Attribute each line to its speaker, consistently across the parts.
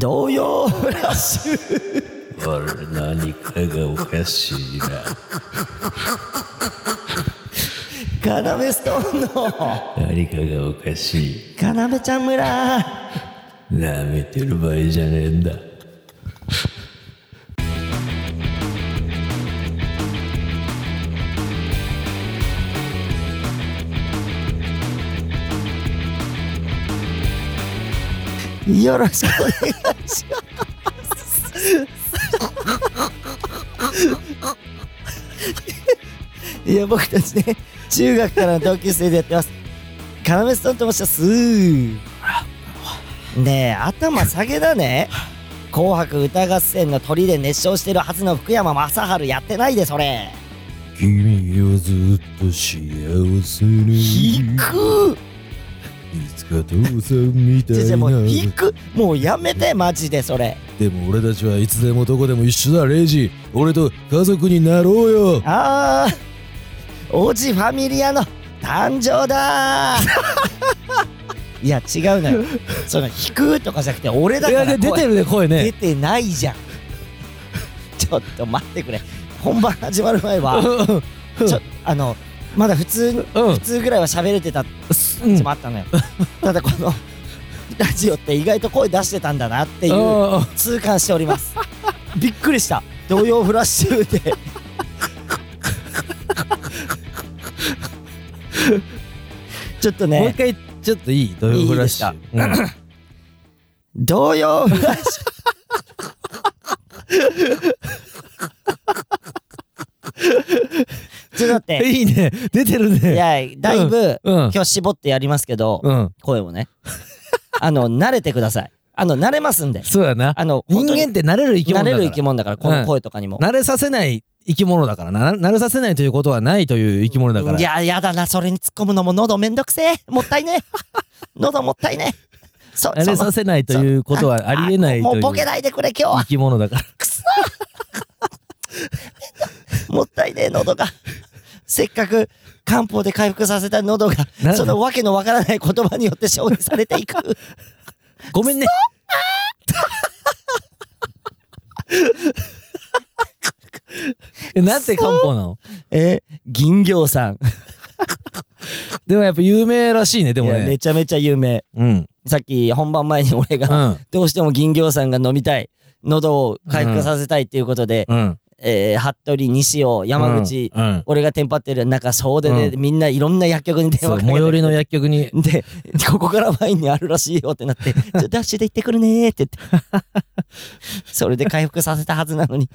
Speaker 1: 童謡フラッシュ
Speaker 2: あれ何かがおかしいな。
Speaker 1: カナメストーンの
Speaker 2: 何かがおかしい。
Speaker 1: カナメちゃん村
Speaker 2: なめてる場合じゃねえんだ。
Speaker 1: よろしくお願いしますいや僕たちね中学からの同級生でやってますカナメストーンと申しますねえ頭下げだね紅白歌合戦の鳥で熱唱してるはずの福山雅治やってないでそれ
Speaker 2: 君をずっと幸せに。
Speaker 1: 引く
Speaker 2: いつか父さんみたい
Speaker 1: じゃ
Speaker 2: な。
Speaker 1: もう引くもうやめてマジでそれ
Speaker 2: でも俺たちはいつでもどこでも一緒だ、レイジ。俺と家族になろうよ。
Speaker 1: あー王子ファミリアの誕生 だーいや違うのよその引くとかじゃなくて俺だ
Speaker 2: い
Speaker 1: か
Speaker 2: や、
Speaker 1: ら
Speaker 2: で出て
Speaker 1: る
Speaker 2: るね、声
Speaker 1: 出
Speaker 2: ね。
Speaker 1: てないじゃんちょっと待ってくれ本番始まる前は
Speaker 2: う
Speaker 1: ちょあのまだ普通に
Speaker 2: んうん
Speaker 1: 普通ぐらいは喋れてた
Speaker 2: う
Speaker 1: 時
Speaker 2: ん
Speaker 1: もあったのよ、ただこのラジオって意外と声出してたんだなっていう
Speaker 2: ああ
Speaker 1: 痛感しておりますびっくりした童謡フラッシュでちょっと
Speaker 2: もう一
Speaker 1: ね
Speaker 2: 回ちょっといいドヨフラッシュ
Speaker 1: いい
Speaker 2: うん
Speaker 1: 童謡フラッシュちょっと待って
Speaker 2: いいね出てる
Speaker 1: い
Speaker 2: ね
Speaker 1: やだいぶ、
Speaker 2: う
Speaker 1: 今
Speaker 2: ん
Speaker 1: 日絞ってやりますけど、
Speaker 2: うん
Speaker 1: 声をねあの慣れてくださいあの慣れますん で
Speaker 2: そうやな
Speaker 1: あの
Speaker 2: 人間って慣れる生き
Speaker 1: 慣
Speaker 2: 物だ
Speaker 1: れ
Speaker 2: か
Speaker 1: る
Speaker 2: ら
Speaker 1: 生き物だからこの声とかにも、
Speaker 2: 慣れさせない生き物だからな慣れさせないということはないという生き物だから
Speaker 1: いや、やだな、それに突っ込むのも喉めんどくせえ。もったいねえ。喉もったいねえ。そ、
Speaker 2: 慣れ
Speaker 1: そ
Speaker 2: させないということはありえない
Speaker 1: も
Speaker 2: という
Speaker 1: ボケ
Speaker 2: う
Speaker 1: ないでくれ、今日は
Speaker 2: 生。き物だから
Speaker 1: もったいねえ、喉が。せっかく漢方で回復させた喉が
Speaker 2: な、
Speaker 1: そのわけのわからない言葉によって消費されてい く。
Speaker 2: ごめんねえなんて漢方なの
Speaker 1: えー、銀行さん。
Speaker 2: でもやっぱ有名らしいねでも
Speaker 1: いやめ
Speaker 2: ね
Speaker 1: ちゃめちゃ有名。
Speaker 2: うん
Speaker 1: さっき本番前に俺
Speaker 2: う
Speaker 1: が、
Speaker 2: ん
Speaker 1: どうしても銀行さんが飲みたい。喉を回復させたいっていうことで、
Speaker 2: うん
Speaker 1: えー、服部、西尾、山口、
Speaker 2: うんうん
Speaker 1: 俺がテンパってる中そうでね、
Speaker 2: う
Speaker 1: みんないろんな薬局に電
Speaker 2: そ
Speaker 1: 話
Speaker 2: う
Speaker 1: か
Speaker 2: 最
Speaker 1: け
Speaker 2: 寄
Speaker 1: て
Speaker 2: りの薬局に
Speaker 1: でここからワインにあるらしいよってなって「ちょっとダッシュで行ってくるね」 って言ってそれで回復させたはずなのに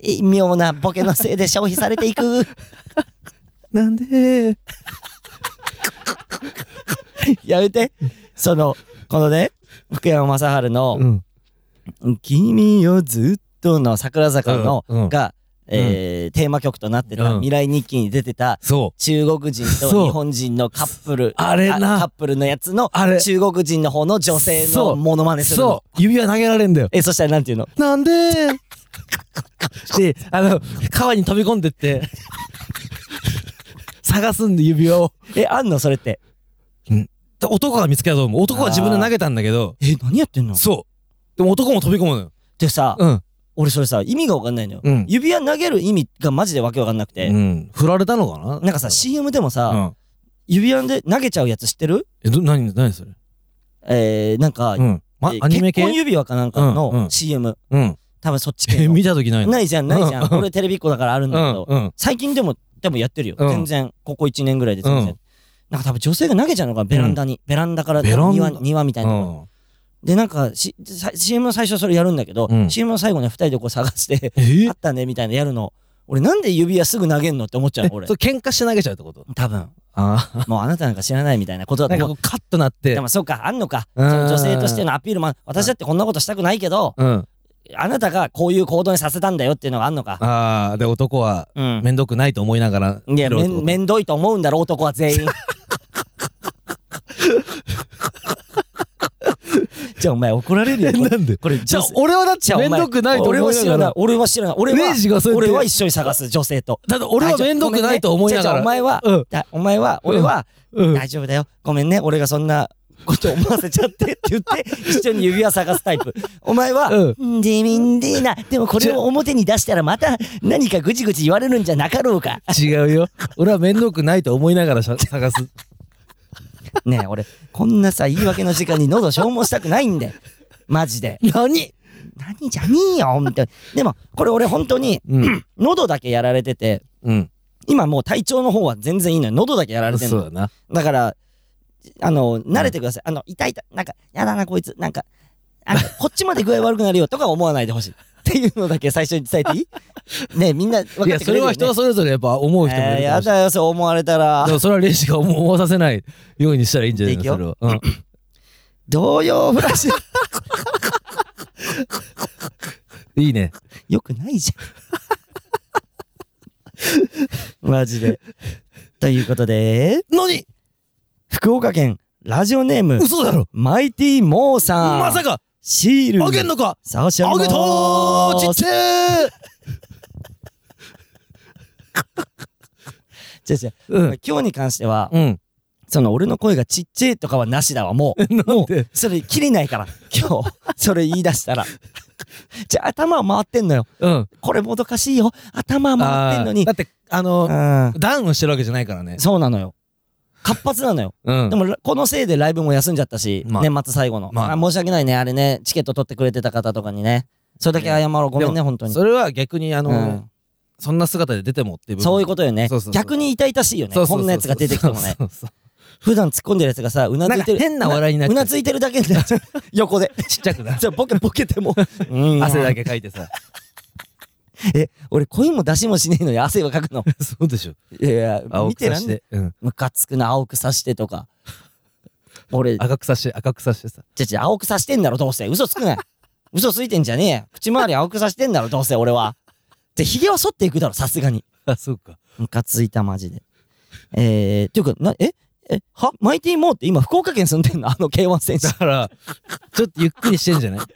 Speaker 1: え妙なボケのせいで消費されてい く
Speaker 2: なんで
Speaker 1: やめてそのこのね福山雅治の
Speaker 2: うん
Speaker 1: 「君をずっと」の桜坂の、
Speaker 2: うんうん
Speaker 1: が、えーテーマ曲となってた「
Speaker 2: うん
Speaker 1: 未来日記」に出てた
Speaker 2: そう
Speaker 1: 中国人
Speaker 2: そ
Speaker 1: と
Speaker 2: う
Speaker 1: 日本人のカップル
Speaker 2: あれな
Speaker 1: カップルのやつの
Speaker 2: あれ
Speaker 1: 中国人の方の女性
Speaker 2: そ
Speaker 1: の
Speaker 2: う
Speaker 1: モノマネするの
Speaker 2: そう指輪投げられんだよ
Speaker 1: えそしたらなんていうの
Speaker 2: なんで で、あの、川に飛び込んで って、探すんで指輪を。
Speaker 1: えあんのそれって
Speaker 2: で男が見つけたと思う。男は自分で投げたんだけど、
Speaker 1: え何やってんのっ
Speaker 2: そう。でも男も飛び込むのよ。
Speaker 1: てさ、
Speaker 2: うん。
Speaker 1: 俺それさ意味が分かんないのよ、
Speaker 2: うん
Speaker 1: 指輪投げる意味がマジでわけわかんなくて、
Speaker 2: うん。振られたのかな
Speaker 1: なんかさ CM でもさ、
Speaker 2: うん。
Speaker 1: 指輪で投げちゃうやつ知ってる
Speaker 2: え、ど、何、何それ
Speaker 1: えー、なんか、
Speaker 2: うん。ま
Speaker 1: え、ー
Speaker 2: アニメ
Speaker 1: 結婚
Speaker 2: 系
Speaker 1: 指輪かなんか
Speaker 2: うんう
Speaker 1: の
Speaker 2: ん
Speaker 1: CM、
Speaker 2: うん。
Speaker 1: 多分そっち系
Speaker 2: え、
Speaker 1: の
Speaker 2: 見たときないの
Speaker 1: ないじゃんないじゃん、
Speaker 2: うん
Speaker 1: 俺テレビっ子だからあるんだ
Speaker 2: う
Speaker 1: け
Speaker 2: ん
Speaker 1: ど、。
Speaker 2: うん。
Speaker 1: 最近でもでもやってるよ、
Speaker 2: うん
Speaker 1: 全然ここ1年ぐらいで全然、
Speaker 2: うん
Speaker 1: なんか多分女性が投げちゃうのかベランダに、ベランダから
Speaker 2: ベラン
Speaker 1: 庭
Speaker 2: ダ
Speaker 1: 庭みたいなとこに、
Speaker 2: うん
Speaker 1: でなんかしさ CM の最初それやるんだけど、
Speaker 2: うん
Speaker 1: CM の最後ね2人でこう探して
Speaker 2: え
Speaker 1: あったねみたいなやるの俺なんで指輪すぐ投げんのって思っちゃう
Speaker 2: え
Speaker 1: の俺
Speaker 2: そう喧嘩して投げちゃうってこと
Speaker 1: 多分
Speaker 2: あ
Speaker 1: もうあなたなんか知らないみたいなこと
Speaker 2: あ。な
Speaker 1: だ
Speaker 2: ん
Speaker 1: と思
Speaker 2: かこ
Speaker 1: う
Speaker 2: うカッとなって
Speaker 1: で。もそうかあんのか
Speaker 2: う
Speaker 1: そ
Speaker 2: ん
Speaker 1: の女性としてのアピールも私だってこんなことしたくないけど
Speaker 2: うん。
Speaker 1: あなたがこういう行動にさせたんだよっていうのがあんのか
Speaker 2: ああ、で、男は、
Speaker 1: うん
Speaker 2: めんどくないと思いながら。
Speaker 1: いや
Speaker 2: 見ろっ
Speaker 1: め
Speaker 2: てこと
Speaker 1: んめんどいと思うんだろう男は 全員じゃあお前怒られるよこれ
Speaker 2: なんで
Speaker 1: これ
Speaker 2: じゃあ
Speaker 1: 女性
Speaker 2: 俺はだっ
Speaker 1: じ
Speaker 2: て
Speaker 1: ゃあ
Speaker 2: めんどくないと思いな
Speaker 1: 俺は知らな
Speaker 2: が
Speaker 1: い
Speaker 2: ら。
Speaker 1: 俺は知らない俺
Speaker 2: レ
Speaker 1: は
Speaker 2: イジがそうやって
Speaker 1: 俺は一緒に探す女性と
Speaker 2: だって俺はめんどくないと思いなが
Speaker 1: 大丈夫ごめんねじゃあじ
Speaker 2: ら。
Speaker 1: ゃあお前は、
Speaker 2: うん
Speaker 1: だお前は俺は、
Speaker 2: うん
Speaker 1: 大丈夫だよごめんね俺がそんなこと思わせちゃってって言 って、一緒に指輪探すタイプ。お前は、
Speaker 2: う
Speaker 1: 地味でな、でもこれを表に出したらまた何かぐちぐち言われるんじゃなかろうか。
Speaker 2: 違うよ俺は面倒くないと思いなが らしゃ探す
Speaker 1: ねえ、俺、こんなさ、言い訳の時間に喉消耗したくないんで。マジで。
Speaker 2: 何
Speaker 1: 何じゃねえよ、本当に。でも、これ俺本当に、
Speaker 2: うん
Speaker 1: 喉だけやられてて、
Speaker 2: うん
Speaker 1: 今もう体調の方は全然いいのよ。喉だけやられてる
Speaker 2: そ
Speaker 1: の
Speaker 2: う。だな
Speaker 1: だから、あの、慣れてください。あの、痛い痛い、なんか、やだな、こいつ、なんか、あの こっちまで具合悪くなるよとか思わないでほしい。っていうのだけ最初に伝えて いいねえみんな分かっ
Speaker 2: い
Speaker 1: てくれるよ、ね、
Speaker 2: やそれは人それぞれやっぱ思う人もいる
Speaker 1: えー、
Speaker 2: か
Speaker 1: や
Speaker 2: もしれ
Speaker 1: だよ、そう思われたら
Speaker 2: ないで。もそれはレジが思わさせないようにしたらいいんじゃないの
Speaker 1: いいよ
Speaker 2: それは、うん、
Speaker 1: 童謡フラッシュ。
Speaker 2: いいね
Speaker 1: よくないじ ゃん。マジで。ということで、
Speaker 2: 何
Speaker 1: 福岡県ラジオネーム、
Speaker 2: 嘘だろ
Speaker 1: マイティモーさん。
Speaker 2: まさか
Speaker 1: シール。
Speaker 2: あげんのか
Speaker 1: 差し上
Speaker 2: あ
Speaker 1: げ
Speaker 2: げた
Speaker 1: ま
Speaker 2: ー
Speaker 1: す
Speaker 2: ちってー
Speaker 1: じゃあじゃあ
Speaker 2: うん
Speaker 1: 今日に関しては、
Speaker 2: うん
Speaker 1: その俺の声がちっちゃいとかはなしだわ、もう。も
Speaker 2: で
Speaker 1: う、それ、切れないから、今日、それ言い出したら。じゃあ、頭は回ってんのよ。
Speaker 2: うん
Speaker 1: これもどかしいよ。頭は回ってんの
Speaker 2: あー
Speaker 1: に
Speaker 2: だ。ってあの
Speaker 1: うん。
Speaker 2: ダウンしてるわけじゃないからね
Speaker 1: そうなのよ。活発なのよ。
Speaker 2: うん
Speaker 1: でも、らこのせいでライブも休んじゃったし、
Speaker 2: まあ
Speaker 1: 年末最後の。
Speaker 2: まあ
Speaker 1: あ申し訳ないね、あれね、チケット取ってくれてた方とかにね。それだけ謝ろう。ごめん
Speaker 2: で
Speaker 1: ね、本当に。
Speaker 2: それは逆にあの、
Speaker 1: うん
Speaker 2: そんな姿で出てもっていう部分
Speaker 1: そういうことよね
Speaker 2: そうそうそ。う
Speaker 1: 逆に痛々しいよね。
Speaker 2: そうそうそう
Speaker 1: こんなやつが出てきてもね。
Speaker 2: そうそう
Speaker 1: 普段突っ込んでるやつがさ、うなずいてる。
Speaker 2: なんか変な笑いになっち
Speaker 1: う
Speaker 2: ゃう
Speaker 1: なずいてるだけにな っちゃう。横で。
Speaker 2: そうちっちゃく な
Speaker 1: じゃあボケボケてもうん
Speaker 2: 汗だけかいてさ
Speaker 1: え俺声も出しもしねえのに汗をかくの
Speaker 2: そうでしょ
Speaker 1: いやいや
Speaker 2: 青
Speaker 1: 見
Speaker 2: く
Speaker 1: て
Speaker 2: さ
Speaker 1: らん
Speaker 2: し
Speaker 1: ね
Speaker 2: て、うん、
Speaker 1: ムカつくな青くさしてとか俺
Speaker 2: 赤くさして赤くさしてさ
Speaker 1: ちゃちゃ青くさしてんだろどうせ嘘つくな嘘ついてんじゃねえよ口周り青くさしてんだろどうせ俺はでひげは剃っていくだろさすがに
Speaker 2: あそうか
Speaker 1: ムカついたマジでえー、っていうかなええはマイティモーって今福岡県住んでんのあの K1 選 手
Speaker 2: だからちょっとゆっくりしてんじゃない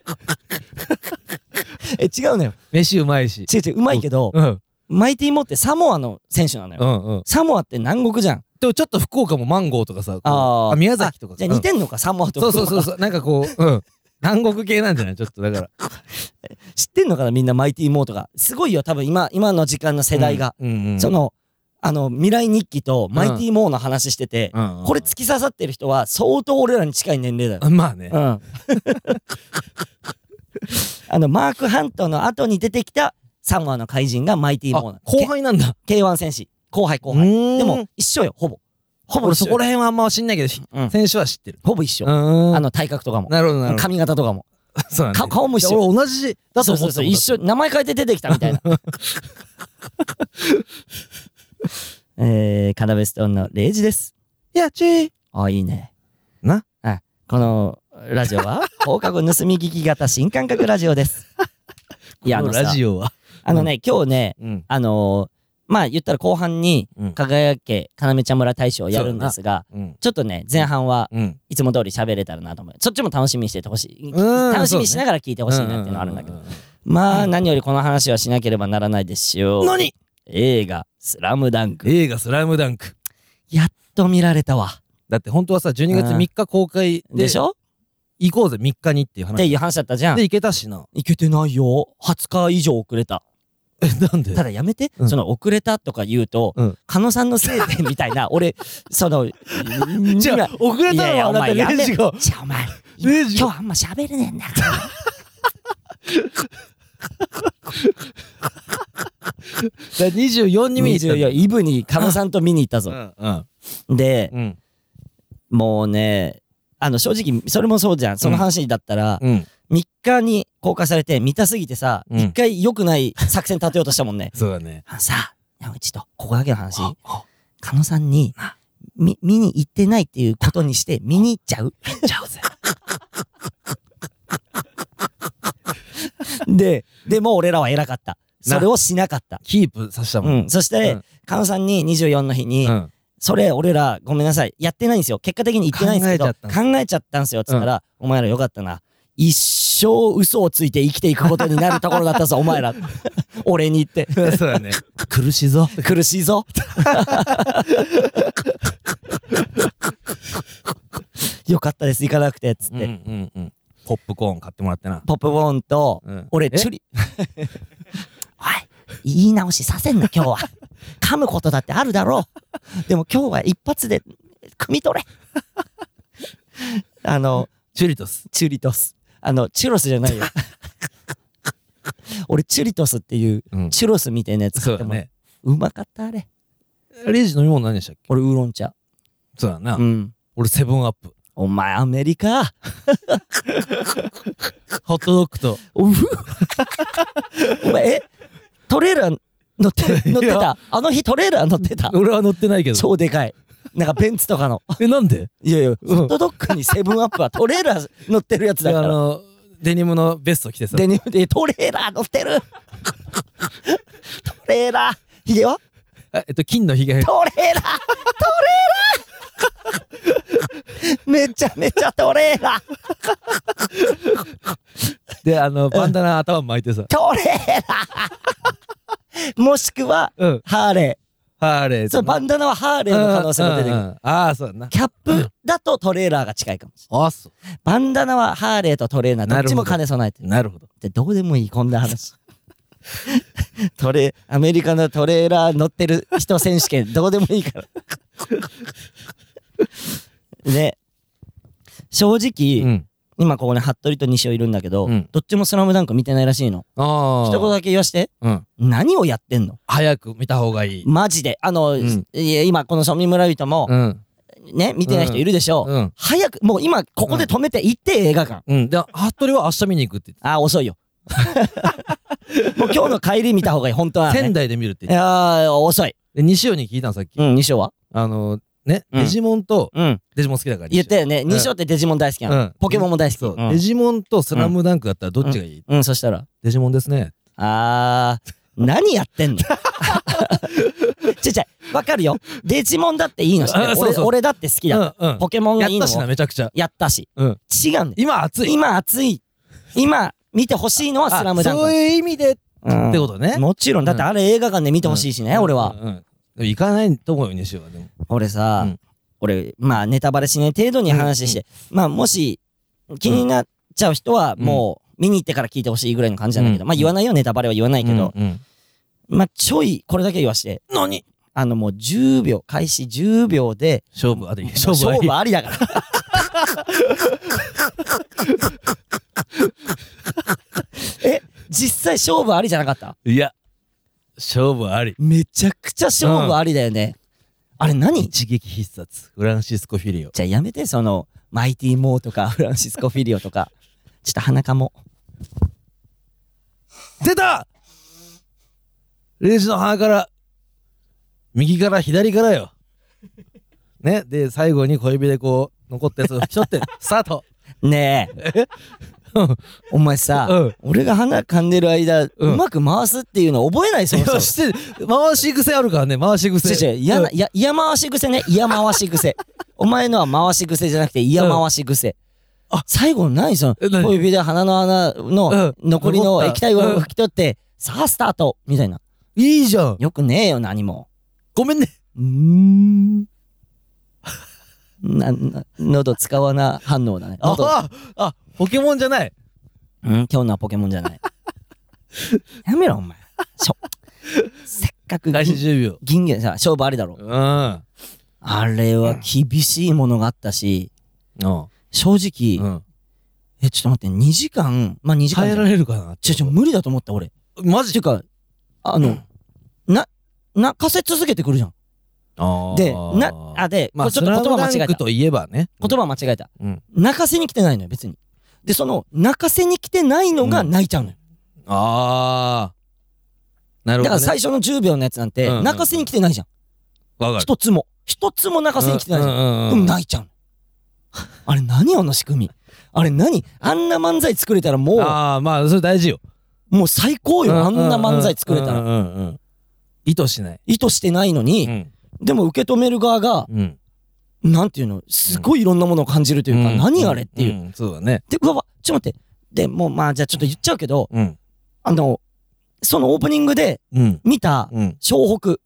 Speaker 1: え違うのよ
Speaker 2: 飯うまいし
Speaker 1: 違う 違ううまいけど
Speaker 2: うん
Speaker 1: マイティモーってサモアの選手なのよ
Speaker 2: うんうん
Speaker 1: サモアって南国じゃん
Speaker 2: でもちょっと福岡もマンゴーとかさこう
Speaker 1: あー
Speaker 2: あ宮崎とか
Speaker 1: じゃあ似てんのか、サモア
Speaker 2: う
Speaker 1: と
Speaker 2: んそうそうそう
Speaker 1: う。
Speaker 2: そうなんかこううん南国系なんじゃないちょっとだから
Speaker 1: 知ってんのかなみんなマイティモーとか。すごいよ、多分今、今の時間の 世代が。
Speaker 2: うんうんうん
Speaker 1: その、あの、未来日記とマイティモーの話してて、
Speaker 2: うんうん
Speaker 1: これ突き刺さってる人は相当俺らに近い年齢だよ。
Speaker 2: あまあね
Speaker 1: うん。 あの、マーク・ハントの後に出てきたサモアの怪人がマイティ
Speaker 2: あ
Speaker 1: モーなの。
Speaker 2: 後輩なんだ
Speaker 1: K- K1 戦士。後輩後輩。
Speaker 2: で
Speaker 1: でも、一緒よ、ほぼ。ほぼ
Speaker 2: 俺
Speaker 1: 一
Speaker 2: そ
Speaker 1: 緒
Speaker 2: こ
Speaker 1: よ。
Speaker 2: ら辺はあんま知んないけどひ
Speaker 1: うん
Speaker 2: 選手は知ってる
Speaker 1: ほぼ一緒。
Speaker 2: ん
Speaker 1: あの、体格とかも。
Speaker 2: なるほどなるほど
Speaker 1: 髪型とかも。
Speaker 2: そうなんだ
Speaker 1: か顔も一緒
Speaker 2: いや俺同じだと
Speaker 1: そう
Speaker 2: 思
Speaker 1: そうそ
Speaker 2: ってた
Speaker 1: う
Speaker 2: もん
Speaker 1: 一緒名前変えて出てきたみ たいなえー、カナベストーンのレイジです
Speaker 2: いやちー
Speaker 1: あいいね
Speaker 2: な
Speaker 1: あこのラジオ は放課後盗み聞き型新感覚ラジオですいやあ
Speaker 2: こ
Speaker 1: の
Speaker 2: の
Speaker 1: さ
Speaker 2: ラジオは
Speaker 1: あのね今日ね
Speaker 2: うん
Speaker 1: あのーまあ言ったら後半に
Speaker 2: うん
Speaker 1: 輝け要ちゃん村大賞をやるんですが
Speaker 2: うん
Speaker 1: ちょっとね前半は
Speaker 2: うん
Speaker 1: いつも通り喋れたらなと思うそっちも楽しみにしててほしい
Speaker 2: うん
Speaker 1: 楽しみにし
Speaker 2: そうね
Speaker 1: ながら聞いてほしいなっていうのはあるんだけど
Speaker 2: ううう
Speaker 1: まあ何よりこの話はしなければならないですよ
Speaker 2: うん何
Speaker 1: 映画「スラムダンク
Speaker 2: 映画「スラムダンク
Speaker 1: やっと見られたわ
Speaker 2: だって本当はさ12月
Speaker 1: うん
Speaker 2: 3日公開
Speaker 1: でしょ
Speaker 2: 行こうぜ3日にっていう
Speaker 1: って
Speaker 2: 話
Speaker 1: いう話だったじゃん
Speaker 2: で行けたしな
Speaker 1: いけてないよ20日以上遅れた
Speaker 2: えなんで
Speaker 1: ただやめて、
Speaker 2: うん
Speaker 1: その遅れたとか言うと、
Speaker 2: うん
Speaker 1: 狩野さんのせいでみたい な俺その
Speaker 2: じゃ
Speaker 1: 今
Speaker 2: あ遅れ
Speaker 1: いや
Speaker 2: た
Speaker 1: い
Speaker 2: の
Speaker 1: や
Speaker 2: は
Speaker 1: お
Speaker 2: あなた
Speaker 1: 前やめ
Speaker 2: レジが
Speaker 1: じゃあお前
Speaker 2: レジ
Speaker 1: 今
Speaker 2: が
Speaker 1: 日あんま喋れねえんだから
Speaker 2: 24に見に行った
Speaker 1: 24イブに狩野さんと見に行ったぞ、
Speaker 2: のうん
Speaker 1: で
Speaker 2: うん
Speaker 1: もうねあの正直それもそうじゃんその話だったら、
Speaker 2: うん
Speaker 1: 3日に公開されて見たすぎてさ、
Speaker 2: うん。
Speaker 1: 一回良くない作戦立てようとしたもんね
Speaker 2: そうだね
Speaker 1: あのさあ、山口と、ここだけの話、
Speaker 2: あ
Speaker 1: 狩野さんに
Speaker 2: あ、
Speaker 1: み、見に行ってないっていうことにして、見に行っちゃう。
Speaker 2: ちゃうぜ
Speaker 1: で、でも俺らは偉かった。それをしなかった。
Speaker 2: キープさせたも
Speaker 1: うんん。そして、
Speaker 2: うん
Speaker 1: 狩野さんに24の日に、
Speaker 2: うん
Speaker 1: それ俺ら、ごめんなさい、やってないんですよ。結果的に行ってないんですけど、
Speaker 2: 考
Speaker 1: 考
Speaker 2: えちゃっ
Speaker 1: えちゃったんですよ。つったら、お前らよかったな。一生嘘をついて生きていくことになるところだ ったぞ、お前ら。俺に言って。
Speaker 2: そうだね苦しいぞ
Speaker 1: 苦しい ぞ。よかったです、行かなくて、つっ
Speaker 2: うん
Speaker 1: て、
Speaker 2: うんうんポップコーン買ってもらってな
Speaker 1: ポップボーンと、
Speaker 2: うん
Speaker 1: 俺、
Speaker 2: え
Speaker 1: チュリ、 おい、言い直しさせんな、今日 は。噛むことだってあるだろう。でも今日は一発で、汲み 取れ。あの、
Speaker 2: チュリトス
Speaker 1: チュリトス。あの、チュロスじゃ ないよ。俺、チュリトスっていう、
Speaker 2: うん
Speaker 1: チュロスみたいなやつ
Speaker 2: そ
Speaker 1: 買
Speaker 2: う
Speaker 1: って
Speaker 2: だ
Speaker 1: もらう。
Speaker 2: ね
Speaker 1: うまかった、あれ。
Speaker 2: レイジ飲み物何でしたっけ
Speaker 1: 俺、ウーロン茶。
Speaker 2: そうだな
Speaker 1: うん。
Speaker 2: 俺セブンアッ プ
Speaker 1: お前、アメリカ。
Speaker 2: ホットドッグと
Speaker 1: おう お前、えトレーラー乗って、乗ってた。あの日トレーラー乗ってた。
Speaker 2: 俺は乗ってないけど
Speaker 1: 超でかい。なんかベンツとか の。
Speaker 2: えなんで
Speaker 1: いやいや、ホ
Speaker 2: うん
Speaker 1: ットドッグにセブンアップはトレーラー乗ってるやつだ
Speaker 2: あ
Speaker 1: から。
Speaker 2: のデニムのベスト着てさ
Speaker 1: デニムでトレーラー乗ってる。 トレーラー。ひでよ。
Speaker 2: あえっと金のひげ
Speaker 1: トレーラー。トレーラー。めちゃめちゃトレーラー。
Speaker 2: であのバンダナ頭巻いてさ
Speaker 1: トレーラー。もしくは、
Speaker 2: うん
Speaker 1: ハーレ
Speaker 2: ハーレー
Speaker 1: ー。そう、バンダナはハーレーの可能性も出てくる。
Speaker 2: るああそうだな
Speaker 1: キャップだとトレーラーが近いかもしれ
Speaker 2: あそう
Speaker 1: ない。バンダナはハーレーとトレーラー、どっちも兼ね備えてる。
Speaker 2: なるほど
Speaker 1: でどうでもいい、こんな話。 トレアメリカのトレーラー乗ってる人選手 権、どうでもいいから。 ね。正直、
Speaker 2: うん
Speaker 1: 今ここに服部と西尾いるんだけど、
Speaker 2: うん
Speaker 1: どっちもスラムダンク見てないらしいの。
Speaker 2: ああ
Speaker 1: 一言だけ言わして、
Speaker 2: うん
Speaker 1: 何をやってんの
Speaker 2: 早く見た方がいい
Speaker 1: マジで。あの、
Speaker 2: ん
Speaker 1: いや今この庶民村人も、
Speaker 2: うん
Speaker 1: ね、見てない人いるでしょう。
Speaker 2: うん
Speaker 1: 早く、もう今ここで止めて行って映画館。
Speaker 2: うんで服部は明日見に行くって言
Speaker 1: あー、遅い よ。もう今日の帰り見た方がいい、本当は、
Speaker 2: って
Speaker 1: ね。
Speaker 2: 仙台で見るって
Speaker 1: い
Speaker 2: 言って
Speaker 1: やー、遅い。
Speaker 2: で西尾に聞いたのさっき
Speaker 1: うん、西尾は
Speaker 2: あのね
Speaker 1: うん
Speaker 2: デジモンと
Speaker 1: うん。
Speaker 2: デジモン好きだから西尾
Speaker 1: 言ったよね。
Speaker 2: ん
Speaker 1: 西尾ってデジモン大好きなの。
Speaker 2: うん
Speaker 1: ポケモンも大好き。
Speaker 2: そううんデジモンとスラムダンクだったらどっちがいい
Speaker 1: うん、そしたら。
Speaker 2: デジモンですね
Speaker 1: あー、何やってんの ちっちゃい。わかるよ。デジモンだっていいの知ってる
Speaker 2: あそう
Speaker 1: 俺
Speaker 2: そう
Speaker 1: 俺だって好き
Speaker 2: う
Speaker 1: だ。
Speaker 2: んうん
Speaker 1: ポケモンが
Speaker 2: やっ
Speaker 1: いいの
Speaker 2: た
Speaker 1: も
Speaker 2: しなめちゃくちゃ
Speaker 1: やったし。
Speaker 2: うん
Speaker 1: 違うんだよ。
Speaker 2: 今暑い
Speaker 1: 今熱い。今、見てほしいのはスラムダンク。
Speaker 2: あそう
Speaker 1: っ
Speaker 2: いう意味でってことね
Speaker 1: もちろん、だってあれ映画館で見てほしいしね、俺は。
Speaker 2: うんうんでも行かないと思うよ西尾はでも
Speaker 1: 俺さ、
Speaker 2: うん
Speaker 1: 俺まあネタバレしない程度に話して、まあもし気になっちゃう人は
Speaker 2: うん
Speaker 1: もう見に行ってから聞いてほしいぐらいの感じなんだけど、
Speaker 2: うん
Speaker 1: まあ言わないよネタバレは言わないけど、
Speaker 2: うんうん
Speaker 1: まあちょいこれだけ言わして
Speaker 2: 何
Speaker 1: あのもう10秒開始10秒で
Speaker 2: 勝負あり勝負あ
Speaker 1: 勝
Speaker 2: り
Speaker 1: 負ありだ からえ実際勝負ありじゃなかった
Speaker 2: いや勝負あり
Speaker 1: めちゃくちゃ勝負ありだよね、あれ何
Speaker 2: 一撃必殺フランシスコ・フィリオ
Speaker 1: じゃあやめてそのマイティー・モーとかフランシスコ・フィリオとかちょっと鼻かも
Speaker 2: 出たレイジの鼻から右から左からよねで最後に小指でこう残ったやつをひょ ってスタート
Speaker 1: ねえ
Speaker 2: うん
Speaker 1: お前さ、
Speaker 2: うん
Speaker 1: 俺が鼻噛んでる間、う
Speaker 2: うん
Speaker 1: まく回すっていうの覚えないそもそ も
Speaker 2: して回し癖あるからね回し
Speaker 1: 違
Speaker 2: 癖
Speaker 1: う違う嫌な
Speaker 2: うん
Speaker 1: や嫌回し癖ね嫌回し癖お前のは回し癖じゃなくて嫌回し癖、
Speaker 2: うんあ
Speaker 1: 最後の何その
Speaker 2: え何
Speaker 1: 小指で鼻の穴の
Speaker 2: うん
Speaker 1: 残りの
Speaker 2: 残った
Speaker 1: 液体を
Speaker 2: うん
Speaker 1: 拭き取って、さあスタートみたいない
Speaker 2: いじゃん
Speaker 1: よくねえよ何も
Speaker 2: ごめんね
Speaker 1: うーん。な、な、喉使わな反応だね。喉、
Speaker 2: あああポケモンじゃない
Speaker 1: うん、今日のはポケモンじゃない。やめろ、お前。しょ、せっかく
Speaker 2: 開始
Speaker 1: 銀、
Speaker 2: 10秒
Speaker 1: 銀魚さ、勝負ありだろ。
Speaker 2: うん
Speaker 1: あれは厳しいものがあったし、正
Speaker 2: う
Speaker 1: 直、
Speaker 2: ん
Speaker 1: え、ちょっと待って、2時間、まあ、2時間じ
Speaker 2: 耐え
Speaker 1: ゃ
Speaker 2: ら
Speaker 1: ん。
Speaker 2: れるかな
Speaker 1: ちょ、ちょ、無理だと思った、俺。
Speaker 2: マ
Speaker 1: ていうか、あの、な、泣かせ続けてくるじゃん。で、な、あ、で、
Speaker 2: ま
Speaker 1: こ
Speaker 2: あ
Speaker 1: れちょっと言葉間
Speaker 2: スラムダ
Speaker 1: 違
Speaker 2: ン
Speaker 1: え
Speaker 2: ク
Speaker 1: た。
Speaker 2: といえばね
Speaker 1: 言葉間違えた。
Speaker 2: うん
Speaker 1: 泣かせに来てないのよ別にでその泣かせに来てないのが
Speaker 2: うん
Speaker 1: 泣いちゃうのよ、
Speaker 2: ああなる
Speaker 1: だ
Speaker 2: ほ
Speaker 1: か
Speaker 2: ど
Speaker 1: ら
Speaker 2: ね
Speaker 1: 最初の10秒のやつなんて
Speaker 2: うんうん
Speaker 1: 泣かせに来てないじゃん
Speaker 2: わかる
Speaker 1: 一つも一つも泣かせに来てないじゃん
Speaker 2: うん
Speaker 1: でも泣いちゃうのあれ何あの仕組みあれ何あんな漫才作れたらも
Speaker 2: ああまあそれ大事よ
Speaker 1: うもう最高よあんな漫才作れた
Speaker 2: うん
Speaker 1: ら
Speaker 2: うんうん意図しない
Speaker 1: 意図してないの
Speaker 2: う
Speaker 1: に
Speaker 2: ん
Speaker 1: でも受け止める側が
Speaker 2: うん
Speaker 1: なんていうのすごいいろんなものを感じるというか
Speaker 2: ん
Speaker 1: 何あれっていう
Speaker 2: うんそうだね
Speaker 1: でうわうわちょっと待ってでもうまあじゃあちょっと言っちゃうけど
Speaker 2: うん
Speaker 1: あのそのオープニングで
Speaker 2: うん
Speaker 1: 見た
Speaker 2: うん
Speaker 1: 湘北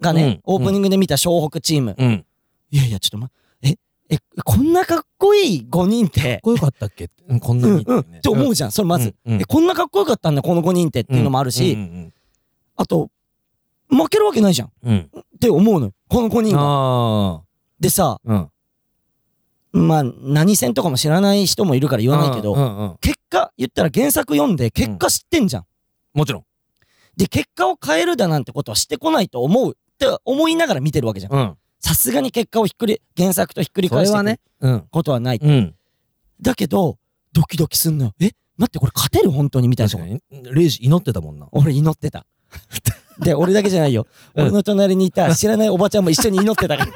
Speaker 1: がね、
Speaker 2: うん
Speaker 1: オープニングで見た湘北チーム、
Speaker 2: うん
Speaker 1: いやいやちょっとまええ、こんなかっこいい5人って、
Speaker 2: こよかったっけってうんこんな
Speaker 1: うん
Speaker 2: に
Speaker 1: うん、 って思うじゃん、それまず。
Speaker 2: うんうん
Speaker 1: え、こんなかっこよかったんだ、この5人ってっていうのもあるし、
Speaker 2: うんうん
Speaker 1: あと、負けるわけないじゃんっ
Speaker 2: うん
Speaker 1: て思うのよ。この5
Speaker 2: う
Speaker 1: 人
Speaker 2: ん
Speaker 1: が。
Speaker 2: あ
Speaker 1: でさ、
Speaker 2: あうん
Speaker 1: まあ、何戦とかも知らない人もいるから言わないけど、
Speaker 2: うんうんうん
Speaker 1: 結果、言ったら原作読んで、結果知ってんじゃん。
Speaker 2: もちろん
Speaker 1: で、結果を変えるだなんてことはしてこないと思うって思いながら見てるわけじゃん。
Speaker 2: うん
Speaker 1: さすがに結果をひっくり、原作とひっくり
Speaker 2: そ
Speaker 1: 返
Speaker 2: れ
Speaker 1: して
Speaker 2: は
Speaker 1: く
Speaker 2: ねうん
Speaker 1: ことはない。
Speaker 2: うん
Speaker 1: だけど、ドキドキすんのよ。え待って、これ勝てる本当にみたいな
Speaker 2: 確。かにレイジ祈ってたもんな
Speaker 1: 俺祈 ってた。で、俺だけじゃないよ。
Speaker 2: うん
Speaker 1: 俺の隣にい た知らないおばちゃんも一緒に祈ってたから。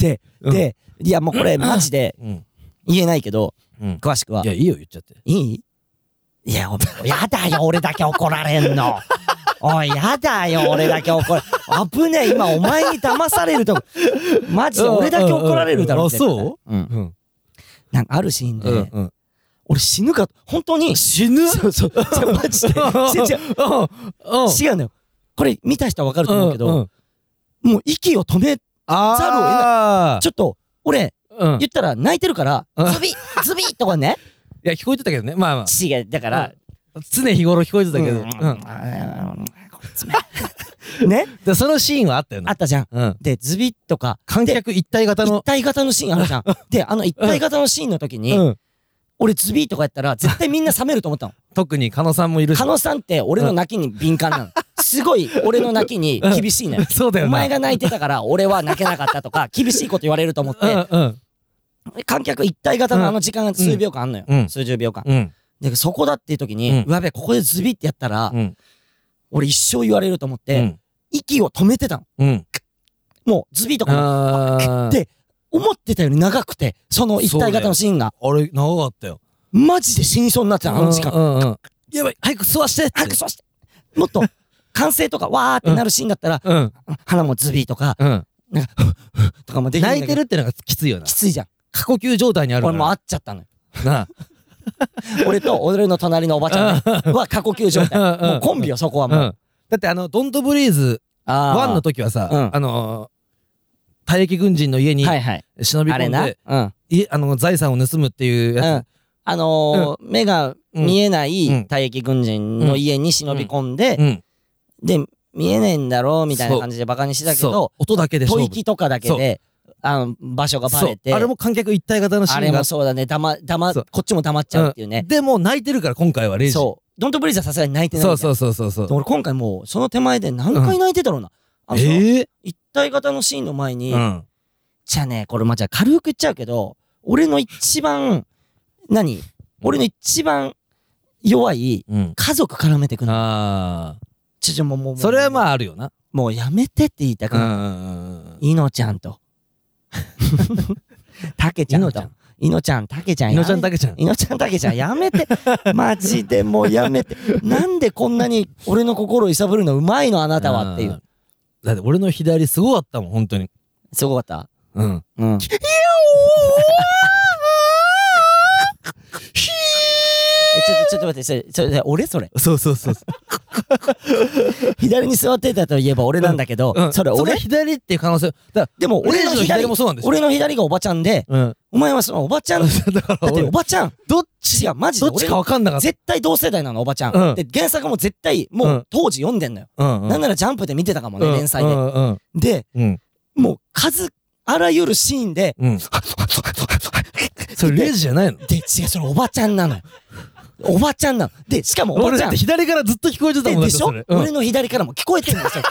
Speaker 1: で、で、いやもうこれマジで
Speaker 2: うん
Speaker 1: 言えないけど、
Speaker 2: うん。
Speaker 1: 詳しくはい
Speaker 2: やいいよ言っちゃって
Speaker 1: いいいや、おやだよ、俺だけ怒られんの。おい、やだよ、俺だけ怒られ。危ねえ、今、お前に騙されるとこ。マジで、俺だけ怒られるだろ、
Speaker 2: うん
Speaker 1: 絶対、
Speaker 2: あそう
Speaker 1: ん、
Speaker 2: うん
Speaker 1: なんか、あるシーンで、
Speaker 2: うんうん
Speaker 1: 俺死ぬか、本当に。
Speaker 2: 死ぬ
Speaker 1: そうそう。じゃマジで。違う
Speaker 2: うんうん
Speaker 1: 違うのよ。これ、見た人はわかると思うけ
Speaker 2: うんう
Speaker 1: ど、
Speaker 2: ん
Speaker 1: もう息を止め、ち
Speaker 2: あ
Speaker 1: ょっと、俺、
Speaker 2: ーうんい
Speaker 1: 言ったら泣いてるから、
Speaker 2: うん
Speaker 1: ズビズビとかね。
Speaker 2: や聞こえてたけどねまあまあ
Speaker 1: 違う、だから、
Speaker 2: 常日頃聞こえてたけど、
Speaker 1: う
Speaker 2: うんん
Speaker 1: こいつめね
Speaker 2: でそのシーンはあったよ
Speaker 1: あ
Speaker 2: な、
Speaker 1: ったじゃん。
Speaker 2: うん、
Speaker 1: で、ズビッとか、
Speaker 2: 観客一体型
Speaker 1: 一
Speaker 2: の、
Speaker 1: 体型のシーンあるじ ゃん。で、あの一体型のシーンの時に、
Speaker 2: うん、
Speaker 1: 俺ズビーとかやったら、絶対みんな冷めると思ったの。
Speaker 2: 特に狩野さんもいるし
Speaker 1: 狩野さんって俺の泣きに敏感なの。すごい俺の泣きに厳しいのよ。
Speaker 2: そうだよ
Speaker 1: お
Speaker 2: な
Speaker 1: 前が泣いてたから俺は泣けなかったとか、厳しいこと言われると思って、
Speaker 2: うんうん
Speaker 1: 観客一体型のあの時間が数秒間あんのよ。
Speaker 2: うん
Speaker 1: 数十秒間。
Speaker 2: うん
Speaker 1: で、そこだっていう時
Speaker 2: う
Speaker 1: に
Speaker 2: ん、
Speaker 1: うわべ、ここでズビってやったら
Speaker 2: う、ん
Speaker 1: 俺一生言われると思っ
Speaker 2: う
Speaker 1: て、
Speaker 2: ん
Speaker 1: 息を止めてたの。
Speaker 2: うん
Speaker 1: もうズビーとかも
Speaker 2: あ
Speaker 1: で思ってたより長くて、その一体型のシーンが。
Speaker 2: あれ長かったよ
Speaker 1: マジで死にそうになってたの、あの時間。
Speaker 2: うんうんやばい早く吸わしてって
Speaker 1: 早くそうしても っと歓声とかわーってなるシーンだったら、
Speaker 2: うん
Speaker 1: 鼻もズビーとか
Speaker 2: うん
Speaker 1: とかもでき
Speaker 2: 泣い
Speaker 1: んだけ
Speaker 2: て
Speaker 1: ど
Speaker 2: るってのがきついよな
Speaker 1: きついじゃん
Speaker 2: 過呼吸状態にあるか
Speaker 1: 俺
Speaker 2: ら
Speaker 1: もう会っちゃったのよ
Speaker 2: な
Speaker 1: 俺と俺の隣のおばちゃんねは過呼吸状態
Speaker 2: うんうん
Speaker 1: もうコンビよそこは
Speaker 2: う
Speaker 1: も
Speaker 2: ん
Speaker 1: う、
Speaker 2: だってあの「ドントブリーズ
Speaker 1: あー
Speaker 2: 1の時はさ、
Speaker 1: うん
Speaker 2: あのー、退役軍人の家に
Speaker 1: はいはい
Speaker 2: 忍び
Speaker 1: あ
Speaker 2: 込
Speaker 1: れ
Speaker 2: ん
Speaker 1: な
Speaker 2: で、
Speaker 1: うん、
Speaker 2: いあの財産を盗むっていう
Speaker 1: う
Speaker 2: や
Speaker 1: ん、あのー目が見えない
Speaker 2: うん
Speaker 1: 退役軍人の家に忍び込んで
Speaker 2: つ、、うん、
Speaker 1: で見えねえんだろうみたいな感じでバカにしてたけ
Speaker 2: そ
Speaker 1: ど
Speaker 2: う音だけで
Speaker 1: 吐
Speaker 2: 勝負
Speaker 1: 息とかだけであの場所がバレて
Speaker 2: そうあれも観客一体型のシ
Speaker 1: あ
Speaker 2: ー
Speaker 1: れ
Speaker 2: ンがあ
Speaker 1: も
Speaker 2: っ
Speaker 1: そうだね黙黙
Speaker 2: そう
Speaker 1: こっちも黙っちゃうっていうね、
Speaker 2: でも泣いてるから今回はレイジ
Speaker 1: そう。ドントブリーズはさすがに泣いてない
Speaker 2: そうそううそうそうそう
Speaker 1: 俺今回もう、その手前で何回泣いてたろうな。あのさ
Speaker 2: え
Speaker 1: 一体型のシーンの前に、
Speaker 2: えうん
Speaker 1: じゃあね、これまあじゃあ軽く言っちゃうけど、俺の一番、何俺の一番弱い
Speaker 2: うん
Speaker 1: 家族絡めてくの。
Speaker 2: あ
Speaker 1: ちょちょもうもう。
Speaker 2: あそれはま
Speaker 1: あ。
Speaker 2: ああるよな
Speaker 1: もうやめてって言いたく
Speaker 2: う
Speaker 1: ない。
Speaker 2: ん
Speaker 1: いのちゃん と。たけちゃんと。いのちゃん、たけちゃん
Speaker 2: い
Speaker 1: や
Speaker 2: の
Speaker 1: め
Speaker 2: ちゃんだけちゃん
Speaker 1: いのちゃんだけじゃんやめてマジでもうやめてなんでこんなに俺の心を揺さぶるのうまいのあなたはっていう
Speaker 2: あーだって俺の左すごかったもん本当に
Speaker 1: すごかった
Speaker 2: うん
Speaker 1: うんちょっとちょっと待ってそれそれそれ俺それ
Speaker 2: そうそうそうそ
Speaker 1: 左に座ってたといえば俺なんだけど、
Speaker 2: う、うん、
Speaker 1: それ
Speaker 2: の
Speaker 1: 俺
Speaker 2: 左っていう可能性だか
Speaker 1: でも
Speaker 2: ら
Speaker 1: 俺
Speaker 2: レイ
Speaker 1: の
Speaker 2: ジの
Speaker 1: 左
Speaker 2: 左もそうなんですよ
Speaker 1: 俺の左がおばちゃんで
Speaker 2: うん
Speaker 1: お前はそのおばちゃんだ
Speaker 2: だから
Speaker 1: ってお
Speaker 2: 俺
Speaker 1: ばちゃん
Speaker 2: どっ
Speaker 1: 違
Speaker 2: ち
Speaker 1: うマジで
Speaker 2: どっ
Speaker 1: 俺
Speaker 2: ちか分かんなかった
Speaker 1: 絶対同世代なのおばちゃん、
Speaker 2: うん
Speaker 1: で原作も絶対もう、
Speaker 2: うん
Speaker 1: 当時読んでんのよ、
Speaker 2: うんうん
Speaker 1: なんならジャンプで見てたかもね、
Speaker 2: うん
Speaker 1: 連載で、
Speaker 2: うんうん
Speaker 1: で
Speaker 2: うん
Speaker 1: もう数あらゆるシーンで
Speaker 2: うんそれレイジじゃないの
Speaker 1: で違うそれおばちゃんなのよおばちゃんなのでしかもおば
Speaker 2: 俺
Speaker 1: ちゃ
Speaker 2: だ
Speaker 1: ん
Speaker 2: って左からずっと聞こえてた
Speaker 1: で
Speaker 2: もんだ
Speaker 1: で
Speaker 2: って
Speaker 1: しょ
Speaker 2: それうん
Speaker 1: 俺の左からも聞こえてるんですよ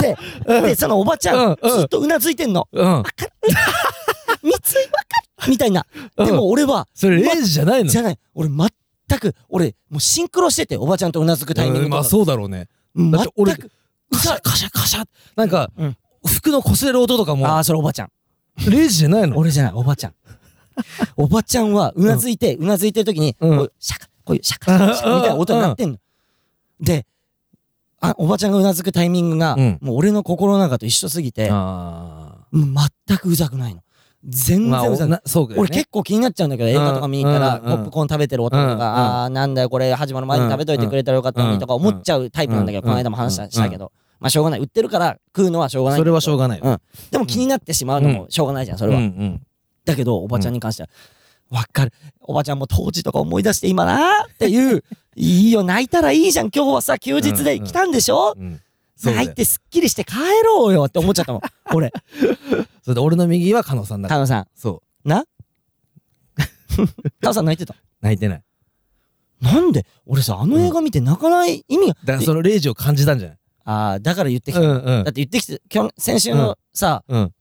Speaker 1: ででそのおばちゃん
Speaker 2: うんうん
Speaker 1: ずっとうなずいてんの
Speaker 2: うん
Speaker 1: 三井わかるみたいなでも俺は
Speaker 2: それレイジじゃないの
Speaker 1: じゃない俺全く俺もうシンクロしてておばちゃんとうなずくタイミン
Speaker 2: うん
Speaker 1: グ
Speaker 2: ま
Speaker 1: と
Speaker 2: あ
Speaker 1: か
Speaker 2: そうだろうね
Speaker 1: 全
Speaker 2: だって俺
Speaker 1: く
Speaker 2: カシャカシャカシャなんか、
Speaker 1: うん
Speaker 2: 服の擦れる音とか
Speaker 1: あ
Speaker 2: も
Speaker 1: あそれおばちゃん
Speaker 2: レイジじゃないの
Speaker 1: 俺じゃないおばちゃ んおばちゃんはうなずいてうなずいてる時にこ
Speaker 2: うん
Speaker 1: うシャカこういうシャカシャカシャカみたいな音になってんのであおばちゃんがうなずくタイミングが
Speaker 2: うん
Speaker 1: もう俺の心の中と一緒すぎても
Speaker 2: あ
Speaker 1: う全くうざくないの
Speaker 2: ー
Speaker 1: 全
Speaker 2: まあ
Speaker 1: 然う
Speaker 2: お
Speaker 1: ざくない
Speaker 2: なそうかよね
Speaker 1: 俺結構気になっちゃうんだけど映画とか見に行ったら
Speaker 2: うん
Speaker 1: ポ
Speaker 2: うんうん
Speaker 1: ップコーン食べてる音と
Speaker 2: うんうん
Speaker 1: かあーなんだよこれ始まる前に食べといてくれたらよかったのにとか思っちゃうタイプなんだけど
Speaker 2: うん
Speaker 1: この間も話したしたけどまあしょうがない売ってるから食うのはしょうがない
Speaker 2: それはしょうがない。
Speaker 1: うんでも気になってしまうのもしょうがないじゃんそれは、
Speaker 2: うんうん
Speaker 1: だけどおばちゃんに関しては「わ、かるおばちゃんも当時とか思い出して今な」っていう いいよ泣いたらいいじゃん今日はさ休日で来たんでしょ、
Speaker 2: うんそうだ
Speaker 1: 泣
Speaker 2: よ
Speaker 1: いてすっきりして帰ろうよって思っちゃった もん俺
Speaker 2: それで俺の右は加納さんだか
Speaker 1: カ
Speaker 2: ら。
Speaker 1: 野さん
Speaker 2: そう。
Speaker 1: カ野さん泣いてた
Speaker 2: 泣いてない。
Speaker 1: なんで俺さあの映画見て泣かない意味が、
Speaker 2: だからその0時を感じたんじゃない
Speaker 1: ああだから言ってきた、
Speaker 2: うんうん
Speaker 1: だって言ってきて今日先週のさ、
Speaker 2: うん。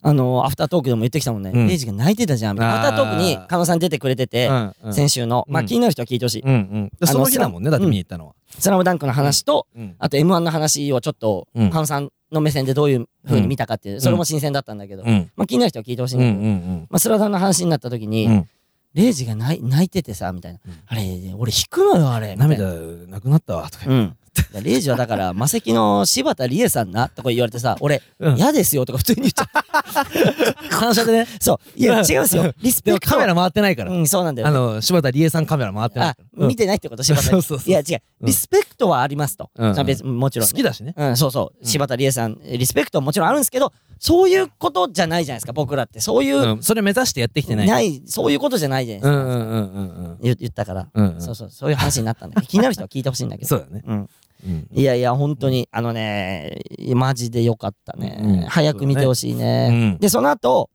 Speaker 1: あのーアフタートークでも言ってきたもんね、
Speaker 2: うん
Speaker 1: レイジが泣いてたじゃんみたいな
Speaker 2: あ
Speaker 1: ア
Speaker 2: ー
Speaker 1: フタートークにカ野さん出てくれてて、
Speaker 2: うんうん
Speaker 1: 先週の、まあ
Speaker 2: うん
Speaker 1: 気になる人は聞いてほしい
Speaker 2: うんうんで。その日だもんね、だって見に行ったのは。
Speaker 1: 「スラムダンクの話と
Speaker 2: うん
Speaker 1: あと M1 の話をちょっと、
Speaker 2: うん
Speaker 1: カ野さんの目線でどういう風に見たかっていう、それも新鮮だったんだけど、
Speaker 2: うん
Speaker 1: まあ気になる人は聞いてほしいん
Speaker 2: うんう
Speaker 1: だ
Speaker 2: ん
Speaker 1: けど、まあスラダンの話になった時に、
Speaker 2: うんうん。
Speaker 1: レイジが泣い泣いててさみたいな、
Speaker 2: うん
Speaker 1: あれ俺引くのよあれみたいな
Speaker 2: 涙なくなったわとか
Speaker 1: う
Speaker 2: 言って。
Speaker 1: んいやレイジはだから魔石の柴田理恵さんなとか言われてさ俺
Speaker 2: うん
Speaker 1: 嫌、ですよとか普通に言っちゃう反射でねそういや
Speaker 2: うん
Speaker 1: 違うんですよリスペ
Speaker 2: で
Speaker 1: ク
Speaker 2: も
Speaker 1: ト
Speaker 2: カメラ回ってないから。
Speaker 1: うんそうなんだ
Speaker 2: あ
Speaker 1: よ
Speaker 2: の、柴田理恵さんカメラ回ってない
Speaker 1: あ
Speaker 2: から。うん
Speaker 1: 見てないってこと柴田
Speaker 2: そうそうそう
Speaker 1: いや違う
Speaker 2: うん
Speaker 1: リスペクトはありますと、
Speaker 2: うん
Speaker 1: それは別にもちろん、
Speaker 2: 好きだしね。
Speaker 1: うん、そうそう、
Speaker 2: うん
Speaker 1: 柴田理恵さんリスペクトはもちろんあるんですけどそういうことじゃないじゃないですか僕らってそういう、
Speaker 2: うんそれ目指してやってきてない。
Speaker 1: そういうことじゃないじゃないで
Speaker 2: う
Speaker 1: すか、
Speaker 2: んうんうんうんうん
Speaker 1: 言言ったから、
Speaker 2: うんうん。
Speaker 1: そ
Speaker 2: そう
Speaker 1: そうそういう話になった んだけど気になる人は聞いてほしいんだけど
Speaker 2: うだね。
Speaker 1: うん
Speaker 2: うん
Speaker 1: いやいや、本当に、あのね、マジでよかったね。
Speaker 2: うん
Speaker 1: 早く見てほしいね。
Speaker 2: うん
Speaker 1: で、その後、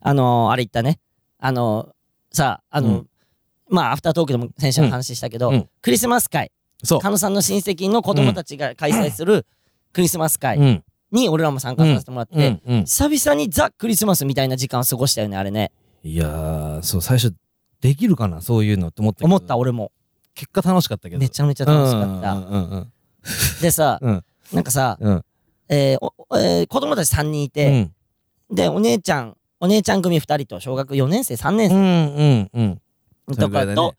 Speaker 1: あのーあれ言ったね。あのーさあ、あのー
Speaker 2: う
Speaker 1: まあ、アフタートークでも先週の話したけど、
Speaker 2: うんうん
Speaker 1: クリスマス会、
Speaker 2: そう。
Speaker 1: 狩野さんの親戚の子供たちが開催するクリスマス会
Speaker 2: うん
Speaker 1: に俺らも参加させてもらって、
Speaker 2: うんうん。
Speaker 1: 久々にザ・クリスマスみたいな時間を過ごしたよね、あれね。
Speaker 2: いやー、そう、最初、できるかな、そういうのって思ったけど
Speaker 1: 思った、。俺も。
Speaker 2: 結果楽しかったけど。
Speaker 1: め
Speaker 2: ち
Speaker 1: ちゃめちゃ楽しかった。
Speaker 2: うんうんうん
Speaker 1: でさ、
Speaker 2: うん
Speaker 1: なんかさ、
Speaker 2: うん
Speaker 1: えーおえー子供たち3人いて、
Speaker 2: うん。
Speaker 1: でお姉ちゃんお姉ちゃん組2人と小学4年生3年
Speaker 2: う
Speaker 1: 生
Speaker 2: んうんうん。それ
Speaker 1: と
Speaker 2: ぐら
Speaker 1: か
Speaker 2: いだね
Speaker 1: と、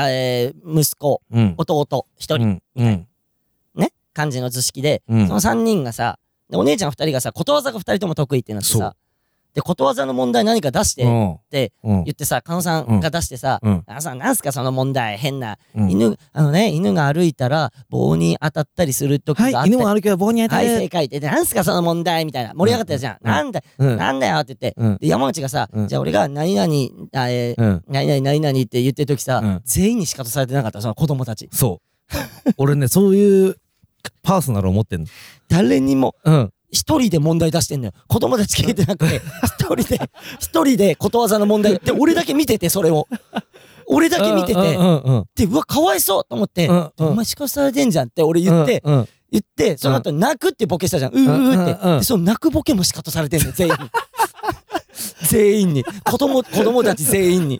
Speaker 1: えー息子
Speaker 2: うん。
Speaker 1: 弟1人、
Speaker 2: うんうん
Speaker 1: ね感じの図式で、
Speaker 2: うん
Speaker 1: その3人がさでお姉ちゃん2人がさことわざが2人とも得意ってなって
Speaker 2: そ
Speaker 1: さ
Speaker 2: う
Speaker 1: でことわざの問題何か出してっ
Speaker 2: うん
Speaker 1: て
Speaker 2: うん
Speaker 1: 言ってさ狩野さんが出してさ、
Speaker 2: うん
Speaker 1: あさなんすかその問題変な、
Speaker 2: うん
Speaker 1: 犬あのね犬が歩いたら棒に当たったりする時があった
Speaker 2: はい、
Speaker 1: り
Speaker 2: 犬も歩けば棒に当た
Speaker 1: はい、正
Speaker 2: る。
Speaker 1: 解って、でなんすかその問題みたいな。盛り上がったじゃん。
Speaker 2: うん
Speaker 1: なんだ、
Speaker 2: うん
Speaker 1: なんだよって言って。
Speaker 2: うん
Speaker 1: で、山内がさ、
Speaker 2: うん
Speaker 1: じゃあ俺が何々、あえー
Speaker 2: うん。
Speaker 1: 何々何々って言ってる時さ、
Speaker 2: うん
Speaker 1: 全員に仕方されてなかった、その子供たち。
Speaker 2: そう。俺ね、そういうパーソナルを持ってんの。
Speaker 1: 誰にも、
Speaker 2: うん。
Speaker 1: 一人で問題出してんのよ。子供たち聞いてなくて、 一人で、一人でことわざの問題。で、俺だけ見てて、それを。俺だけ見て
Speaker 2: うん
Speaker 1: て
Speaker 2: う、んうん
Speaker 1: で、うわ、かわいそうと思って、
Speaker 2: うんうん
Speaker 1: お前仕方されてんじゃんって俺言って、
Speaker 2: うんうん
Speaker 1: 言って、その後泣くってボケしたじゃん。うーうーって。
Speaker 2: うんうんうん
Speaker 1: でその泣くボケも仕方されてんの、全員に。 全員に。子供、子供たち全員に。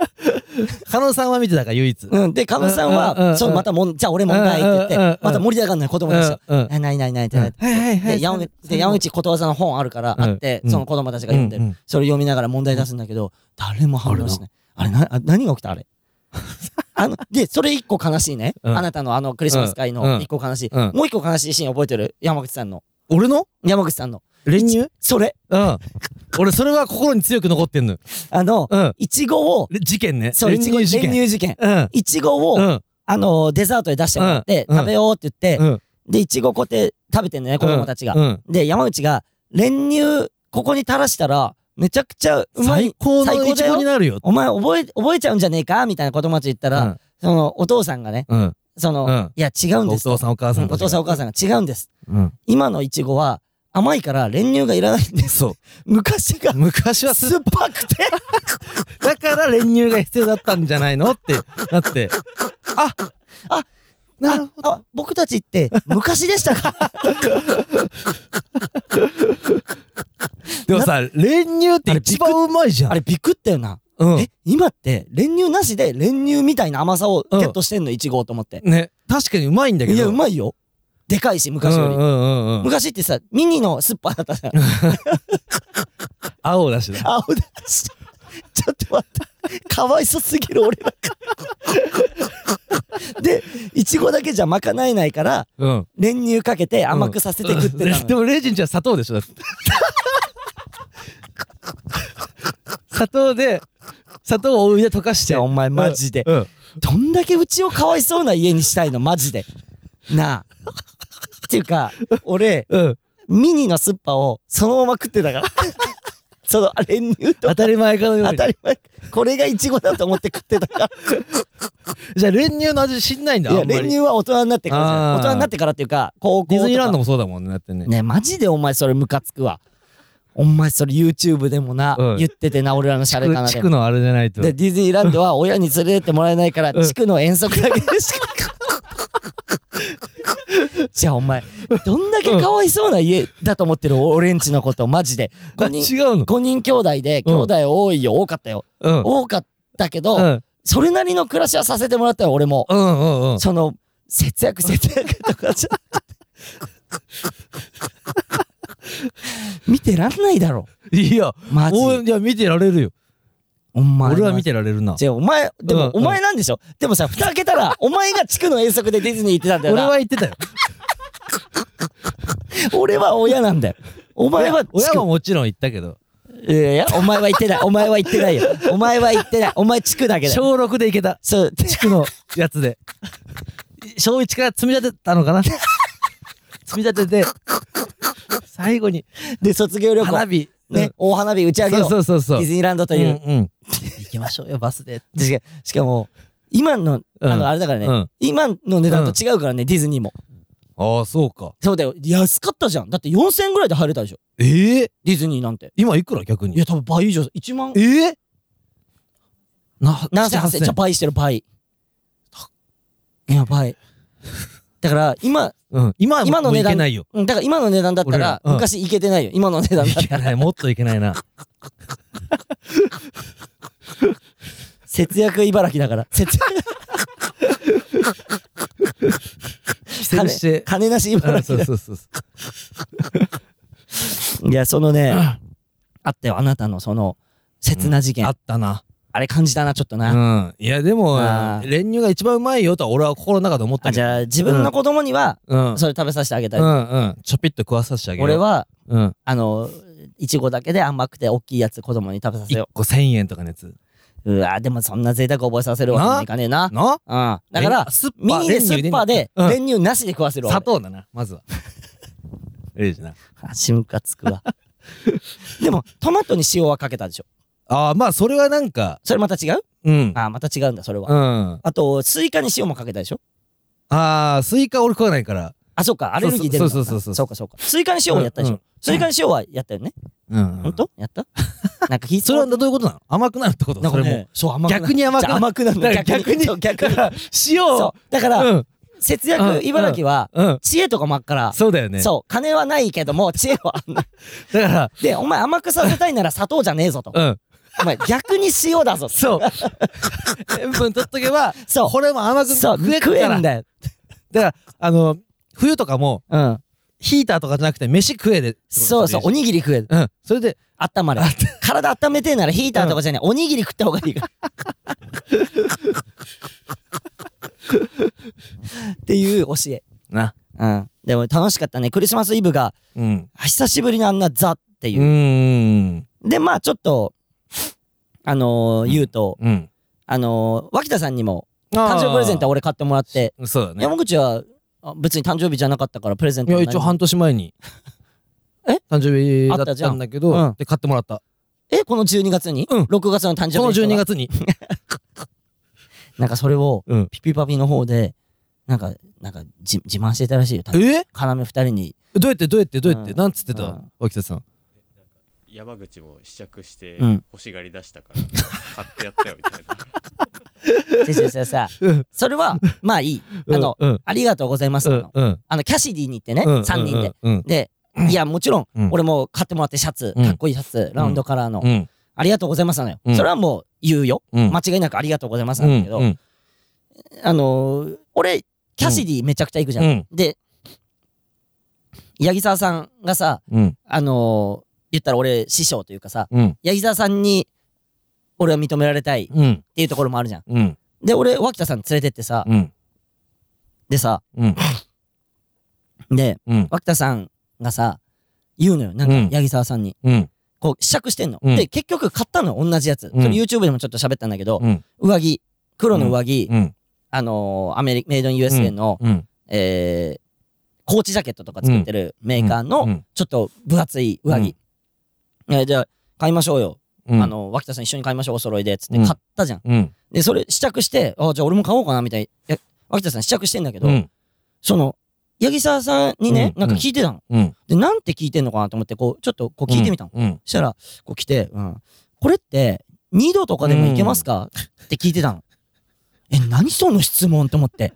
Speaker 2: 加納さんは見てたから、唯一。
Speaker 1: うん。で、カムさんは、
Speaker 2: うんうんうんうん
Speaker 1: そう、またもん、じゃあ俺問題って
Speaker 2: うん
Speaker 1: 言
Speaker 2: うんう
Speaker 1: っ
Speaker 2: ん
Speaker 1: て、また盛り上がんない子供たちが。
Speaker 2: うんうん
Speaker 1: えないないないって
Speaker 2: うん
Speaker 1: な
Speaker 2: は
Speaker 1: っ
Speaker 2: い
Speaker 1: て。
Speaker 2: はいは
Speaker 1: で、
Speaker 2: い。
Speaker 1: 山口、で、山口ことわざの本あるから、
Speaker 2: うん
Speaker 1: あって、
Speaker 2: うん
Speaker 1: その子供たちが読んで
Speaker 2: う
Speaker 1: る
Speaker 2: んうん。
Speaker 1: それ読みながら問題出すんだけど、誰も反応しない。あれ、な、あ何が起きた あれ。あの、で、それ一個悲しいね。
Speaker 2: うん
Speaker 1: あなたのあのクリスマス会の一個悲しい。
Speaker 2: うんうん
Speaker 1: もう一個悲しいシーン覚えてる山口さんの。
Speaker 2: 俺の
Speaker 1: 山口さんの。
Speaker 2: 練乳
Speaker 1: それ、
Speaker 2: うん。俺、それは心に強く残ってんの。
Speaker 1: あの、
Speaker 2: うん。
Speaker 1: いちごを、
Speaker 2: で事件ね。
Speaker 1: そう、い
Speaker 2: 練
Speaker 1: ちご、練
Speaker 2: 乳事件。
Speaker 1: 乳事件。
Speaker 2: うん。
Speaker 1: いちごを、
Speaker 2: うん。
Speaker 1: あのーデザートで出してもらって、
Speaker 2: うん
Speaker 1: 食べようって言って、
Speaker 2: うん。
Speaker 1: で、いちごこうやって食べてんのね、子供たちが。
Speaker 2: うん。
Speaker 1: で、山内が、練乳、ここに垂らしたら、めちゃくちゃうまい
Speaker 2: 最。高
Speaker 1: 最
Speaker 2: の
Speaker 1: 高
Speaker 2: イ
Speaker 1: だ
Speaker 2: チ
Speaker 1: よ
Speaker 2: ゴになるよ。
Speaker 1: お前覚え、覚えちゃうんじゃねえかみたいな子供たち言ったら、その、お父さんがね、
Speaker 2: うん。
Speaker 1: その、
Speaker 2: うん
Speaker 1: いや、違う
Speaker 2: うんん。お
Speaker 1: です。
Speaker 2: 父さん、お母さん
Speaker 1: お父さんお母
Speaker 2: ん。
Speaker 1: さんが違うんです。
Speaker 2: うん。
Speaker 1: 今のいちごは、甘いから練乳がいらないんです。
Speaker 2: そ
Speaker 1: 昔が
Speaker 2: う。、昔は
Speaker 1: 酸っぱくて、
Speaker 2: だから練乳が必要だったんじゃないのってなって。あ
Speaker 1: あ
Speaker 2: なるほ
Speaker 1: ああ僕たち って昔でしたか
Speaker 2: ど。でもさ、練乳って一番うまいじゃん。
Speaker 1: あれびくったよな。
Speaker 2: うん
Speaker 1: え今って練乳なしで練乳みたいな甘さをゲットしてんのいちごと思って、
Speaker 2: ね。確かにうまいんだけ
Speaker 1: い
Speaker 2: ど。
Speaker 1: やうまいよでかいし昔より、
Speaker 2: うんうんうんうん。
Speaker 1: 昔ってさミニのスッパーだったじゃん
Speaker 2: 青だしだ。
Speaker 1: 青だしちょっと待ってかわいそすぎる俺らでいちごだけじゃまかないないから
Speaker 2: うん。
Speaker 1: 練乳かけて甘くさせて食ってたのよ、
Speaker 2: でもレジンちゃん砂糖でしょだって 砂糖で、砂糖をお湯で溶かし
Speaker 1: じ
Speaker 2: て。
Speaker 1: ゃあお前マジで、
Speaker 2: うん。
Speaker 1: どんだけうちをかわいそうな家にしたいのマジでなあっていうか、俺、
Speaker 2: うん。
Speaker 1: ミニのスッパをそのまま食ってたから。 その、あれ、ニュートン
Speaker 2: 当たり前かのよう
Speaker 1: 当
Speaker 2: に。
Speaker 1: たり前。これがイチゴだと思って食ってたから。
Speaker 2: じゃあ練乳の味知んないんだ。
Speaker 1: い
Speaker 2: あ
Speaker 1: や、
Speaker 2: んま
Speaker 1: 練
Speaker 2: り
Speaker 1: 乳は大人になってからじゃ
Speaker 2: あ
Speaker 1: ん
Speaker 2: ー
Speaker 1: 大人になってからっていうか、高校とか。
Speaker 2: ディズニーランドもそうだもんね。だってね。
Speaker 1: ねマジでお前それムカつくわ。お前それ YouTube でもな、
Speaker 2: うん
Speaker 1: 言っててな、俺らのシャレかな
Speaker 2: 地
Speaker 1: で
Speaker 2: 区。のあれじゃないと。
Speaker 1: で、ディズニーランドは親に連れてってもらえないから、
Speaker 2: うん
Speaker 1: 地区の遠足だ けでしか。じゃあお前、どんだけかわいそうな家だと思ってる俺んちのこと、マジで。
Speaker 2: あ
Speaker 1: 5
Speaker 2: 違
Speaker 1: 人、
Speaker 2: うの。
Speaker 1: 五人兄弟で、兄弟多いよ、多かったよ。
Speaker 2: うん。
Speaker 1: 多かったけ
Speaker 2: う
Speaker 1: ど、
Speaker 2: ん。
Speaker 1: それなりの暮らしはさせてもらったよ、俺も。
Speaker 2: うんうんうん。
Speaker 1: その、節約節約とかじゃな くて。見てらんないだろ。
Speaker 2: いや、
Speaker 1: マジ。
Speaker 2: おいや見てられるよ。
Speaker 1: お前。
Speaker 2: 俺は見てられるな。
Speaker 1: じゃあお前、で
Speaker 2: うん
Speaker 1: もお前なんでしょ、でもさ、蓋開けた ら、お前が地区の遠足でディズニー行ってたんだよ
Speaker 2: 俺
Speaker 1: な。
Speaker 2: は言って たよ。
Speaker 1: 俺は親なんだよ。お前は地区
Speaker 2: 親はもちろん言ったけど。
Speaker 1: いやいや、お前は行ってない。お前は行ってないよ。お前は行ってない。お前地区だけだよ。
Speaker 2: 小6でいけた。
Speaker 1: そう、
Speaker 2: 地区のやつで。小1から積み立てたの かな積み立てて、最後に
Speaker 1: で、卒業旅
Speaker 2: 花
Speaker 1: 行。
Speaker 2: 火。
Speaker 1: ね、大花火打ち上げ
Speaker 2: そう
Speaker 1: よう。
Speaker 2: そうそうそう。
Speaker 1: ディズニーランドという。
Speaker 2: うんうん。行きましょうよ、バスで。
Speaker 1: でしかしかも、今の、あ
Speaker 2: うん
Speaker 1: の、あれだからね、
Speaker 2: うん
Speaker 1: 今の値段と違うからね、ディズニーも。
Speaker 2: ああ、そうか。
Speaker 1: そうだよ。安かったじゃん。だって4000円ぐらいで入れたでしょ。
Speaker 2: ええ
Speaker 1: ディズニーなんて。
Speaker 2: 今いくら逆
Speaker 1: い
Speaker 2: に。
Speaker 1: や、多分倍以上。1万。
Speaker 2: ええな、
Speaker 1: 何千、
Speaker 2: 7
Speaker 1: 8千。じゃあ倍してる、倍。いや、 倍。だから、今、
Speaker 2: うん。今は
Speaker 1: 今の
Speaker 2: もう
Speaker 1: 値段
Speaker 2: いけないよ。
Speaker 1: うんだから今の値段だった
Speaker 2: 俺
Speaker 1: ら
Speaker 2: ら、うん
Speaker 1: 昔いけてないよ。今の値段だっ
Speaker 2: い
Speaker 1: た
Speaker 2: け
Speaker 1: ら。
Speaker 2: ない。もっといけないな。
Speaker 1: 節約茨城だ から。節約。
Speaker 2: 規制し
Speaker 1: 金。
Speaker 2: て
Speaker 1: 金なし
Speaker 2: う
Speaker 1: 茨
Speaker 2: ん
Speaker 1: 城
Speaker 2: そう
Speaker 1: だ。
Speaker 2: そうそうそう。
Speaker 1: いや、そのね、あったよ。あなたのその、切な事件。
Speaker 2: あ
Speaker 1: あ
Speaker 2: ったな。
Speaker 1: れ感じたな、ちょっとな。
Speaker 2: うん。いや、でも
Speaker 1: あ、ー
Speaker 2: 練乳が一番うまいよとは俺は心の中で思った
Speaker 1: あ、
Speaker 2: け
Speaker 1: じ
Speaker 2: ど。
Speaker 1: ゃあ、自分の子供には、
Speaker 2: うん。
Speaker 1: それ食べさせてあげた
Speaker 2: う
Speaker 1: い。
Speaker 2: んうん。ちょぴっと食わさせてあげよう。
Speaker 1: 俺、は、
Speaker 2: うん。
Speaker 1: あの、いちごだけで甘くて大きいやつ子供に食べさせ
Speaker 2: 1
Speaker 1: よ
Speaker 2: 個1000円とかのやつ。
Speaker 1: う。うわでもそんな贅沢覚えさせるわけにはいかねえな。
Speaker 2: な
Speaker 1: うん。だから
Speaker 2: 練、スッパ
Speaker 1: ミニでスッパーで、
Speaker 2: うん
Speaker 1: 練乳なしで食わせるわ
Speaker 2: 砂。糖だな、まずは。 レイジな。
Speaker 1: あ、しむかつく わ。でも、トマトに塩はかけたでしょ。
Speaker 2: ああ、まあ、それはなんか、
Speaker 1: それまた違う
Speaker 2: うん。
Speaker 1: あ、また違うんだ、それは。
Speaker 2: うん。
Speaker 1: あと、スイカに塩もかけたでしょ
Speaker 2: ああ、スイカ俺食わないから。
Speaker 1: あ、そうか、アレルギー出るのか
Speaker 2: そうそうそうそう
Speaker 1: そうか、そうか。スイカに塩もやったでし
Speaker 2: う
Speaker 1: ょ
Speaker 2: ん
Speaker 1: スイカに塩はやったよね
Speaker 2: うん。
Speaker 1: ほんとやった なんか、ひ
Speaker 2: それはどういうことなの甘くなるってこと
Speaker 1: な
Speaker 2: な
Speaker 1: か
Speaker 2: んそれも
Speaker 1: ね。、そう、甘くな
Speaker 2: 逆に甘く
Speaker 1: じゃあ
Speaker 2: なる。
Speaker 1: 甘くなるの
Speaker 2: だから逆に
Speaker 1: そう逆に。
Speaker 2: 塩
Speaker 1: そう
Speaker 2: を。。
Speaker 1: だか
Speaker 2: う
Speaker 1: ら、
Speaker 2: ん。
Speaker 1: 節
Speaker 2: うん
Speaker 1: 約茨城は、
Speaker 2: うん。
Speaker 1: 知恵とかもあっから、
Speaker 2: そうだよね。
Speaker 1: そう、金はないけども、知恵はあん な。
Speaker 2: だか
Speaker 1: で、お前甘くさせたいなら砂糖じゃねえぞと。
Speaker 2: ら、うん。
Speaker 1: お前逆に塩だぞ。
Speaker 2: そう。塩分取っとけば、
Speaker 1: そう
Speaker 2: これも甘く
Speaker 1: そう、
Speaker 2: 食える
Speaker 1: 食
Speaker 2: か
Speaker 1: え
Speaker 2: ら。
Speaker 1: ん
Speaker 2: だ
Speaker 1: だよ。
Speaker 2: から、あの、冬とかも、
Speaker 1: うん。
Speaker 2: ヒーターとかじゃなくて、飯食えで。
Speaker 1: そうそう、お
Speaker 2: う。
Speaker 1: にぎり食える。
Speaker 2: うん。それで、
Speaker 1: 温 まる。体温めてえならヒーターとかじゃない、おにぎり食った方がいいから。っていう教え。
Speaker 2: な。
Speaker 1: うん。でも楽しかったね。クリスマスイブが、
Speaker 2: うん。
Speaker 1: 久しぶりにあんなザって
Speaker 2: う
Speaker 1: いう。
Speaker 2: ーん。
Speaker 1: で、まあちょっと、あのー言うと、
Speaker 2: うん。
Speaker 1: あのー脇田さんにも、誕生日プレゼントは俺買ってもらって、
Speaker 2: 俺。そうだね。
Speaker 1: 山口は、あ別に誕生日じゃなかったからプレゼン
Speaker 2: い
Speaker 1: ト
Speaker 2: や、
Speaker 1: も何
Speaker 2: 一応
Speaker 1: も
Speaker 2: 半年前に。
Speaker 1: え
Speaker 2: 誕生日
Speaker 1: あ
Speaker 2: だ
Speaker 1: った
Speaker 2: っ
Speaker 1: じゃん
Speaker 2: たんだけ
Speaker 1: う
Speaker 2: ど
Speaker 1: ん、
Speaker 2: で、買ってもらった。
Speaker 1: えこの12月に、
Speaker 2: うん
Speaker 1: ?6 月の誕生日
Speaker 2: この
Speaker 1: 人が
Speaker 2: 12月に。
Speaker 1: なんかそれを、
Speaker 2: うん
Speaker 1: ピピパピの方で、なんか、なんかじ自慢してたらしいよ。多分
Speaker 2: え
Speaker 1: 要二人に。
Speaker 2: どうやってどうやってどうやって
Speaker 1: うん
Speaker 2: なんつって
Speaker 1: う
Speaker 2: た
Speaker 1: ん
Speaker 2: 脇田さん。
Speaker 3: 山口も試着して
Speaker 1: うん
Speaker 3: 欲しがり出したから買ってやったよみたい な。
Speaker 1: 先生さ、さ
Speaker 2: うん
Speaker 1: それ は、まあいい。あの、
Speaker 2: うん、
Speaker 1: ありがとうございます
Speaker 2: う
Speaker 1: なの。
Speaker 2: ん、うん。
Speaker 1: あの、キャシディに行ってね、
Speaker 2: うん
Speaker 1: 3人で。。
Speaker 2: うん、
Speaker 1: で、いや、もちろん、
Speaker 2: うん
Speaker 1: 俺も買ってもらってシャツ、
Speaker 2: うん
Speaker 1: かっこいいシャツ、ラウンドカラーの、
Speaker 2: うん、
Speaker 1: ありがとうございますなのよ。
Speaker 2: うん
Speaker 1: それはもう言うよ。
Speaker 2: うん。
Speaker 1: 間違いなくありがとうございますなんだけど、
Speaker 2: うん、
Speaker 1: あのー俺、キャシディめちゃくちゃ行くじゃん。
Speaker 2: うん
Speaker 1: で、八木沢さんがさ、
Speaker 2: うん、
Speaker 1: あのー言ったら俺、師匠というかさ、
Speaker 2: うん、
Speaker 1: 八木沢さんに俺は認められたいっ
Speaker 2: うん、
Speaker 1: ていうところもあるじゃん。
Speaker 2: うん、
Speaker 1: で、俺、脇田さん連れてってさ、
Speaker 2: うん、
Speaker 1: でさ、
Speaker 2: うん、
Speaker 1: で、
Speaker 2: うん、
Speaker 1: 脇田さんがさ、言うのよ、な
Speaker 2: うん
Speaker 1: んか、八木沢さんに。
Speaker 2: うん、
Speaker 1: こう、試着してんの。
Speaker 2: うん
Speaker 1: で、結局買ったのよ、同じやつ。それ
Speaker 2: うん
Speaker 1: YouTube でもちょっと喋ったんだけど、
Speaker 2: うん、
Speaker 1: 上着、黒の上着、
Speaker 2: うん、
Speaker 1: あのーアメリメイドイン USA の、
Speaker 2: うん、
Speaker 1: えー、コーチジャケットとか作ってるメーカー
Speaker 2: うんう
Speaker 1: の
Speaker 2: ん
Speaker 1: ちょっと分厚い上着、えーじゃあ買いましょうよ、
Speaker 2: うん
Speaker 1: あの脇田さん一緒に買いましょうお揃いでっつって
Speaker 2: うん
Speaker 1: 買ったじゃん、
Speaker 2: うん
Speaker 1: でそれ試着してあじゃあ俺も買おうかなみたいないや脇田さん試着してんだけど、
Speaker 2: うん
Speaker 1: その八木沢さんにね、
Speaker 2: うん
Speaker 1: なんか聞いてたの、
Speaker 2: うん
Speaker 1: でなんて聞いてんのかなと思ってこうちょっとこう聞いてみたの、
Speaker 2: うん
Speaker 1: そしたらこう来て、うん「これって2度とかでもいけますかって聞いてたの。え何その質問と思って。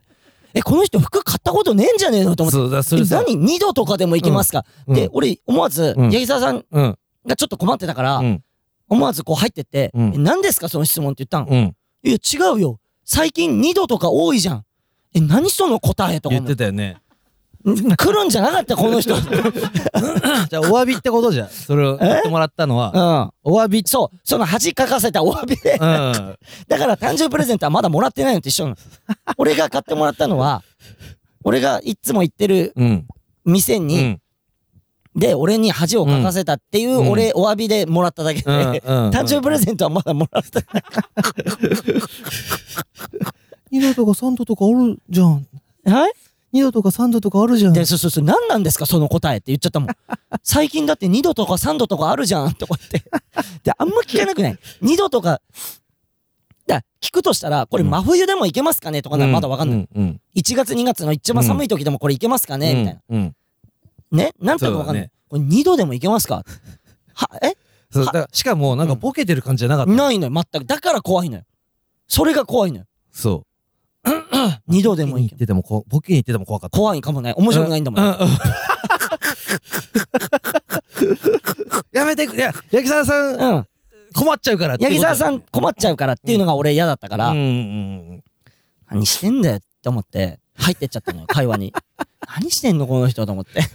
Speaker 1: えこの人服買ったことねえんじゃねえのと思って。
Speaker 2: そうだそ
Speaker 1: え
Speaker 2: れさ
Speaker 1: 何2度とかでもいけますか、
Speaker 2: うん
Speaker 1: で俺思わず
Speaker 2: うん
Speaker 1: 八木沢さん
Speaker 2: うん
Speaker 1: がちょっと困ってたから、
Speaker 2: うん
Speaker 1: 思わずこう入ってって「
Speaker 2: うん
Speaker 1: え何ですかその質問」って言ったの。
Speaker 2: うん
Speaker 1: いや違うよ最近2度とか多いじゃん。え何その答えとか
Speaker 2: 言
Speaker 1: 思
Speaker 2: っ
Speaker 1: ってて
Speaker 2: たよね
Speaker 1: 来るんじゃなかったこ の人。
Speaker 2: じゃあお詫びってことじゃんそれを言ってもらったのは
Speaker 1: うん、
Speaker 2: お詫び
Speaker 1: そうその恥かかせたお詫び で
Speaker 2: うん
Speaker 1: だから誕生日プレゼントはまだもらってないのと一緒なの。俺が買ってもらったのは、俺がいつも行ってる
Speaker 2: うん
Speaker 1: 店
Speaker 2: う
Speaker 1: に、
Speaker 2: ん
Speaker 1: で、俺に恥をかかせたっていう、
Speaker 2: うん
Speaker 1: 俺、お詫びでもらっただけで、
Speaker 2: うんうん
Speaker 1: 誕生日プレゼントはまだもらって ない。
Speaker 2: 2度とか3度とかあるじゃん
Speaker 1: はい
Speaker 2: 2度とか3度とかあるじゃ
Speaker 1: で、そうそうそう、何なんですか、その答えって言っちゃ ったもん。最近だって2度とか3度とかあるじゃん、とか 言って。で、あんま聞かなくない。2度とか、だ聞くとしたら、これ真冬でも行けますかねとかならまだわかんない。
Speaker 2: い
Speaker 1: 1月2月の一番寒い時でもこれ行けますかねみたいな。
Speaker 2: な
Speaker 1: ね、なんとかわかんない。これ2度でもいけますかは、え
Speaker 2: そう
Speaker 1: は
Speaker 2: だからしかもなんかボケてる感じじゃなかった、
Speaker 1: ないのよ、全く。だから怖いのよ。それが怖いのよ。
Speaker 2: そう
Speaker 1: 2度で
Speaker 2: ボケ
Speaker 1: も
Speaker 2: に
Speaker 1: い
Speaker 2: 行
Speaker 1: けます。
Speaker 2: っててもこボケに行ってても怖かった
Speaker 1: 怖いかもない。面白くないんだもん。
Speaker 2: う うやめてくいや八木沢さん
Speaker 1: うん。
Speaker 2: 困っちゃうからって
Speaker 1: 八木沢さん
Speaker 2: か
Speaker 1: 困っちゃうからっていうのが俺嫌だったから、
Speaker 2: うんうん
Speaker 1: 何してんだよって思って、入ってっちゃった のよ、会話に。何してんのこの人と思って。
Speaker 2: うん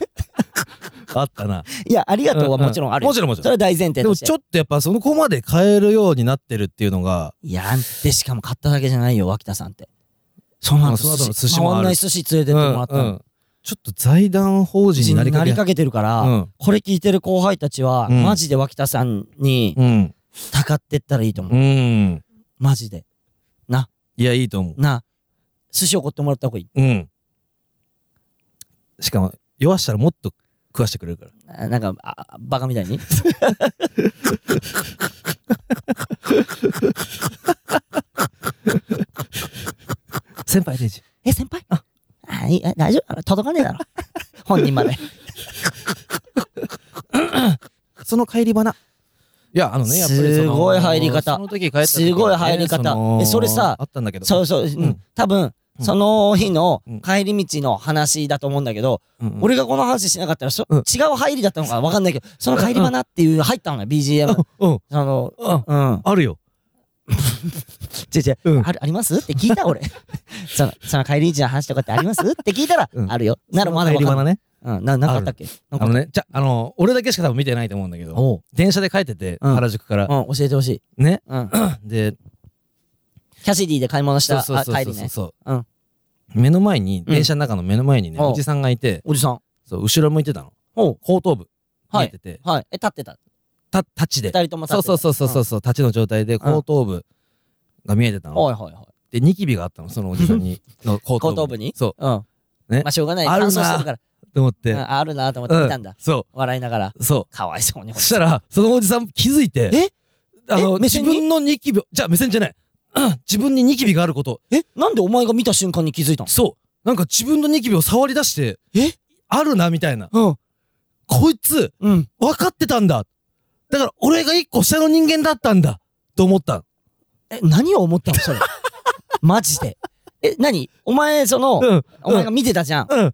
Speaker 2: あったな い
Speaker 1: や、ありがとうはもちろんあるよ。
Speaker 2: もちろんもち
Speaker 1: それは
Speaker 2: ろん
Speaker 1: 大前提
Speaker 2: で
Speaker 1: と
Speaker 2: も
Speaker 1: して。
Speaker 2: ちょっとやっぱその子まで変えるようになってるっていうのが
Speaker 1: いや、で、しかも買っただけじゃないよ、脇田さんって。その
Speaker 2: あ
Speaker 1: 後
Speaker 2: その後の
Speaker 1: 寿司
Speaker 2: 寿司もあ
Speaker 1: 回
Speaker 2: る
Speaker 1: んない寿司連れてってもらった
Speaker 2: う
Speaker 1: の。
Speaker 2: んちょっと財団法人
Speaker 1: 人
Speaker 2: になり
Speaker 1: にな
Speaker 2: かけ
Speaker 1: りかけてるから、
Speaker 2: うん
Speaker 1: これ聞いてる後輩たちは、
Speaker 2: うん
Speaker 1: マジで脇田さんに
Speaker 2: うん
Speaker 1: たかってったらいいと思う。
Speaker 2: うん
Speaker 1: マジで。
Speaker 2: いやいいと思う
Speaker 1: なあ、寿司おごってもらった方がいい。
Speaker 2: うんしかも酔わしたらもっと食わしてくれるから
Speaker 1: あなんか、あバカみ たいに。
Speaker 2: 先輩レイジ
Speaker 1: え、先輩ああいいえ大丈夫届かねえだろ。本人まで。
Speaker 2: その帰り花。いや、あのね、やっぱりその
Speaker 1: すごい入り方
Speaker 2: その時帰った時は
Speaker 1: す
Speaker 2: ね
Speaker 1: ごい入り方
Speaker 2: の
Speaker 1: えそれさ
Speaker 2: あったんだけど。
Speaker 1: そうそう、うん
Speaker 2: うん
Speaker 1: 多分、
Speaker 2: うん
Speaker 1: その日の
Speaker 2: うん
Speaker 1: 帰り道の話だと思うんだけど、
Speaker 2: うんうん
Speaker 1: 俺がこの話しなかったらそ、
Speaker 2: うん
Speaker 1: 違う入りだったのかわかんないけど、その帰り花っていう入ったのよ、BGM。
Speaker 2: うん、
Speaker 1: その、
Speaker 2: あ、
Speaker 1: うん。
Speaker 2: あるよ。
Speaker 1: ちょいちょい
Speaker 2: うん
Speaker 1: あるありますって聞いた 俺そのその帰り道の話とかってありますって聞いたら、
Speaker 2: うん
Speaker 1: あるよならまだ
Speaker 2: 帰
Speaker 1: わ
Speaker 2: り
Speaker 1: かんな
Speaker 2: 花
Speaker 1: い、
Speaker 2: ね。
Speaker 1: うん、ななんかあったっけなんか
Speaker 2: あのね、じゃ、あの、俺だけしか多分見てないと思うんだけど、
Speaker 1: おう、
Speaker 2: 電車で帰ってて、
Speaker 1: うん
Speaker 2: 原宿から。
Speaker 1: うん、教えてほしい、
Speaker 2: ね。
Speaker 1: うん、
Speaker 2: で、
Speaker 1: キャシディで買い物し
Speaker 2: そう
Speaker 1: た
Speaker 2: そう
Speaker 1: あ
Speaker 2: そう
Speaker 1: 帰
Speaker 2: そ
Speaker 1: り
Speaker 2: うそう
Speaker 1: ね
Speaker 2: そう
Speaker 1: う
Speaker 2: うん目の前に、電車の中の目の前にね、
Speaker 1: おう
Speaker 2: おじさんがいて、
Speaker 1: おじさん
Speaker 2: そう、後ろ向いてたの。
Speaker 1: おう
Speaker 2: 後頭部。
Speaker 1: は
Speaker 2: 見
Speaker 1: い
Speaker 2: えてて、
Speaker 1: はいえ立ってた
Speaker 2: た、立ちで。
Speaker 1: 二人とも立っ
Speaker 2: そう
Speaker 1: てた
Speaker 2: そうそうそうそう、立ちの状態で、後頭部が見えてた
Speaker 1: うん
Speaker 2: の。
Speaker 1: はいはいはい
Speaker 2: でニキビがあったのそのおじさんに の後頭部
Speaker 1: 後頭部に
Speaker 2: そ
Speaker 1: うん
Speaker 2: ね
Speaker 1: まあしょうがない
Speaker 2: ある
Speaker 1: 乾
Speaker 2: な
Speaker 1: 燥してるから
Speaker 2: うと思って、
Speaker 1: うんああるなと思って見たんだ、
Speaker 2: そ
Speaker 1: 笑いながら
Speaker 2: うそ
Speaker 1: かわいそうに
Speaker 2: うそしたらそのおじさん気づいて
Speaker 1: え
Speaker 2: あの
Speaker 1: え目線
Speaker 2: 自
Speaker 1: に
Speaker 2: 分のニキビをじゃあ目線じゃない自分にニキビがあること
Speaker 1: えなんでお前が見た瞬間に気づいた
Speaker 2: そうなんか自分のニキビを触り出して
Speaker 1: え
Speaker 2: あるなみたいな
Speaker 1: の
Speaker 2: こいつ
Speaker 1: うんうん
Speaker 2: 分かってたんだだから俺が一個下の人間だったんだと思った
Speaker 1: え何を思ったの それマジでえ何お前その、
Speaker 2: うん
Speaker 1: お前が見てたじゃん、
Speaker 2: うん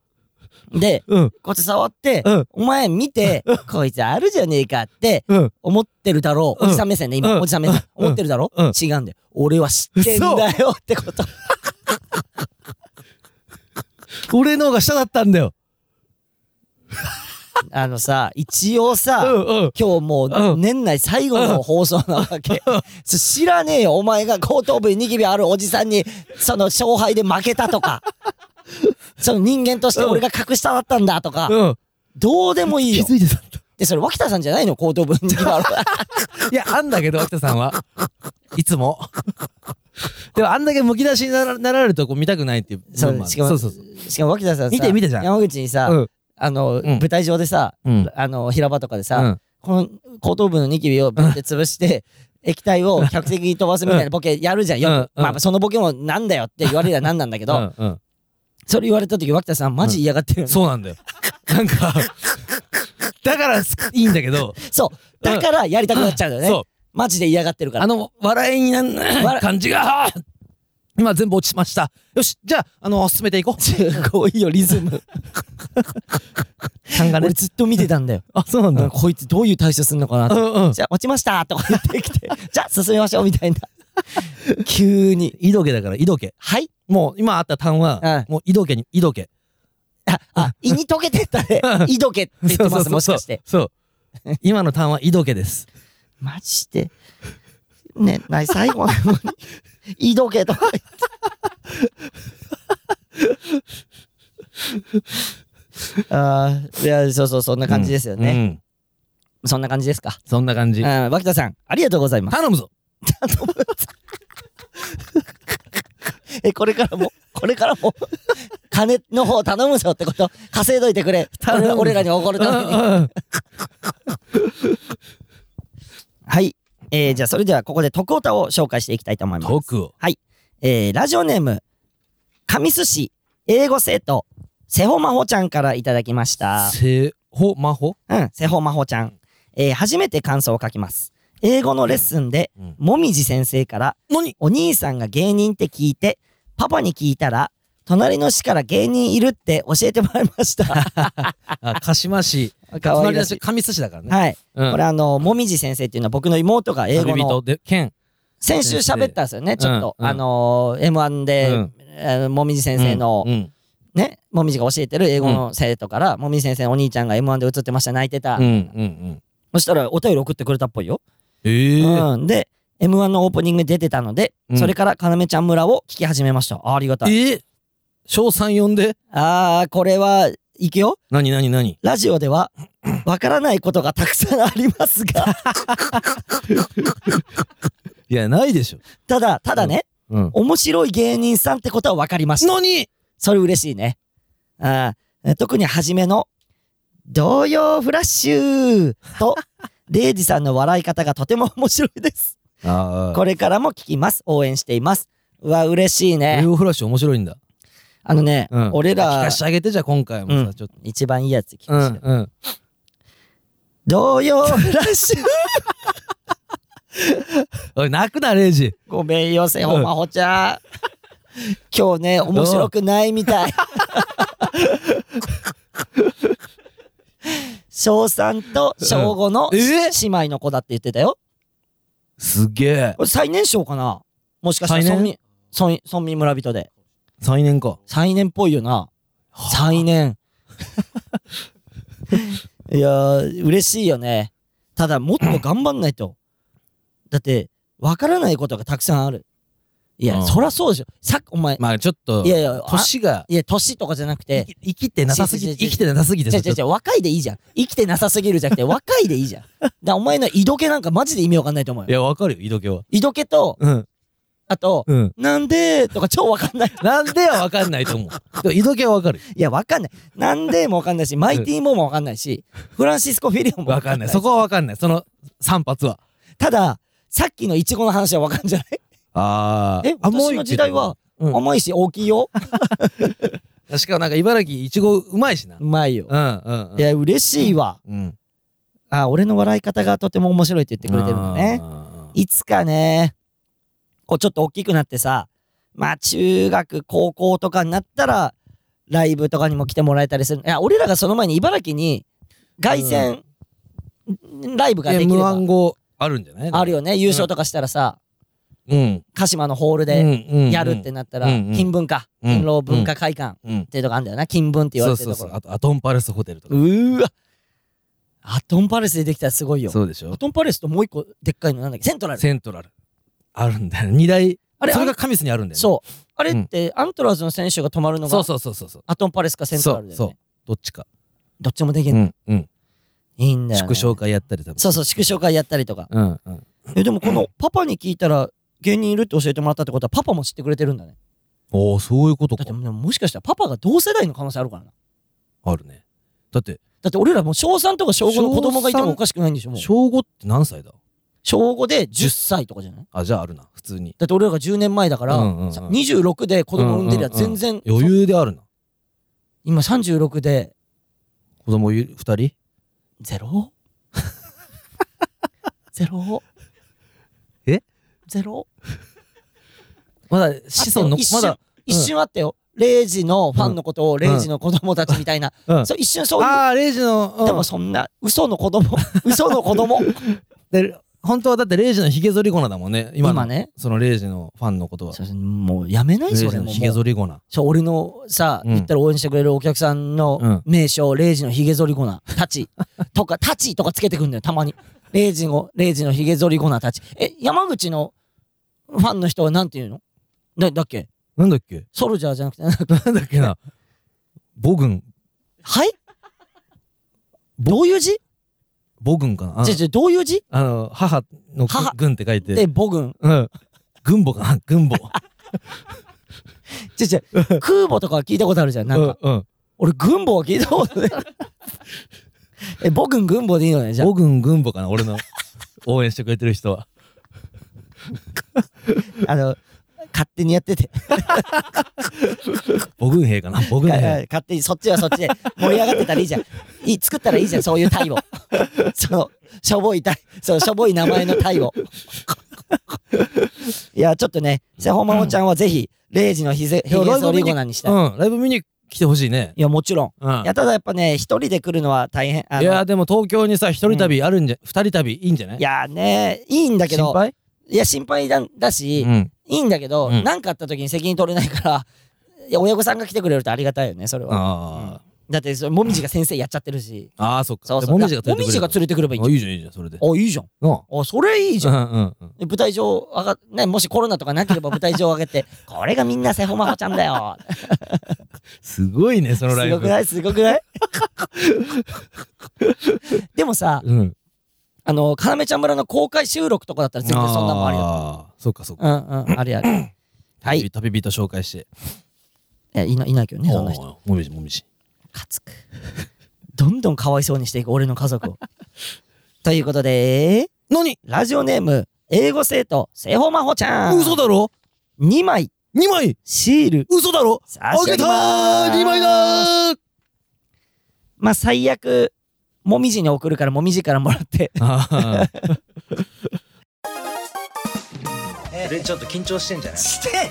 Speaker 1: で
Speaker 2: うん
Speaker 1: こうやって触って、
Speaker 2: うん
Speaker 1: お前見て、こいつあるじゃねえかって
Speaker 2: うん
Speaker 1: 思ってるだろう。
Speaker 2: うん
Speaker 1: おじさん目線ね、今、
Speaker 2: うん
Speaker 1: おじさん目線。
Speaker 2: うん
Speaker 1: 思ってるだろ、
Speaker 2: うん
Speaker 1: 違うんだよ。俺は知ってんだよってこと。
Speaker 2: 俺の方が下だったんだよ
Speaker 1: あのさ、一応
Speaker 2: う
Speaker 1: さ、
Speaker 2: んうん
Speaker 1: 今日もう
Speaker 2: うん
Speaker 1: 年内最後の放送なわけ。そ知らねえよ、お前が後頭部にニキビあるおじさんに、その勝敗で負けたと か。その人間として俺が格下だったんだとか、
Speaker 2: うん
Speaker 1: どうでもいい
Speaker 2: 気
Speaker 1: よ。
Speaker 2: づいてたんだ
Speaker 1: で、それ脇田さんじゃないの後頭部 にニキビある。
Speaker 2: いやあんだけど秋田さんはいつもでもあんだけむき出しにならなられるとこう見たくないっていう部分も
Speaker 1: そ
Speaker 2: ある
Speaker 1: うしかも
Speaker 2: そうそうそう
Speaker 1: しかも脇田さんさ
Speaker 2: 見て見てじゃん
Speaker 1: 山口にさ、
Speaker 2: うん
Speaker 1: あの、
Speaker 2: ん
Speaker 1: 舞台上でさ、
Speaker 2: うん
Speaker 1: あの平場とかでさ、
Speaker 2: うん
Speaker 1: この後頭部のニキビをブンって潰して、液体を客席に飛ばすみたいなボケやるじゃんよく、
Speaker 2: うん
Speaker 1: まあ、そのボケもなんだよって言われりゃなんなんだけど、
Speaker 2: うんうん
Speaker 1: それ言われた時脇田さんマジ嫌がってるよね、
Speaker 2: そうなんだよなんかだからすいいんだけど
Speaker 1: そうだからやりたくなっちゃうんだよね、
Speaker 2: そう
Speaker 1: マジで嫌がってるから
Speaker 2: あの笑いになんない感じが今全部落ちましたよしじゃああの進めていこう
Speaker 1: すごいよリズム
Speaker 2: 勘が
Speaker 1: 俺ずっと見てたんだよ、
Speaker 2: あそうなん
Speaker 1: うんこいつどういう対処するのかな
Speaker 2: う
Speaker 1: と
Speaker 2: んうん
Speaker 1: じゃあ落ちましたとか言ってき てじゃあ進みましょうみたいな急に
Speaker 2: 井戸家だから井戸家
Speaker 1: はい
Speaker 2: もう今あった単
Speaker 1: うん
Speaker 2: はもう井戸家に井戸家
Speaker 1: ああ胃に溶けてったね
Speaker 2: うん
Speaker 1: 胃どけって言ってますもしかして
Speaker 2: そうそう今の単は井戸家です
Speaker 1: マジでねない最後なのに胃どけとか言 ってあーいやそうそうそんな感じですよね、
Speaker 2: うん
Speaker 1: そんな感じですか
Speaker 2: そんな感じ
Speaker 1: うん脇田さんありがとうございます
Speaker 2: 頼むぞ
Speaker 1: えこれからもこれから も金の方頼むぞってこと稼いどいてくれ
Speaker 2: 頼むぞ
Speaker 1: 俺らに怒るためにはい、えー、じゃあそれではここで徳太を紹介していきたいと思います
Speaker 2: トクを
Speaker 1: えーラジオネーム、神寿司、英語生徒、瀬穂真帆ちゃんからいただきました。
Speaker 2: せほまほ
Speaker 1: うん、瀬穂真帆ちゃん。えー初めて感想を書きます。英語のレッスンで、
Speaker 2: うん
Speaker 1: もみじ先生から、
Speaker 2: 何
Speaker 1: お兄さんが芸人って聞いて、パパに聞いたら、隣の市から芸人いるって教えてもらいま した。
Speaker 2: あ鹿 島市
Speaker 1: かわい
Speaker 2: 隣
Speaker 1: ら
Speaker 2: の
Speaker 1: しい
Speaker 2: 市上寿司だからね
Speaker 1: はい。
Speaker 2: うん
Speaker 1: これあの、もみじ先生っていうのは僕の妹が英語
Speaker 2: 旅
Speaker 1: の、
Speaker 2: 人で剣
Speaker 1: 先週喋ったんですよね、ちょっと。
Speaker 2: うんうん
Speaker 1: あのー、M1 で、
Speaker 2: うん
Speaker 1: えーもみじ先生の、
Speaker 2: うん
Speaker 1: ね、もみじが教えてる英語の生徒から、もみじ先生のお兄ちゃんが M1 で映ってました、泣いてた。
Speaker 2: うんうんうん
Speaker 1: そしたらお便り送ってくれたっぽいよ。
Speaker 2: ええ
Speaker 1: うん、で、M1 のオープニングに出てたので、
Speaker 2: うん
Speaker 1: それから要ちゃん村を聞き始めました。あありがたい。
Speaker 2: え翔さん呼んで
Speaker 1: あー、これは、いくよ。
Speaker 2: 何何何
Speaker 1: ラジオでは、わからないことがたくさんあります が、
Speaker 2: いやないでしょ
Speaker 1: ただ、ただね、
Speaker 2: うん
Speaker 1: 面白い芸人さんってことはわかりました。
Speaker 2: 何
Speaker 1: それ嬉しいね。あー特に初めの、童謡フラッシュ と、レイジさんの笑い方がとても面白いです。
Speaker 2: あ
Speaker 1: これからも聞きます。応援しています。うわ、嬉しい
Speaker 2: レ
Speaker 1: ね。
Speaker 2: オフラッシュ面白いんだ
Speaker 1: あのね、
Speaker 2: うん
Speaker 1: 俺
Speaker 2: 聞
Speaker 1: ら
Speaker 2: か、してあげてじゃあ今回も
Speaker 1: う
Speaker 2: さちょっと
Speaker 1: 一番いいやつ聞き
Speaker 2: う
Speaker 1: ま
Speaker 2: ん
Speaker 1: した。
Speaker 2: うん
Speaker 1: 童謡フラッシュ
Speaker 2: おい泣くなレイジ
Speaker 1: ごめんよ、せほまほちゃん。今日ね、面白くないみたい。小3と小5の
Speaker 2: うんえ
Speaker 1: 姉妹の子だって言ってたよ。
Speaker 2: すげえ
Speaker 1: これ最年少かなもしかしたら
Speaker 2: 最年
Speaker 1: 村民村村民村人で
Speaker 2: 最年か
Speaker 1: 最年っぽいよな最年いやー嬉しいよねただもっと頑張んないとだってわからないことがたくさんあるいや、
Speaker 2: うん
Speaker 1: そりゃそうでしょさっお前、
Speaker 2: まあちょっと
Speaker 1: いやいやあ
Speaker 2: 年が
Speaker 1: いや年とかじゃなくて
Speaker 2: 生き生きてなさすぎ
Speaker 1: 違う違う違う
Speaker 2: 生きてなさすぎて
Speaker 1: 違う違う違う若いでいいじゃん生きてなさすぎるじゃなくて若いでいいじゃんだからお前の井戸気なんかマジで意味わかんないと思う
Speaker 2: い
Speaker 1: よ
Speaker 2: やわかるよ井戸家は
Speaker 1: 井戸気と
Speaker 2: うん
Speaker 1: あと、
Speaker 2: うん
Speaker 1: なんでとか超わかんない
Speaker 2: なんではわかんないと 思うでも井戸家はわかる
Speaker 1: いや、わかんない。なんでもわかんないし、マイティーモーもわかんないし、フランシスコ・フィリオンも
Speaker 2: わかんないそこはわかんないその三発は
Speaker 1: ただ、さっきのイチゴの話はわかんじゃない
Speaker 2: あ
Speaker 1: え、私の時代は、
Speaker 2: うん
Speaker 1: 甘いし大きいよ。
Speaker 2: しかもなんか茨城いちごうまいしな
Speaker 1: うまいよ
Speaker 2: う。んうんうん
Speaker 1: いや、嬉しいわ。
Speaker 2: うん
Speaker 1: あ、俺の笑い方がとても面白いって言ってくれてるんだね。
Speaker 2: あー
Speaker 1: いつかね、こうちょっと大きくなってさ、まあ中学、高校とかになったら、ライブとかにも来てもらえたりする。いや、俺らがその前に茨城に、凱旋、ライブができれば、
Speaker 2: M1 後あるんじゃない
Speaker 1: あるよね。優勝とかしたらさ、
Speaker 2: うん
Speaker 1: 鹿島のホールで
Speaker 2: で
Speaker 1: やるってなったら、
Speaker 2: うんうん
Speaker 1: 金文化、
Speaker 2: うん
Speaker 1: 勤労文化会館っ
Speaker 2: うん
Speaker 1: ていうとこあるんだよな、金文って言わ
Speaker 2: そ
Speaker 1: れ
Speaker 2: う
Speaker 1: て
Speaker 2: そ
Speaker 1: る
Speaker 2: う
Speaker 1: とこ
Speaker 2: そう
Speaker 1: ろ。
Speaker 2: あとアトンパレスホテルとか
Speaker 1: うーわアトンパレスでできたらすごいよ。
Speaker 2: そうでし
Speaker 1: ア
Speaker 2: ょ
Speaker 1: トンパレスともう一個でっかいのなんだっけセントラル。
Speaker 2: セントラルあるんだよ二大
Speaker 1: あれ
Speaker 2: それが神栖にあるんだよね
Speaker 1: そう。あれって、アントラーズの選手が泊まるの
Speaker 2: そう
Speaker 1: が
Speaker 2: そうそうそうそう
Speaker 1: アトンパレスかセントラルだ
Speaker 2: そ
Speaker 1: よ
Speaker 2: うそ
Speaker 1: ね
Speaker 2: う。どっちか
Speaker 1: どっちもでき
Speaker 2: う
Speaker 1: るの。
Speaker 2: んうん
Speaker 1: いいんだよね。
Speaker 2: 縮小会やったり多分
Speaker 1: そうそう、縮小会やったりとか。
Speaker 2: うんうん
Speaker 1: え、でもこのパパに聞いたら芸人いるって教えてもらったってことはパパも知ってくれてるんだね
Speaker 2: ああそういうこと
Speaker 1: だって
Speaker 2: か
Speaker 1: もうもしかしたらパパが同世代の可能性あるからな
Speaker 2: あるねだって
Speaker 1: だって俺らもう小3とか小5の子供がいてもおかしくないんでしょもう
Speaker 2: 小5って何歳だ
Speaker 1: 小5で10歳とかじゃない
Speaker 2: あじゃああるな普通に
Speaker 1: だって俺らが10年前だから、
Speaker 2: うんうんうん
Speaker 1: さ26で子供産んでりゃ全然、
Speaker 2: 余裕であるな
Speaker 1: 今36で
Speaker 2: 子供ゆ2人
Speaker 1: ゼ ロゼロ
Speaker 2: え
Speaker 1: ゼロ
Speaker 2: まだ子孫の
Speaker 1: あと一瞬
Speaker 2: まだ
Speaker 1: 一瞬あってよ、レイジのファンのことをレイジの子供たちみたいな、
Speaker 2: うん
Speaker 1: そう一瞬そういう
Speaker 2: ああレイジの、うん
Speaker 1: でもそんな嘘の子供嘘の子供
Speaker 2: で本当はだってレイジのヒゲ剃りゴナだもんね 今
Speaker 1: 今
Speaker 2: の
Speaker 1: ね
Speaker 2: そのレイジのファンのことは
Speaker 1: そうもうやめな
Speaker 2: レイ
Speaker 1: いそ
Speaker 2: ジ
Speaker 1: れ
Speaker 2: の
Speaker 1: も
Speaker 2: ヒゲ
Speaker 1: もう
Speaker 2: 剃りゴナ
Speaker 1: そう俺のさ、
Speaker 2: うん
Speaker 1: 言ったら応援してくれるお客さんの名称、レイジのヒゲ剃りゴナたち とかたちとかつけてくんだよたまにレイジのレイジのヒゲ剃りゴナたちえ山口のファンの人はなんて言うのだだっけ
Speaker 2: なんだっ け
Speaker 1: ソルジャーじゃなくてなんだっけ
Speaker 2: なんだっ けなボグン
Speaker 1: はいどういう字
Speaker 2: ボグンかなあの
Speaker 1: じゃじゃどういう字
Speaker 2: あの母の
Speaker 1: 母
Speaker 2: 軍って書いて
Speaker 1: でボグン
Speaker 2: うん軍母かな軍母
Speaker 1: じゃじゃ 空母とかは聞いたことあるじゃんなんか、
Speaker 2: うんうん
Speaker 1: 俺軍母は聞いたこと ないえボグン軍母でいいのねじゃあ
Speaker 2: ボグン軍母かな俺の応援してくれてる人は
Speaker 1: あの勝手にやってて
Speaker 2: ボグン兵かなボグン
Speaker 1: か
Speaker 2: 兵
Speaker 1: 勝手にそっちはそっちで盛り上がってたらいいじゃん。いい作ったらいいじゃん、そういうタイを。 その、しょぼいタイ、そのしょぼい名前のタイを。いや、ちょっとね、セホマモちゃんはぜひ、レイジのひぜ、ひげぞりごなにしたい。い
Speaker 2: うんライブ見に来てほしいね
Speaker 1: や、もちろん。
Speaker 2: うん
Speaker 1: いや、ただやっぱね、一人で来るのは大変。あの
Speaker 2: いやでも東京にさ一人旅あるんじゃ二人旅いいんじゃない
Speaker 1: いやね、いいんだけ
Speaker 2: 心
Speaker 1: ど、
Speaker 2: 配
Speaker 1: いや、心配だだし、
Speaker 2: うん
Speaker 1: いいんだけど、
Speaker 2: うん
Speaker 1: なんかあった時に責任取れないから、いや、親御さんが来てくれるとありがたいよね、それは。
Speaker 2: あ
Speaker 1: だって、それもみじが先生やっちゃってるし。
Speaker 2: あああそっか
Speaker 1: そうそう。
Speaker 2: もみじが
Speaker 1: だからも
Speaker 2: 連れてくれ
Speaker 1: みじが連れてくればいいじゃん
Speaker 2: あいいじゃんいいじゃんそれで
Speaker 1: あ、いいじゃん。
Speaker 2: なあ
Speaker 1: あ、それいいじゃん。
Speaker 2: うんうんうん
Speaker 1: で舞台上上が、ね、もしコロナとかなければ舞台上上げ て、これがみんなセホマホちゃんだよ。
Speaker 2: すごいねそのラ
Speaker 1: す
Speaker 2: イ
Speaker 1: ご
Speaker 2: ブ
Speaker 1: くないすごくない でもさ、
Speaker 2: うん
Speaker 1: あの、かなめちゃん村の公開収録とかだったら全然そんなもんあるよ。
Speaker 2: あーそっかそっか
Speaker 1: うんうん、あり あり。はい。い
Speaker 2: 旅人紹介して
Speaker 1: や、いないいないけどね、そんな人。
Speaker 2: おうもみじもみじ
Speaker 1: かつく。どんどんかわいそうにしていく、俺の家族 を。ということで、
Speaker 2: 何
Speaker 1: ラジオネーム、英語生徒、セホマホちゃん。
Speaker 2: 嘘だろ
Speaker 1: 2枚、
Speaker 2: 二枚
Speaker 1: シール、
Speaker 2: 嘘だろ
Speaker 1: 差
Speaker 2: あ
Speaker 1: し上
Speaker 2: げ
Speaker 1: げ
Speaker 2: た
Speaker 1: ます
Speaker 2: ー二枚だー
Speaker 1: まあ最悪、もみじに送るからもみじからもらって。
Speaker 2: あー
Speaker 1: してな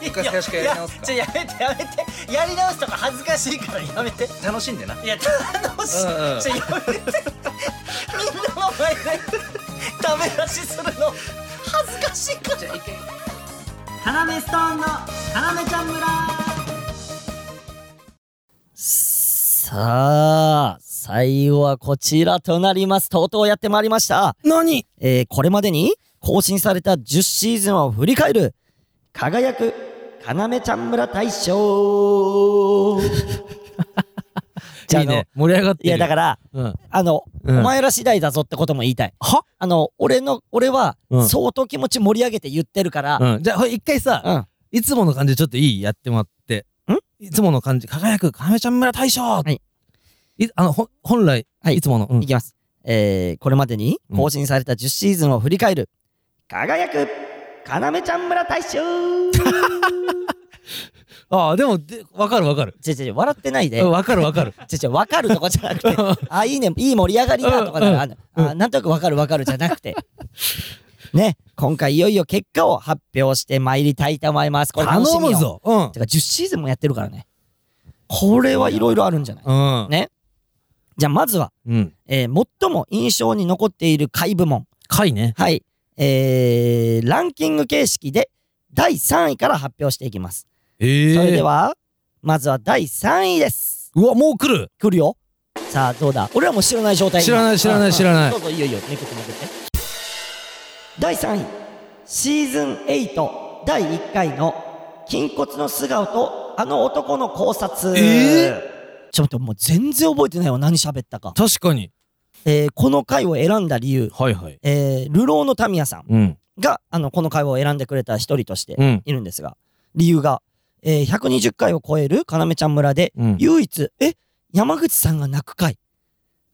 Speaker 1: いよ
Speaker 4: しくやり直すか
Speaker 1: いやちょやめてやめてやり直すとか恥ずかしいからやめて
Speaker 4: 楽しんでない
Speaker 1: や楽しい、
Speaker 4: うんうん
Speaker 1: ちょやめてみんなの前でダメ出しするの恥ずかしいからカナメストーンのカナメちゃん村さあ最後はこちらとなりますとうとうやってまいりました
Speaker 2: 何
Speaker 1: えーこれまでに更新された10シーズンを振り返る輝くかなめちゃん村大賞 じゃあ
Speaker 2: いいね盛り上が
Speaker 1: あの
Speaker 2: っ
Speaker 1: い
Speaker 2: て
Speaker 1: やだ
Speaker 2: る
Speaker 1: から
Speaker 2: うん
Speaker 1: あの、
Speaker 2: うん
Speaker 1: お前ら次第だぞってことも言いたい
Speaker 2: は
Speaker 1: あの俺の俺は
Speaker 2: うん
Speaker 1: 相当気持ち盛り上げて言ってるから、
Speaker 2: うんじゃあほい一回さ
Speaker 1: うん
Speaker 2: いつもの感じでちょっといいやってもらって。
Speaker 1: ん。
Speaker 2: いつもの感じ、輝く、かめちゃん村大賞はいあの、ほ本来、
Speaker 1: はい
Speaker 2: いつもの、うん
Speaker 1: いきます、えーこれまでに更新された10シーズンを振り返る、輝くかなめちゃん村 大賞
Speaker 2: ああ、でも、でわかるわかる。
Speaker 1: 違う違う笑ってないで
Speaker 2: うんわかるわかる。
Speaker 1: 違う違う、わかるとかじゃなくて、あ、いいね、いい盛り上がりだとかなら、あのあなんとなくわかるわかるじゃな くて。ね、今回いよいよ結果を発表して参りたいと思います。 これ
Speaker 2: 頼
Speaker 1: 楽しみよ
Speaker 2: む。ぞ。うん。
Speaker 1: てか、10シーズンもやってるからね。これはいろいろあるんじゃない
Speaker 2: うん。
Speaker 1: ね。じゃあ、まずは、
Speaker 2: うん。
Speaker 1: えー最も印象に残っている回部門。
Speaker 2: 回ね。
Speaker 1: はい。えー、ランキング形式で第3位から発表していきます。
Speaker 2: ええ。
Speaker 1: それで。は、まずは第3位です。
Speaker 2: うわ、もう来る。
Speaker 1: 来るよさあどうだ俺らも知らない状態
Speaker 2: 知らない知らない
Speaker 1: うん
Speaker 2: 知らない
Speaker 1: どうぞいいよいいよめくってめくって第3位シーズン8第1回の「筋骨の素顔とあの男の考察」
Speaker 2: え
Speaker 1: ちょっともう全然覚えてないわ何喋ったか、
Speaker 2: 確かに。
Speaker 1: えーこの回を選んだ理由
Speaker 2: はいはい。
Speaker 1: えー、流浪の民也さん
Speaker 2: うん。
Speaker 1: が、あの、この会話を選んでくれた一人として
Speaker 2: うん。
Speaker 1: いるんですが、理由が、えー120回を超える要ちゃん村で、
Speaker 2: うん。
Speaker 1: 唯一、え、山口さんが泣く回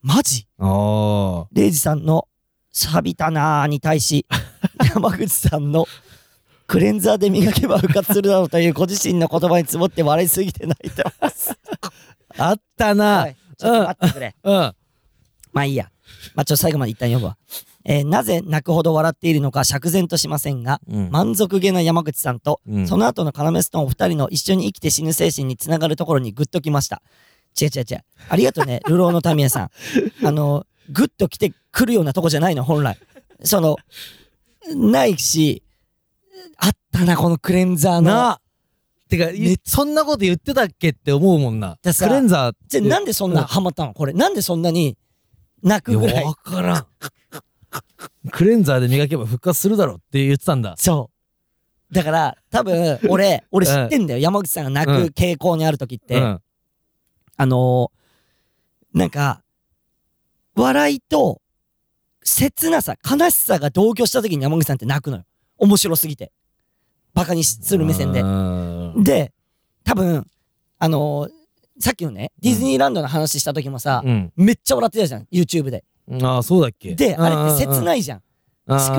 Speaker 1: マジ
Speaker 2: あ
Speaker 1: レイジさんの錆びたなーに対 し、山口さんのクレンザーで磨けば復活するだろうというご自身の言葉に積もって笑いすぎて泣いてます。
Speaker 2: あ。あった
Speaker 1: は
Speaker 2: な。
Speaker 1: いちょっと待ってくれ。
Speaker 2: うん。
Speaker 1: まあいいや。まあちょっと最後まで一旦読むわ。えーなぜ泣くほど笑っているのか釈然としませんが、
Speaker 2: うん。
Speaker 1: 満足げな山口さんと、
Speaker 2: うん
Speaker 1: その後のカラメストーンお二人の一緒に生きて死ぬ精神につながるところにグッときました。違う違う違う。ありがと うね、流浪の民谷さん。あの、グッと来てくるようなとこじゃないの、本来。その、ないし、あったな、このクレンザーの。
Speaker 2: なてか、いそんなこと言ってたっけって思うもんな。
Speaker 1: ださ
Speaker 2: クレンザーっ
Speaker 1: じ
Speaker 2: て。
Speaker 1: ゃ、なんでそんなハマったのこれ。なんでそんなに泣
Speaker 2: い
Speaker 1: く
Speaker 2: や、
Speaker 1: ぐらい。
Speaker 2: わからん。クレンザーで磨けば復活するだろうって言ってたんだ。
Speaker 1: そう。だから、多分、俺、俺知ってんだよ。山口さんが泣く傾向にある時って。
Speaker 2: うん。
Speaker 1: あのーなんか、笑いと、切なさ、悲しさが同居した時に山口さんって泣くのよ。面白すぎて。バカにしする目線で
Speaker 2: う。ん
Speaker 1: で、多分、あのーさっきのね、ディズニーランドの話した時もさ、
Speaker 2: うん。
Speaker 1: めっちゃ笑ってたじゃん、YouTube で。
Speaker 2: ああ、そうだっけ
Speaker 1: で、あれって切
Speaker 2: い。
Speaker 1: ないじゃん。
Speaker 2: 地
Speaker 1: 地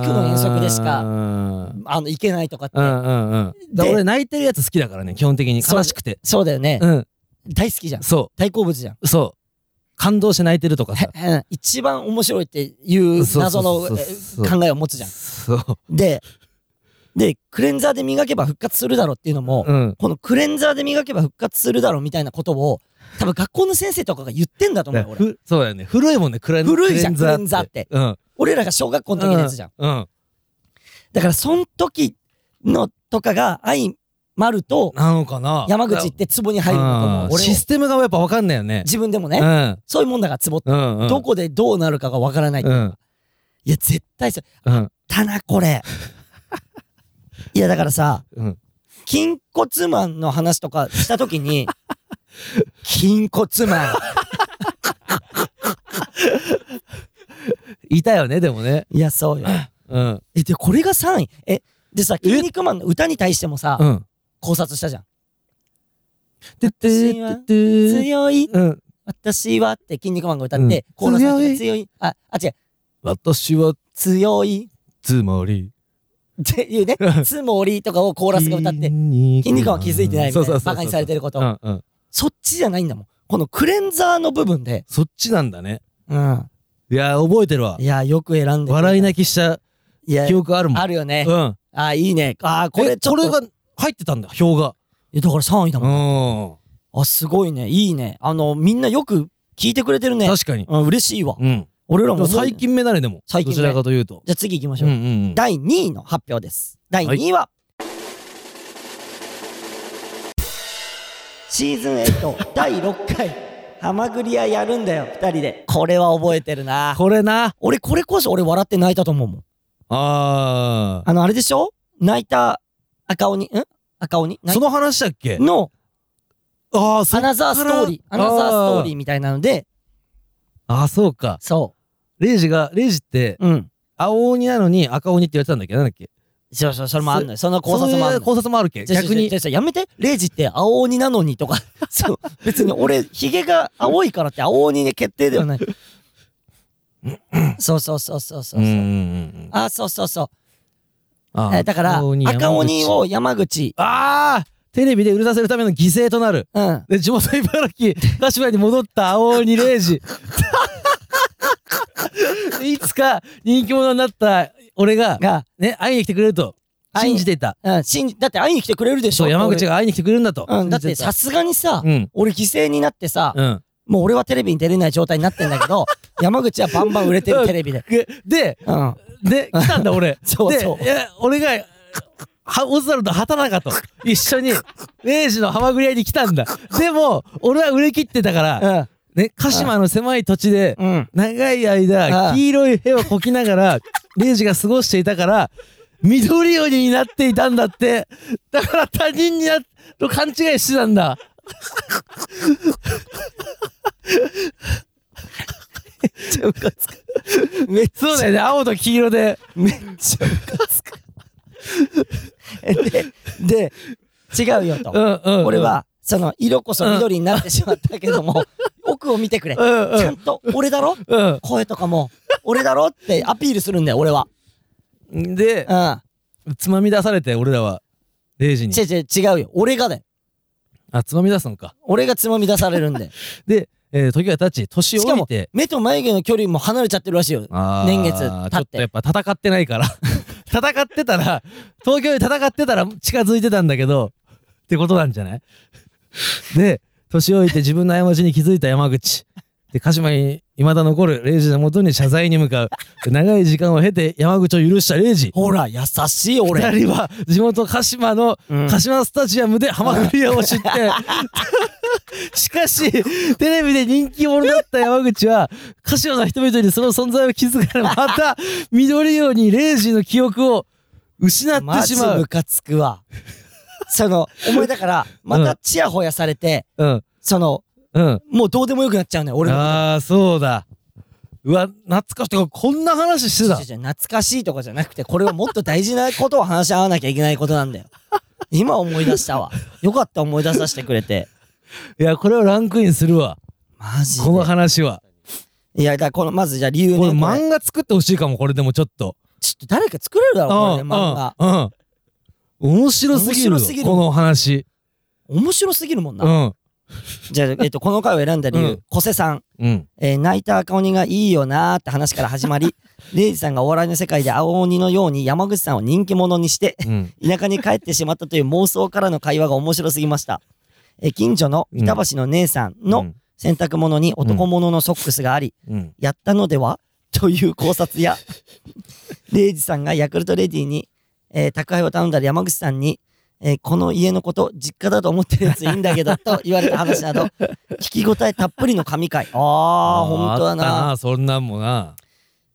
Speaker 1: 区の遠足でしか
Speaker 2: うん
Speaker 1: あの、いけないとかって。
Speaker 2: うんうんうん。だ
Speaker 1: で
Speaker 2: 俺泣いてるやつ好きだからね、基本的に。
Speaker 1: そう
Speaker 2: 悲しくて。
Speaker 1: そうだよね、
Speaker 2: うん。
Speaker 1: 大好きじゃん。
Speaker 2: そ
Speaker 1: 大好物じゃん。
Speaker 2: う。そう。感動して泣いてるとかさ。
Speaker 1: うん一番面白いっていう謎の
Speaker 2: そうそうそうそう
Speaker 1: え考えを持つじゃん。
Speaker 2: そう。
Speaker 1: で、で、クレンザーで磨けば復活するだろうっていうのも、
Speaker 2: うん。
Speaker 1: このクレンザーで磨けば復活するだろうみたいなことを、多分学校の先生とかが言ってんだと思うよ、俺。
Speaker 2: ふそうだよね。古いもんね、クレン
Speaker 1: 古いじゃん
Speaker 2: クレン
Speaker 1: クレン
Speaker 2: ザ
Speaker 1: ザー
Speaker 2: ーっ
Speaker 1: ってて。
Speaker 2: うん。
Speaker 1: 俺らが小学校の時のやつじゃん。
Speaker 2: うん。
Speaker 1: だから、その時のとかが、相まると、
Speaker 2: なのかな
Speaker 1: 山口って壺に入るのとも
Speaker 2: う、ん
Speaker 1: 俺
Speaker 2: シ
Speaker 1: を
Speaker 2: ステムがやっぱ分かんないよね。
Speaker 1: 自分でもね、
Speaker 2: うん。
Speaker 1: そういうもんだから、壺って、
Speaker 2: うんうん。
Speaker 1: どこでどうなるかがわからない。
Speaker 2: うん。
Speaker 1: いや、絶対そう。
Speaker 2: うん。
Speaker 1: たな、こ れ。いや、だからさ、
Speaker 2: うん。
Speaker 1: 筋骨マンの話とかしたとき に、筋骨マン。
Speaker 2: いたよね、でもね。
Speaker 1: いや、そうよ。
Speaker 2: うん。
Speaker 1: え、で、これが3位。え、でさ、筋肉マンの歌に対してもさ
Speaker 2: う、ん。
Speaker 1: 考察したじゃん。
Speaker 2: てって
Speaker 1: 私は
Speaker 2: てって
Speaker 1: 強い、
Speaker 2: うん。
Speaker 1: 私はって筋肉マンが歌って、
Speaker 2: う
Speaker 1: コ
Speaker 2: ん
Speaker 1: ーナーさん
Speaker 2: 強
Speaker 1: が
Speaker 2: い
Speaker 1: 強い、あ、あ、違う、
Speaker 2: 私は、
Speaker 1: 強い
Speaker 2: つまり、
Speaker 1: っていうね、つもりとかをコー
Speaker 2: コ
Speaker 1: ラスが歌って、筋
Speaker 2: 筋
Speaker 1: 肉マンは気づいてないみたいな、バカにされて
Speaker 2: る
Speaker 1: ること、
Speaker 2: うんうん。
Speaker 1: そっちじゃないんだもん。このクレンザーの部分で、
Speaker 2: そっちなんだね。
Speaker 1: うん。
Speaker 2: いや、覚えてるわ
Speaker 1: い。や、よく選んでくれた。
Speaker 2: 笑い泣きした
Speaker 1: いや
Speaker 2: 記、憶あるもん。
Speaker 1: あるよね。
Speaker 2: うん。
Speaker 1: あ、いいね。あ、こ
Speaker 2: え
Speaker 1: れちょっと。
Speaker 2: これが入ってたんだ、表が。
Speaker 1: いやだから3位だもん。
Speaker 2: う
Speaker 1: あ、すごいね。いいね。あの、みんなよく聞いてくれてるね
Speaker 2: ん。。確かに。
Speaker 1: うん、嬉しいわ。
Speaker 2: うん。
Speaker 1: 俺ら
Speaker 2: で
Speaker 1: も
Speaker 2: も最。近目だね、でも。
Speaker 1: 最近
Speaker 2: ど
Speaker 1: 目
Speaker 2: ちらかというと。
Speaker 1: じゃあ次行きまし
Speaker 2: う
Speaker 1: ょ
Speaker 2: ん
Speaker 1: う。
Speaker 2: うんうん。
Speaker 1: 第2位の発表です。第2位は、シーズン8第6回、ハマグリアやるんだよ、2人で。これは覚えてるな。
Speaker 2: これな。
Speaker 1: 俺、これこそ俺笑って泣いたと思うもん。
Speaker 2: あ
Speaker 1: あの、あれでしょ泣いた赤鬼、ん赤鬼
Speaker 2: あ。その話だっけ
Speaker 1: の
Speaker 2: ああ、そ
Speaker 1: ア
Speaker 2: っから
Speaker 1: ナザーストーリー、アナザーストーリーみたいなので、
Speaker 2: ああ、そうか。
Speaker 1: そ
Speaker 2: レイジが、レイジって、
Speaker 1: う。うん。
Speaker 2: 青鬼なのに赤鬼って言われてたんだっけなんだっけ
Speaker 1: そうそう、それもあるのよ。その考察もあ
Speaker 2: そう
Speaker 1: る
Speaker 2: い
Speaker 1: のよ。
Speaker 2: う考察もあるっけ
Speaker 1: ちょ
Speaker 2: 逆に
Speaker 1: ちょ。ちょやめて。レイジって青鬼なのに とか。そう。別に俺、ヒゲが青いからって青鬼で決定ではない。 そうそうそうそうそうう。
Speaker 2: んうんうん
Speaker 1: あ、そうそうそう。
Speaker 2: あ
Speaker 1: えーだから、赤鬼。
Speaker 2: 山口
Speaker 1: を山口。
Speaker 2: ああテレビで売り出せるための犠牲となる。
Speaker 1: うん。
Speaker 2: で、地元茨城、柏に戻った青鬼レ イジ。でいつか人気者になった俺が、
Speaker 1: が、
Speaker 2: ね、会いに来てくれると信じていた。
Speaker 1: うん、信じだって会いに来てくれるでしょ。
Speaker 2: そう、山口
Speaker 1: が。
Speaker 2: が会いに来てくれるんだと。
Speaker 1: うん、だっ
Speaker 2: 信
Speaker 1: て
Speaker 2: じてた
Speaker 1: さすがにさ、
Speaker 2: うん。
Speaker 1: 俺犠牲になってさ、
Speaker 2: うん。
Speaker 1: もう俺はテレビに出れない状態になってんだけ ど、山口はバンバン売れてるテレビで。
Speaker 2: でで、
Speaker 1: うん。
Speaker 2: で、来たんだ俺。
Speaker 1: そうそう
Speaker 2: で、いや俺が、はオズワルド畑中と一 緒に、レイジのハマグリ屋に来たんだ。でも、俺は売れ切ってたから、ね、鹿島の狭い土地で、
Speaker 1: うん。うん。
Speaker 2: 長い
Speaker 1: あ
Speaker 2: 間、
Speaker 1: あ
Speaker 2: 黄色い屁をこきなが ら、レイジが過ごしていたから、緑鬼になっていたんだって。だから他人にな、と勘違いしてたんだ。
Speaker 1: ちゃムカつく。めっち
Speaker 2: そうだよね青と黄色で
Speaker 1: ゃ、めっちゃムカつく。で、で、違うよと。
Speaker 2: んうん
Speaker 1: 俺は、その、色こそ緑になってしまったけども、奥を見てくれ。
Speaker 2: う
Speaker 1: ち
Speaker 2: んう
Speaker 1: ゃ
Speaker 2: ん
Speaker 1: んと、俺だろ
Speaker 2: う
Speaker 1: 声とかも、俺だろってアピールするんだよ、俺は。
Speaker 2: んで
Speaker 1: う
Speaker 2: つまみ出されて俺らは0時
Speaker 1: ん。
Speaker 2: に
Speaker 1: 違う違う、違うよ。俺がだよ。
Speaker 2: あつまみ出すのか
Speaker 1: 俺がつまみ出されるんで。
Speaker 2: で、えー時が経ち年
Speaker 1: し
Speaker 2: を
Speaker 1: か
Speaker 2: 置い
Speaker 1: も
Speaker 2: て、
Speaker 1: 目と眉毛の距離も離れちゃってるらしいよ。
Speaker 2: あー
Speaker 1: 年月
Speaker 2: ち
Speaker 1: 経
Speaker 2: ょ
Speaker 1: っ
Speaker 2: ってとやっぱ戦ってないから 戦ってたら東京で戦ってたら近づいてたんだけどってことなんじゃない で年老いて自分の過ちに気づいた山口で鹿島に未だ残る0時のもとに謝罪に向かう長い時間を経て山口を許した0時
Speaker 1: ほら、優しい俺。
Speaker 2: 2人は地元鹿島の
Speaker 1: うん
Speaker 2: 鹿島スタジアムでハマグリ屋 を知ってしかしテレビで人気者だった山口は鹿島の人々にその存在を気づ かれまた緑色にレイジの記憶を失っ
Speaker 1: マ
Speaker 2: てし
Speaker 1: ジ
Speaker 2: ま
Speaker 1: ム
Speaker 2: う、
Speaker 1: カつくわ。その、お前だから、またチヤホヤされて、
Speaker 2: うん
Speaker 1: その、
Speaker 2: うん、
Speaker 1: もうどうでもよくなっちゃうね、俺のこと。
Speaker 2: ああそうだうわ懐かしいてかこんな話してた
Speaker 1: 違う違う懐かしいとかじゃなくて、これはもっと大事なことを話し合わなきゃいけないことなんだよ。今思い出したわ。よかった思い出させてくれて。
Speaker 2: いやこれをランクインするわ
Speaker 1: マジで
Speaker 2: この話は、
Speaker 1: いや、だからこの、まずじゃあ理由ね。
Speaker 2: これ
Speaker 1: これ
Speaker 2: 漫画作ってほしいかもこれでもちょっと
Speaker 1: ちょっと誰か作れるだろ、これね、漫画。
Speaker 2: うんうんうん面白すぎるよ
Speaker 1: 面白すぎる
Speaker 2: この話
Speaker 1: 面白すぎるもん
Speaker 2: う
Speaker 1: な。
Speaker 2: ん
Speaker 1: じゃあ、えっと、この回を選んだ理
Speaker 2: う
Speaker 1: 由
Speaker 2: ん、
Speaker 1: 小瀬さん。
Speaker 2: うん
Speaker 1: えー泣いた赤鬼がいいよなーって話から始まり、レイジさんがお笑いの世界で青鬼のように山口さんを人気者にして、
Speaker 2: うん
Speaker 1: 田舎に帰ってしまったという妄想からの会話が面白すぎました。えー近所の板橋の姉さんの洗濯物に男物のソックスがあり、
Speaker 2: うん
Speaker 1: やったのではという考察や、レイジさんがヤクルトレディに、えー宅配を頼んだら山口さんに、えーこの家のこと、実家だと思ってるやついいんだけど、と言われた話など、聞き応えたっぷりの神回。あー、本当だ
Speaker 2: あった
Speaker 1: な。
Speaker 2: なそんなんもな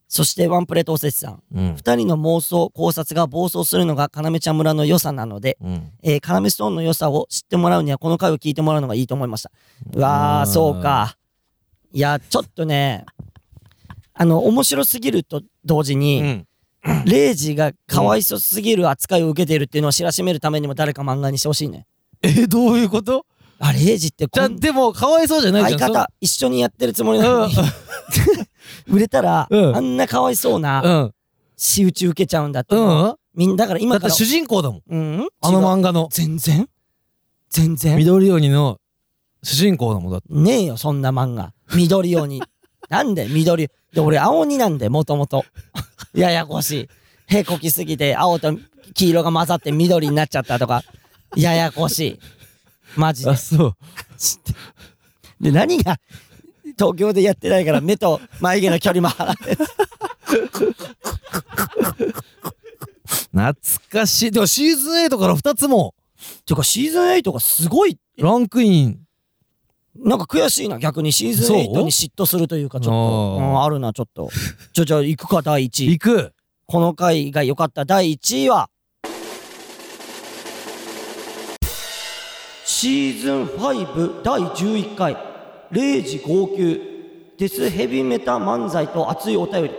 Speaker 1: そしてワンプレートおせちさん。
Speaker 2: うん
Speaker 1: 二人の妄想、考察が暴走するのが、要ちゃん村の良さなので、
Speaker 2: うん
Speaker 1: えー、要ストーンの良さを知ってもらうには、この回を聞いてもらうのがいいと思いました。うわー、
Speaker 2: うん
Speaker 1: そうか。いや、ちょっとね、あの、面白すぎると同時に、
Speaker 2: うん
Speaker 1: レイジがかわいそすぎる扱いを受けているっていうのを知らしめるためにも誰か漫画にしてほしいね。
Speaker 2: えどういうこと
Speaker 1: あ、レイジって
Speaker 2: じ
Speaker 1: こ
Speaker 2: ゃあ
Speaker 1: ん
Speaker 2: でもかわいそうじゃないじ
Speaker 1: 相
Speaker 2: ゃん
Speaker 1: 方一緒にやってるつもりなのに、売れたら、
Speaker 2: うん
Speaker 1: あんなかわいそう
Speaker 2: う
Speaker 1: なん仕打ち受けちゃうんだって、
Speaker 2: うん
Speaker 1: みんなだから今
Speaker 2: だっ
Speaker 1: か
Speaker 2: て
Speaker 1: ら、
Speaker 2: 主人公だもん
Speaker 1: うん
Speaker 2: あの
Speaker 1: 違う
Speaker 2: 漫画の
Speaker 1: 全然全然
Speaker 2: 緑鬼の主人公だもんだって
Speaker 1: ねえよ、そんな漫画。緑 鬼。なんで緑で、俺青鬼なんで、もともと。 ややこしい。へこきすぎて、青と黄色が混ざって緑になっちゃったとか、ややこしい。マジで
Speaker 2: あ。そう
Speaker 1: で、何が、東京でやってないから目と眉毛の距離も離れて。
Speaker 2: 懐かしいでもシーズン8から2つも
Speaker 1: てか、シーズン8がすごい、
Speaker 2: ランクイン
Speaker 1: なんか悔しいな、逆にシーズン
Speaker 2: そう
Speaker 1: 8に嫉妬するというか、ちょっと、う
Speaker 2: あー
Speaker 1: ん、あるな、ちょっと。じゃ、じゃあ行くか、第1位
Speaker 2: 行。く
Speaker 1: この回が良かった第1位は、シーズン5第11回、0時号泣、デスヘビメタ漫才と熱いお便り。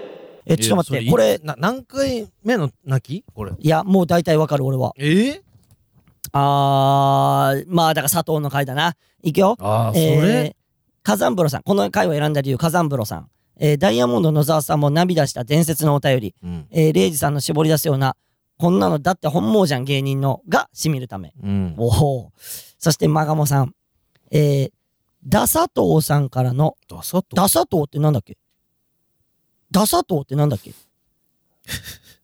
Speaker 1: え、ちょっと待っ
Speaker 2: い
Speaker 1: て、
Speaker 2: や
Speaker 1: こ
Speaker 2: そ
Speaker 1: れ、
Speaker 2: な何回目の泣きこれ
Speaker 1: いや、もう大体わかる、俺は。
Speaker 2: え
Speaker 1: あー、まあ、だから佐藤の回だな。いくよ。
Speaker 2: ああそ
Speaker 1: えー
Speaker 2: れ、
Speaker 1: 火山風呂さん。この回を選んだ理由、火山風呂さん。えーダイヤモンド野沢さんも涙した伝説のお便り。
Speaker 2: うん
Speaker 1: えー、レイジさんの絞り出すような、こんなのだって本望じゃん芸人のがしみるため。
Speaker 2: うん
Speaker 1: おお。そしてマガモさん。えー、ダサトウさんからの、
Speaker 2: ダサと
Speaker 1: ダサトウってなんだっけダサトウってなんだっけ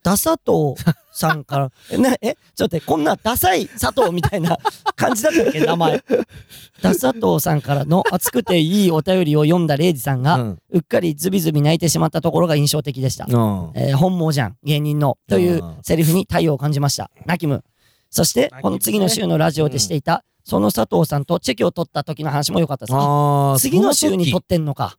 Speaker 1: ダサトウさんから、え、な、え、ちょっと待って、こんなダサい佐藤みたいな感じだったっけ名前。ダサトウさんからの熱くていいお便りを読んだレイジさんが、
Speaker 2: うん
Speaker 1: うっかりズビズビ泣いてしまったところが印象的でした。
Speaker 2: うん
Speaker 1: えー本望じゃん芸人のという
Speaker 2: あー
Speaker 1: セリフに太陽を感じました泣きむそして
Speaker 2: 泣きむね
Speaker 1: この次の週のラジオでしていた、その佐藤さんとチェキを取った時の話も良かったですあ
Speaker 2: あー
Speaker 1: 次の週に取ってんのか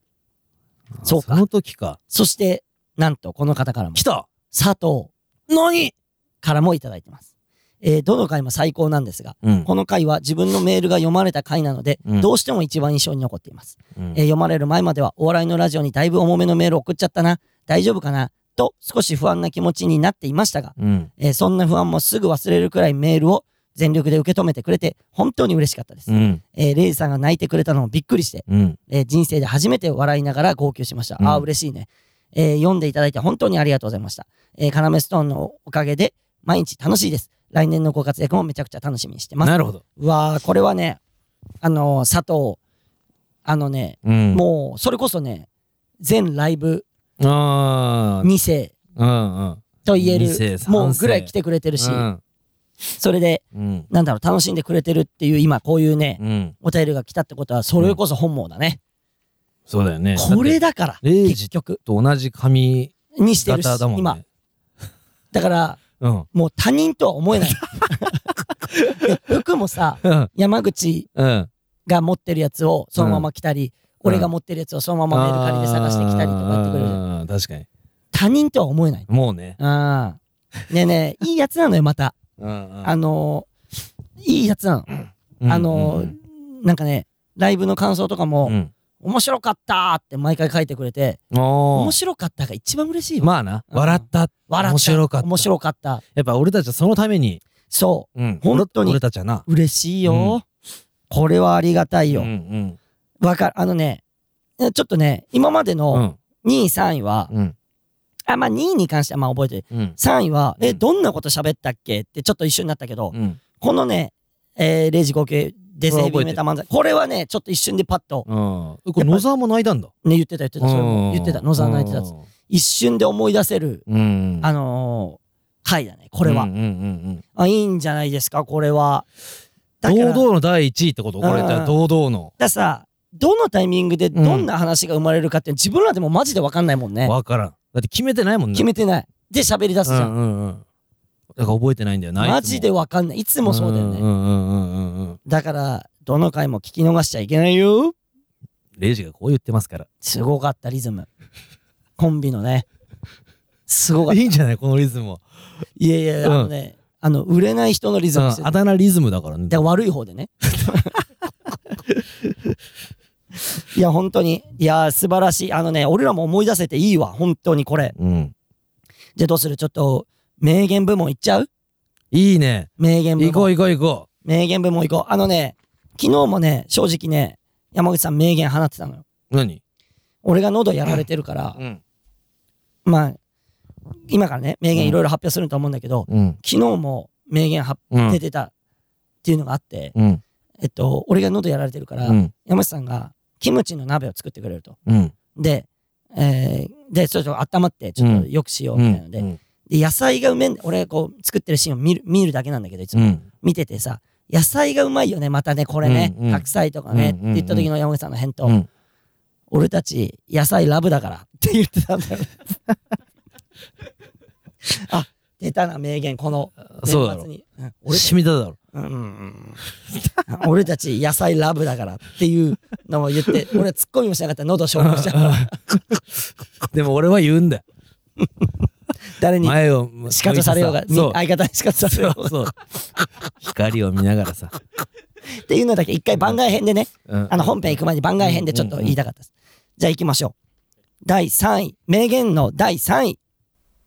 Speaker 1: そうか
Speaker 2: その時か。
Speaker 1: そしてなんとこの方からも
Speaker 2: 来た
Speaker 1: 佐藤
Speaker 2: 何
Speaker 1: からもいただいてますえーどの回も最高なんですが、
Speaker 2: うん
Speaker 1: この回は自分のメールが読まれた回なので、
Speaker 2: うん
Speaker 1: どうしても一番印象に残っています、
Speaker 2: うん
Speaker 1: えー読まれる前まではお笑いのラジオにだいぶ重めのメール送っちゃったな大丈夫かなと少し不安な気持ちになっていましたが、
Speaker 2: うん
Speaker 1: えーそんな不安もすぐ忘れるくらいメールを全力で受け止めてくれて本当に嬉しかったです、
Speaker 2: うん
Speaker 1: えーレイジさんが泣いてくれたのもびっくりして、
Speaker 2: うん
Speaker 1: えー人生で初めて笑いながら号泣しました、
Speaker 2: うん
Speaker 1: ああ嬉しいね、えー読んでいただいて本当にありがとうございました、えー、カナメストーンのおかげで毎日楽しいです来年のご活躍もめちゃくちゃ楽しみにしてます
Speaker 2: なるほど
Speaker 1: うわーこれはねあのー佐藤あのね、
Speaker 2: うん
Speaker 1: もうそれこそね全ライブ
Speaker 2: あー
Speaker 1: 2世
Speaker 2: うんうん
Speaker 1: と言える
Speaker 2: 二世三世
Speaker 1: もうぐらい来てくれてるし、
Speaker 2: うん
Speaker 1: それで
Speaker 2: うん
Speaker 1: なんだろう楽しんでくれてるっていう今こういうね、
Speaker 2: うん
Speaker 1: お便りが来たってことはそれこそ本望だね、
Speaker 2: そうだよね
Speaker 1: これ
Speaker 2: だ
Speaker 1: だから
Speaker 2: レイジ
Speaker 1: 結局
Speaker 2: と同じ髪
Speaker 1: にしてるし、
Speaker 2: 型だもんね
Speaker 1: 今だから
Speaker 2: うん
Speaker 1: もう他人とは思え ないで服もさ
Speaker 2: うん
Speaker 1: 山口
Speaker 2: うん
Speaker 1: が持ってるやつをそのまま着たり、
Speaker 2: うん
Speaker 1: 俺が持ってるやつをそのままメルカリで探してきたりとかやってくれるじゃん
Speaker 2: あー確かに
Speaker 1: 他人とは思えない
Speaker 2: もうね
Speaker 1: あーねえねえいいやつなのよまたあ
Speaker 2: あ
Speaker 1: のーいいやつなの、あのーなんかねライブの感想とかも、
Speaker 2: うん
Speaker 1: 面白かったって毎回書いてくれて
Speaker 2: お
Speaker 1: 面
Speaker 2: ー
Speaker 1: 白かったが一番嬉しいわ
Speaker 2: まあな
Speaker 1: うん
Speaker 2: 笑った
Speaker 1: 笑った
Speaker 2: 面白かった
Speaker 1: 面白かった
Speaker 2: やっぱ俺たちはそのために
Speaker 1: そ
Speaker 2: うん
Speaker 1: 本当に
Speaker 2: 俺たちはな
Speaker 1: う嬉しいよ、
Speaker 2: う
Speaker 1: これはありがたいよ
Speaker 2: うんうん
Speaker 1: わ、かるあのねちょっとね今まで
Speaker 2: う
Speaker 1: の
Speaker 2: ん
Speaker 1: 2位3位は、
Speaker 2: うん
Speaker 1: あまあ2位に関してはまあ覚えてる
Speaker 2: うん
Speaker 1: 3位は、
Speaker 2: う
Speaker 1: え
Speaker 2: ん
Speaker 1: どんなこと喋ったっけってちょっと一緒になったけど、
Speaker 2: うん
Speaker 1: このね、えー、0時5系デセ
Speaker 2: これ覚え
Speaker 1: ヘ
Speaker 2: て
Speaker 1: ビ
Speaker 2: る
Speaker 1: メタ漫才これはねちょっと一瞬でパッと、
Speaker 2: うんこれ野沢も泣いたんだ
Speaker 1: ね、言ってた言ってたそれも言ってた野沢泣いてたやつ
Speaker 2: こ
Speaker 1: 一瞬で思い出せるあのー、回だねこれは、あいいんじゃないですかこれはだから
Speaker 2: 堂々の第一位ってことこれじゃあ堂々の
Speaker 1: ださどのタイミングでどんな話が生まれるかって自分らでもマジで分かんないもんね、
Speaker 2: わからんだって決めてないもんね
Speaker 1: 決めてないで喋り出すじゃん、
Speaker 2: うんうんうんだから覚えてないんだよな
Speaker 1: マジで分かんないいつもそうだよね、
Speaker 2: んうんうんうんうんうん
Speaker 1: だからどの回も聞き逃しちゃいけないよ
Speaker 2: レイジがこう言ってますから
Speaker 1: すごかったリズムコンビのねすごかっ
Speaker 2: い
Speaker 1: た
Speaker 2: いんじゃないこのリズムはい
Speaker 1: やいや、あのねあの売れない人のリズ
Speaker 2: う
Speaker 1: ム
Speaker 2: ん
Speaker 1: してる
Speaker 2: あだ名リズムだからね
Speaker 1: で悪い方でね いや本当にいや素晴らしいあのね俺らも思い出せていいわ本当にこれ
Speaker 2: うん
Speaker 1: じゃあどうするちょっと名言部門いっちゃう
Speaker 2: いいね
Speaker 1: 名言部
Speaker 2: 行こう
Speaker 1: 門
Speaker 2: 行こう行こ
Speaker 1: 名言部門いこうあのね昨日もね正直ね山口さん名言放ってたのよ
Speaker 2: う何
Speaker 1: 俺が喉やられてるから、
Speaker 2: ん
Speaker 1: まあ今からね名言いろいろ発表すると思うんだけど、
Speaker 2: うん
Speaker 1: 昨日も名言発
Speaker 2: うん
Speaker 1: 出てたっていうのがあって、
Speaker 2: うん
Speaker 1: えっと俺が喉やられてるから、
Speaker 2: うん
Speaker 1: 山内さんがキムチの鍋を作ってくれると。
Speaker 2: うん
Speaker 1: で、えーで、ちょっと温まって、ちょっとよくしよう
Speaker 2: う
Speaker 1: みたいなの
Speaker 2: ん
Speaker 1: で、で野菜がうめえんだ俺がこう作ってるシーンを見る見るだけなんだけど、いつも、見ててさ、野菜がうまいよね、またね、これね、
Speaker 2: うんうん
Speaker 1: 白菜とかね、
Speaker 2: うんうんうん
Speaker 1: って言った時の山口さんの返答、
Speaker 2: うん
Speaker 1: 俺たち野菜ラブだからって言ってたんだよ ね。あ出たな、名言、この
Speaker 2: そうだ
Speaker 1: 年
Speaker 2: ろ
Speaker 1: 末に。うん
Speaker 2: 俺
Speaker 1: 俺
Speaker 2: 染みただろ
Speaker 1: うんうんうん、俺たち野菜ラブだからっていうのを言って俺はツッコミもしなかった喉消耗しちゃう から
Speaker 2: でも俺は言うんだよ
Speaker 1: 誰に
Speaker 2: 前を
Speaker 1: 仕方されようが
Speaker 2: 向いてさそう
Speaker 1: 相方に仕方されようが
Speaker 2: そう 光を見ながらさ
Speaker 1: っていうのだけ一回番外編でね
Speaker 2: うん
Speaker 1: あの本編行く前に番外編でちょっと言いたかったです、じゃあ行きましょう第3位名言の第3位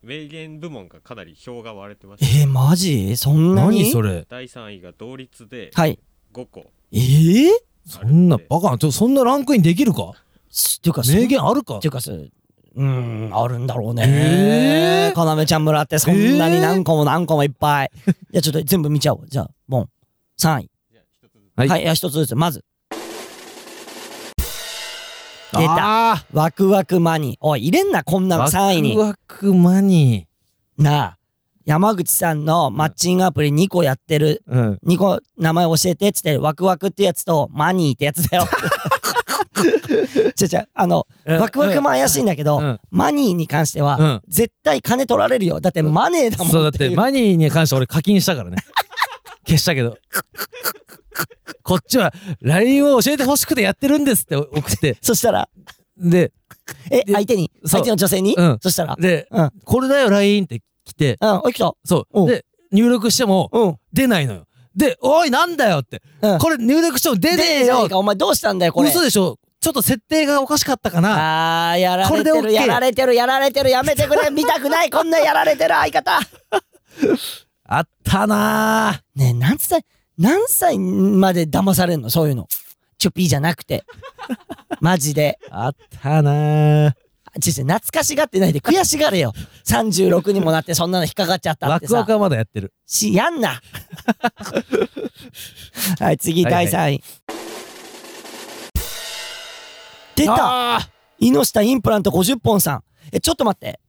Speaker 3: 名言部門がかなり票が割れてま
Speaker 1: え
Speaker 3: した
Speaker 1: ー、マジそんなに
Speaker 2: 何それ
Speaker 3: 第3位が同率で
Speaker 1: はい
Speaker 3: 5個
Speaker 1: えー、
Speaker 3: あ
Speaker 2: そ
Speaker 3: る
Speaker 2: んな
Speaker 3: で
Speaker 2: バカなちょそんなランクインできるか
Speaker 1: すっていうかそん
Speaker 2: 名言あるか
Speaker 1: っていうかすうーんあるんだろう
Speaker 2: え
Speaker 1: ね
Speaker 2: ー
Speaker 1: かなめちゃん村ってそんなに何個も何個もいっぱい、いやちょっと全部見ちゃおうじゃあボン3位
Speaker 3: じゃあ一つずつ
Speaker 2: はい
Speaker 1: はい、いや一つずつまず出た
Speaker 2: あ
Speaker 1: ワクワクマニーおい入れんなこんな
Speaker 2: ー
Speaker 1: の3位に
Speaker 2: ワクワクマニ
Speaker 1: なあ山口さんのマッチングアプリ2個やってる
Speaker 2: ーうん
Speaker 1: 2個名前教えてっつってワクワクってやつとマニーってやつだ よちょちょあの
Speaker 2: うん
Speaker 1: ワクワクも怪しいんだけど、
Speaker 2: うん
Speaker 1: マニーに関しては、
Speaker 2: うん
Speaker 1: 絶対金取られるよだってマネーだもん
Speaker 2: そうだってマニーに関して俺課金し たからね消したけどこっちは LINE を教えてほしくてやってるんですって送って
Speaker 1: そしたら
Speaker 2: で
Speaker 1: え
Speaker 2: で
Speaker 1: 相手に
Speaker 2: そう
Speaker 1: 相手の女性に、
Speaker 2: うん
Speaker 1: そしたら
Speaker 2: で
Speaker 1: うん
Speaker 2: これだよ LINE って来て
Speaker 1: うんおい来た
Speaker 2: そ
Speaker 1: お
Speaker 2: う
Speaker 1: う
Speaker 2: で入力しても
Speaker 1: うん。
Speaker 2: 出ないのよ。で、おい、なんだよって。
Speaker 1: うん
Speaker 2: これ入力しても出ねえ
Speaker 1: じゃね
Speaker 2: よ
Speaker 1: え。かお前どうしたんだよ、これ。
Speaker 2: 嘘でしょ。ちょっと設定がおかしかったか
Speaker 1: あ
Speaker 2: な。
Speaker 1: ー、やられて
Speaker 2: これ
Speaker 1: る、
Speaker 2: で
Speaker 1: や
Speaker 2: OK
Speaker 1: られてる、やられてる、やめてくれ、見たくない、こんなやられてる相方。
Speaker 2: あったなあ
Speaker 1: ねえ、何歳、何歳まで騙されんのそういうの。チュピーじゃなく て。マジで。
Speaker 2: あったなあ
Speaker 1: あちょちょ懐かしがってないで悔しがれよ。36にもなってそんなの引っかかっちゃったっ
Speaker 2: ワ
Speaker 1: て
Speaker 2: クワ
Speaker 1: さ
Speaker 2: ク。はまだやってる。
Speaker 1: し、やん な。はい、次、
Speaker 2: はいは
Speaker 1: 第
Speaker 2: い
Speaker 1: 3位。出た
Speaker 2: あー
Speaker 1: 井の下インプラント50本さん。え、ちょっと待って。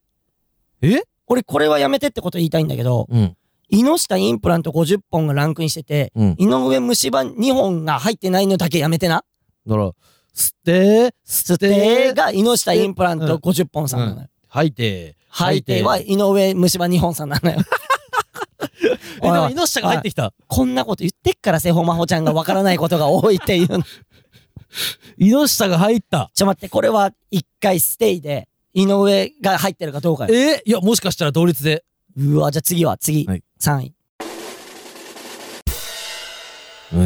Speaker 2: え
Speaker 1: 俺、これはやめてってこと言いたいんだけど、
Speaker 2: うん。
Speaker 1: 井の下インプラント50本がランクインしてて、
Speaker 2: うん。
Speaker 1: 井上虫歯2本が入ってないのだけやめてな。
Speaker 2: だから、吸って、吸っ
Speaker 1: で、
Speaker 2: て、
Speaker 1: が井の下インプラント50本さんなのよ。
Speaker 2: 吐いて、
Speaker 1: 吐いては井上虫歯2本さん なのよ。
Speaker 2: え、で
Speaker 1: おいお
Speaker 2: も、
Speaker 1: い
Speaker 2: イノシシが入ってきた。
Speaker 1: こんなこと言ってっから、セホマホちゃんがわからないことが多いっていう の。ちょ
Speaker 2: イノシシが入った。
Speaker 1: っと待って、これは一回ステイで、井上が入ってるかどうかよ
Speaker 2: えいや、もしかしたら同率で。
Speaker 1: うわ、じゃあ次は、次。
Speaker 2: はい
Speaker 1: 3位。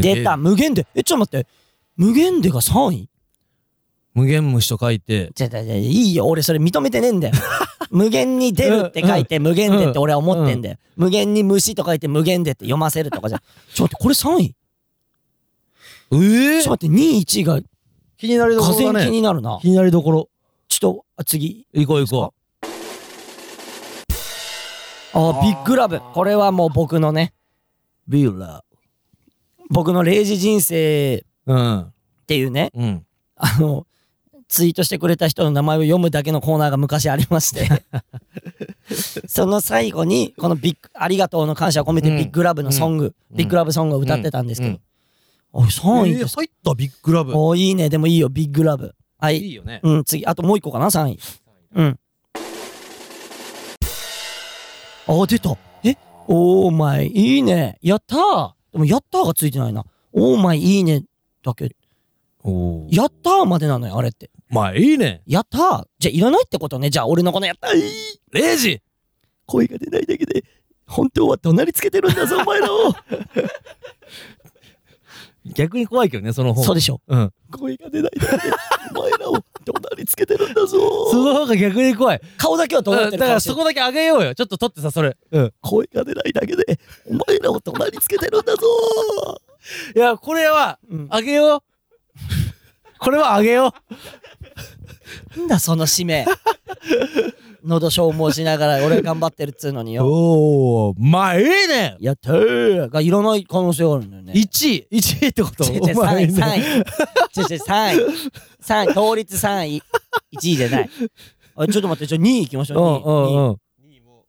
Speaker 1: 出た、無限で。え、ちょっと待って。無限でが3位
Speaker 2: 無限虫と書いて、
Speaker 1: じゃじゃじゃいいよ。俺それ認めてねえん だよ。無限に出るって書いて、無限でって俺は思ってんだよ。無限に虫と書いて、無限でって読ませるとかじゃん。ちょっと待って、これ3位
Speaker 2: え
Speaker 1: ちょっと待って、2位、1位が、
Speaker 2: 気になりどこ
Speaker 1: 風然
Speaker 2: ろだ
Speaker 1: 気
Speaker 2: ね。
Speaker 1: になるな。
Speaker 2: 気になりどころ。
Speaker 1: ちょっと、あ次。
Speaker 2: 行こう行こ
Speaker 1: あ、ビッグラブ。これはもう僕のね、
Speaker 2: う。ビューラ
Speaker 1: 僕の0時人生
Speaker 2: ー。
Speaker 1: っていうね、
Speaker 2: うん。うん。
Speaker 1: あの、ツイートしてくれた人の名前を読むだけのコーナーが昔ありまして、 その最後に、このビッグ、ありがとうの感謝を込めて
Speaker 2: うん
Speaker 1: ビッグラブのソング、
Speaker 2: うん
Speaker 1: ビッグラブソングを歌ってたんですけど、おい、3位
Speaker 2: え
Speaker 1: で
Speaker 2: ー
Speaker 1: す。
Speaker 2: 入った、ビッグラブ。
Speaker 1: おいいね、でもいいよ、ビッグラブ。はいい。
Speaker 2: いよね。
Speaker 1: うん、次、あともう一個かな、3位。うん。あ、出た。えオーマイ、いいね。やったー。でも、やったーがついてないな。オーマイ、いいね。だけど、
Speaker 2: おー
Speaker 1: やったーまでなのよ、あれって。
Speaker 2: まあ、いいね。
Speaker 1: やったー。じゃあ、いらないってことね。じゃあ、俺のこのやったー。
Speaker 2: レイジ
Speaker 1: 声が出ないだけで、本当は怒鳴りつけてるんだぞ、お前らを。
Speaker 2: 逆に怖いけどね、その 方。
Speaker 1: そうでしょ。
Speaker 2: うん。
Speaker 1: 声が出ないだけで、お前らを怒鳴りつけてるんだぞ。
Speaker 2: その方が逆に怖い。
Speaker 1: 顔だけは怒鳴
Speaker 2: う
Speaker 1: っ
Speaker 2: ん
Speaker 1: て
Speaker 2: だ
Speaker 1: るか
Speaker 2: かららそこだけ上げようよ。ちょっと取ってさ、それ。うん。
Speaker 1: 声が出ないだけで、お前らを怒鳴りつけてるんだぞ。
Speaker 2: いや、これは、
Speaker 1: うん
Speaker 2: あげ よう。これはあげよ
Speaker 1: なんだその締 め喉消耗しながら俺頑張ってるっつうのに
Speaker 2: う。
Speaker 1: よ
Speaker 2: おお、まあいいね。
Speaker 1: やったーがいらない可能性があるんだよね
Speaker 2: 1位、1位ってこと
Speaker 1: 違う違う
Speaker 2: お前ね
Speaker 1: 3位3位違う違う3位3位倒立3位1位じゃないあちょっと待ってじゃあ2位いきまし
Speaker 2: う
Speaker 1: ょう2位
Speaker 2: んうん
Speaker 1: 2位
Speaker 2: うん。
Speaker 3: 2位も、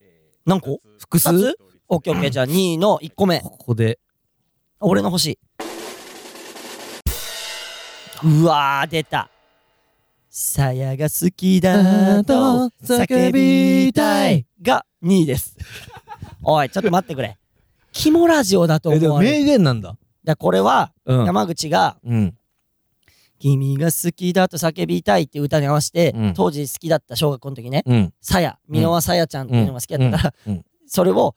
Speaker 3: えー
Speaker 1: 何個
Speaker 2: 複数
Speaker 3: 同率
Speaker 1: オッケーオッケーじゃあ2位の1個目
Speaker 2: ここで。
Speaker 1: 俺の欲しいうわー出たさやが好きだと叫びたいが2位ですおいちょっと待ってくれ肝ラジオだと
Speaker 2: え、で
Speaker 1: 思
Speaker 2: も
Speaker 1: われる
Speaker 2: 名言なんだ。
Speaker 1: だこれは
Speaker 2: うん。
Speaker 1: 山口が
Speaker 2: うん。
Speaker 1: 「君が好きだと叫びたい」っていう歌に合わせて、
Speaker 2: うん
Speaker 1: 当時好きだった小学校の時ね
Speaker 2: うん。
Speaker 1: さや箕輪さやちゃんっていうのが好きだったから、
Speaker 2: うんうんうん
Speaker 1: それを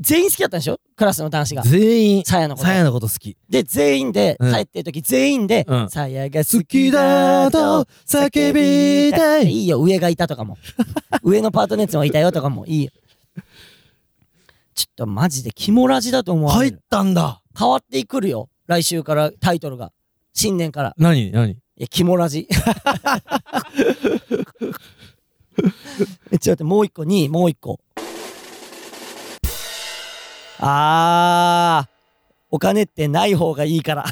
Speaker 1: 全員好きだったんでしょクラスの男子が
Speaker 2: 全員、
Speaker 1: さやのこと
Speaker 2: さやのこと好き。
Speaker 1: で、全員で、
Speaker 2: うん
Speaker 1: 帰ってる時全員で
Speaker 2: う、ん
Speaker 1: さやが好きだと叫びたい。。いいよ、上がいたとか も。上のパートネーツもいたよとかもいいよ。ちょっとマジで肝ラジだと思う。
Speaker 2: 入ったんだ。
Speaker 1: 変わってくるよ。来週からタイトルが。新年から。
Speaker 2: 何何
Speaker 1: いや、肝ラジ。 えちょっと待って、もう一個、2位、もう一個。あー、お金ってない方がいいから。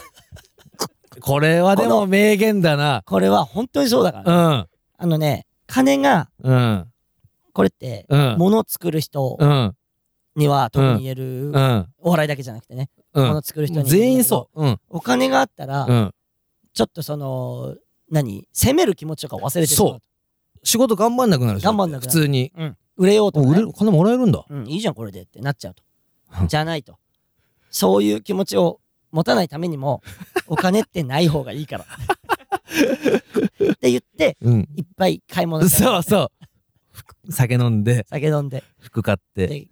Speaker 2: これはで
Speaker 1: この
Speaker 2: も名言だな。
Speaker 1: これは本当にそうだから、ね
Speaker 2: うん。
Speaker 1: あのね、金が、
Speaker 2: うん。
Speaker 1: これって、
Speaker 2: うん。
Speaker 1: 物作る人
Speaker 2: うん。
Speaker 1: には特に言える、
Speaker 2: うん。
Speaker 1: お笑いだけじゃなくてね、
Speaker 2: うん
Speaker 1: 物。作る人には
Speaker 2: 全員そう。うん。
Speaker 1: う。お金があったら、
Speaker 2: うん。
Speaker 1: ちょっとその、何責める気持ちとか忘れてしまう
Speaker 2: そ仕事頑張んなくなるし。
Speaker 1: 頑張んなくなる
Speaker 2: 普通に。
Speaker 1: 売れようと
Speaker 2: も
Speaker 1: か、
Speaker 2: う売れ
Speaker 1: ね
Speaker 2: る、金もらえるんだ。
Speaker 1: うん、いいじゃんこれでってなっちゃうと
Speaker 2: うん
Speaker 1: じゃないとそういう気持ちを持たないために もお金ってない方がいいからって言って
Speaker 2: うん。
Speaker 1: いっぱい買い物したり
Speaker 2: そうそう。ふく酒飲んで、
Speaker 1: 酒飲んで
Speaker 2: 服買って。
Speaker 1: で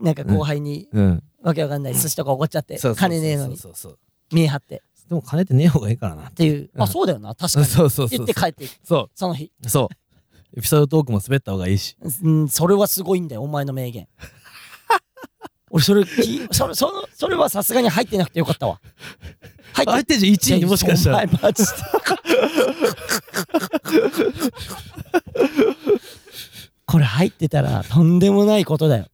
Speaker 1: なんか後輩に、
Speaker 2: うん
Speaker 1: わけわかんない寿司とかおごっちゃって
Speaker 2: そうそうそうそ
Speaker 1: 金
Speaker 2: う
Speaker 1: ねえのに
Speaker 2: そうそう
Speaker 1: 見え張ってっ
Speaker 2: でも金ってねえ方がいいからな
Speaker 1: ていう、
Speaker 2: うん
Speaker 1: あそうだよな確か
Speaker 2: そう
Speaker 1: に
Speaker 2: そうそう
Speaker 1: 言って帰っていく
Speaker 2: そ
Speaker 1: その日
Speaker 2: うそうエピソードトークも滑った方がいいし
Speaker 1: うんそれはすごいんだよお前の名言 俺それきそれそのそれはさすがに入ってなくてよかったわ入
Speaker 2: 相
Speaker 1: って
Speaker 2: 手じゃ1位にもしかした
Speaker 1: お前
Speaker 2: ら
Speaker 1: マジでこれ入ってたらとんでもないことだよ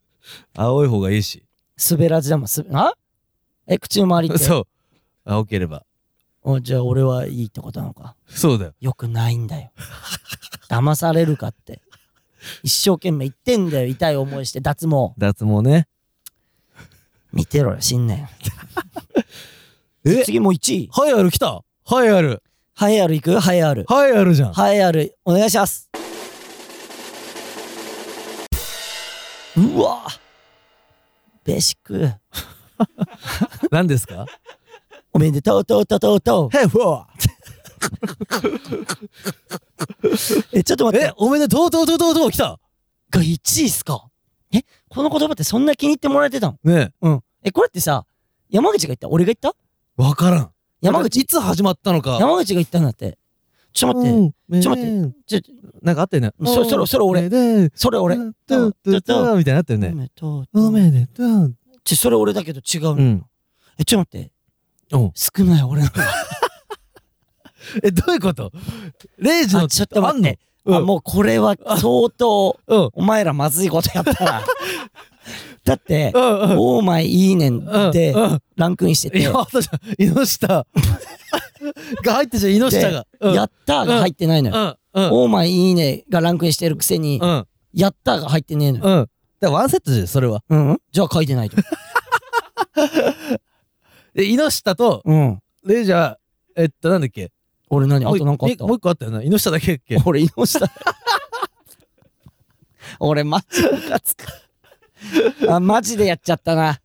Speaker 2: 青い方がいいし
Speaker 1: 滑らずだもんすあえ口の周りって
Speaker 2: そう青ければ
Speaker 1: おじゃあ俺はいいってことなのか
Speaker 2: そうだよ
Speaker 1: よくないんだよ騙されるかって一生懸命言ってんだよ痛い思いして脱毛
Speaker 2: 脱毛ね
Speaker 1: 見てろよ新年
Speaker 2: え
Speaker 1: 次もう1位
Speaker 2: ハイアル来たハイアル
Speaker 1: ハエアルいくハエアル
Speaker 2: ハイアルじゃん
Speaker 1: ハエアルお願いしますうわベシック
Speaker 2: 何ですか
Speaker 1: おめでとうとうとうとうとう
Speaker 2: ヘイフォー
Speaker 1: えちょっと待っ
Speaker 2: え
Speaker 1: て
Speaker 2: おめでとうとうとうとうとう来た
Speaker 1: が1位っすかえこの言葉ってそんな気に入ってもらえてたの
Speaker 2: ね
Speaker 1: うんえこれってさ山口が言った俺が言った
Speaker 2: えわからん
Speaker 1: 山口
Speaker 2: いつ始まったのか
Speaker 1: 山口が言ったんだってちょっと待って、
Speaker 2: て
Speaker 1: ちょっと待
Speaker 2: って
Speaker 1: ちょ
Speaker 2: なんかあったよね
Speaker 1: そそれそれ俺
Speaker 2: で
Speaker 1: それ俺
Speaker 2: うんとうとうとうみたいになったよね
Speaker 1: と
Speaker 2: おめでとう
Speaker 1: ちょそれ俺だけど違うの、
Speaker 2: うん
Speaker 1: えちょっと待って
Speaker 2: うん
Speaker 1: 少ない俺の方が
Speaker 2: えどういうことレイジの
Speaker 1: あちょっと待って
Speaker 2: あんの
Speaker 1: あ
Speaker 2: うん
Speaker 1: もうこれは相当
Speaker 2: うん
Speaker 1: お前らまずいことやった なだって
Speaker 2: う
Speaker 1: 「
Speaker 2: んうん
Speaker 1: オーマイいいねん」
Speaker 2: うん
Speaker 1: で
Speaker 2: うん
Speaker 1: ランクインして
Speaker 2: い
Speaker 1: て
Speaker 2: や、あとじゃん、イノシ タが入ってじゃん、イノシタが。
Speaker 1: 「や
Speaker 2: っ
Speaker 1: ったー」が入ってないのよ
Speaker 2: う
Speaker 1: 「
Speaker 2: ん、うん、
Speaker 1: オーマイいいね」がランクインしてるくせに
Speaker 2: うん、
Speaker 1: 「やったー」が入ってねえのよ、
Speaker 2: うん。だからワンセットじゃん、それは。
Speaker 1: うんじゃあ書いて ないと
Speaker 2: で、イノシタと、
Speaker 1: うん
Speaker 2: レイジャー、えっと、なんだっけ
Speaker 1: 俺何あ
Speaker 2: もう
Speaker 1: となんかあっ
Speaker 2: え
Speaker 1: た
Speaker 2: もう一個あったよな。イノシタだけだっ け
Speaker 1: 俺移動した俺マジムカつくあマジでやっちゃったな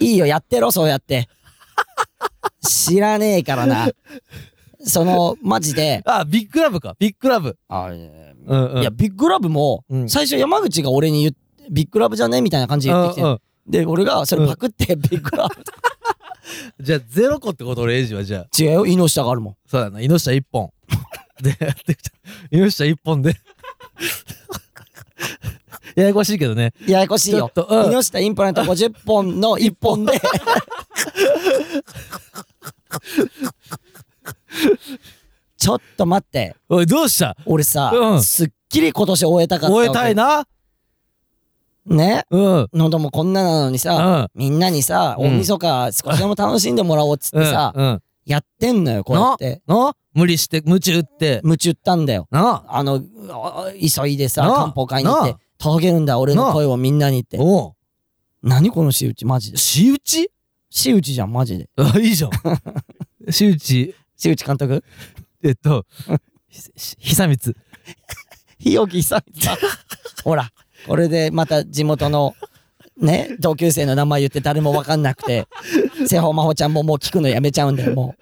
Speaker 1: いいよやってろそうやって知らねえからなそのマジで
Speaker 2: あ、ビッグラブか。ビッグラブ。
Speaker 1: あい
Speaker 2: うん、うん。
Speaker 1: やビッグラブも、
Speaker 2: うん
Speaker 1: 最初山口が俺に言ってビッグラブじゃねみたいな感じで言ってきて、
Speaker 2: うんうん
Speaker 1: で俺がそれパクってビッグラブ、
Speaker 2: じゃあ、ゼロ個ってこと、レイジは。じゃあ、
Speaker 1: 違うよ猪下があるもん
Speaker 2: そうだな。イノシタ一本。 で、やってきた。イノシタ一本で。 ややこしいけどね。
Speaker 1: ややこしいよ
Speaker 2: ちょっとうん
Speaker 1: 猪下インプラント50本の1本でちょっと待って
Speaker 2: おい、どうした
Speaker 1: 俺さ、
Speaker 2: うん
Speaker 1: すっきり今年終えたかったわけ
Speaker 2: 終えたいな。
Speaker 1: ね
Speaker 2: うん。うん。
Speaker 1: 喉もこんななのにさ、みんなにさ
Speaker 2: うん
Speaker 1: 大晦日少しでも楽しんでもらおうっつってさ、
Speaker 2: うん。うん
Speaker 1: やってんのよこうやって
Speaker 2: の無理して、夢中って。
Speaker 1: 夢中ったんだよ
Speaker 2: なあ。
Speaker 1: あのあ急いでさ
Speaker 2: なあ
Speaker 1: 漢方買いに行って
Speaker 2: な
Speaker 1: 届けるんだ俺の声をみんなにって
Speaker 2: おう
Speaker 1: 何この仕打ちマジで
Speaker 2: 仕打ち
Speaker 1: 仕打ちじゃんマジで
Speaker 2: あ、い いじゃん。仕打ち、
Speaker 1: 仕打ち監督
Speaker 2: えっと、ひひ久光。
Speaker 1: 日置久 光ほらこれでまた地元のね同級生の名前言って誰も分かんなく て瀬穂真帆ちゃんももう聞くのやめちゃうんだよも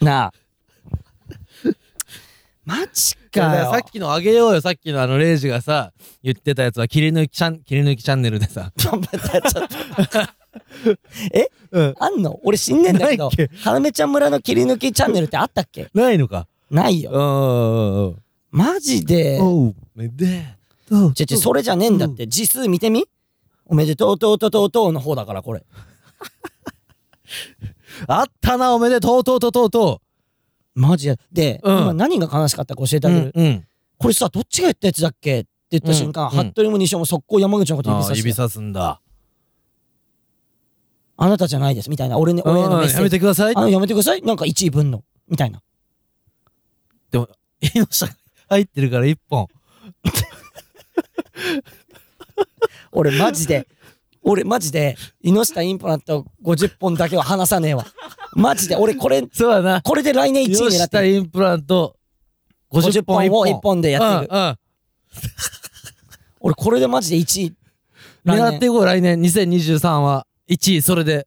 Speaker 1: うなあマジかよ
Speaker 2: さっきのあげようよ、さっきのあの、レイジがさ、言ってたやつは、切り抜きチャン、切り抜きチャンネルでさ。
Speaker 1: 頑張ったちょっとえ、
Speaker 2: うん
Speaker 1: あんの俺死んでんだけど
Speaker 2: ないっ
Speaker 1: 花芽ちゃん村の切り抜きチャンネルってあったっけ
Speaker 2: ないのか。
Speaker 1: ないよ
Speaker 2: おう
Speaker 1: マジ
Speaker 2: お
Speaker 1: で
Speaker 2: うおう。おう、めでとう。
Speaker 1: ちょちょそれじゃねえんだって字数見てみおめでとうとうとうとうとうの方だからこれ
Speaker 2: あったな、おめでとうとうとうとうと
Speaker 1: マジで。で、
Speaker 2: うん
Speaker 1: 今何が悲しかったか教えて
Speaker 2: う。
Speaker 1: あげる。
Speaker 2: うん。
Speaker 1: これさ、どっちが言ったやつだっけって言った瞬間、
Speaker 2: うんうん
Speaker 1: 服部も西尾も速攻山口のこと指
Speaker 2: あ
Speaker 1: さ
Speaker 2: あ、
Speaker 1: して
Speaker 2: 指さすんだ。
Speaker 1: あなたじゃないです、みたいな。俺に、俺への
Speaker 2: う
Speaker 1: メッ
Speaker 2: ん
Speaker 1: セ
Speaker 2: や
Speaker 1: ー
Speaker 2: め
Speaker 1: ジ。
Speaker 2: てください
Speaker 1: あ。の、やめてください。なんか1位分の。みたいな。
Speaker 2: イノシタ 入ってるから一本。
Speaker 1: 俺マジで、 俺マジで、猪下インプラント50本だけは離さねえわ。マジで、俺これ、
Speaker 2: そうだな。
Speaker 1: これで来年1位
Speaker 2: イノ
Speaker 1: 狙
Speaker 2: シ
Speaker 1: って
Speaker 2: タ
Speaker 1: る。
Speaker 2: インプラント、
Speaker 1: 50
Speaker 2: 50
Speaker 1: 本
Speaker 2: 本
Speaker 1: を
Speaker 2: 一
Speaker 1: 1
Speaker 2: 本。
Speaker 1: 本でやっていく。
Speaker 2: うんうん。
Speaker 1: 俺これでマジで1位。来年
Speaker 2: 狙っていこう来年2023は1位それで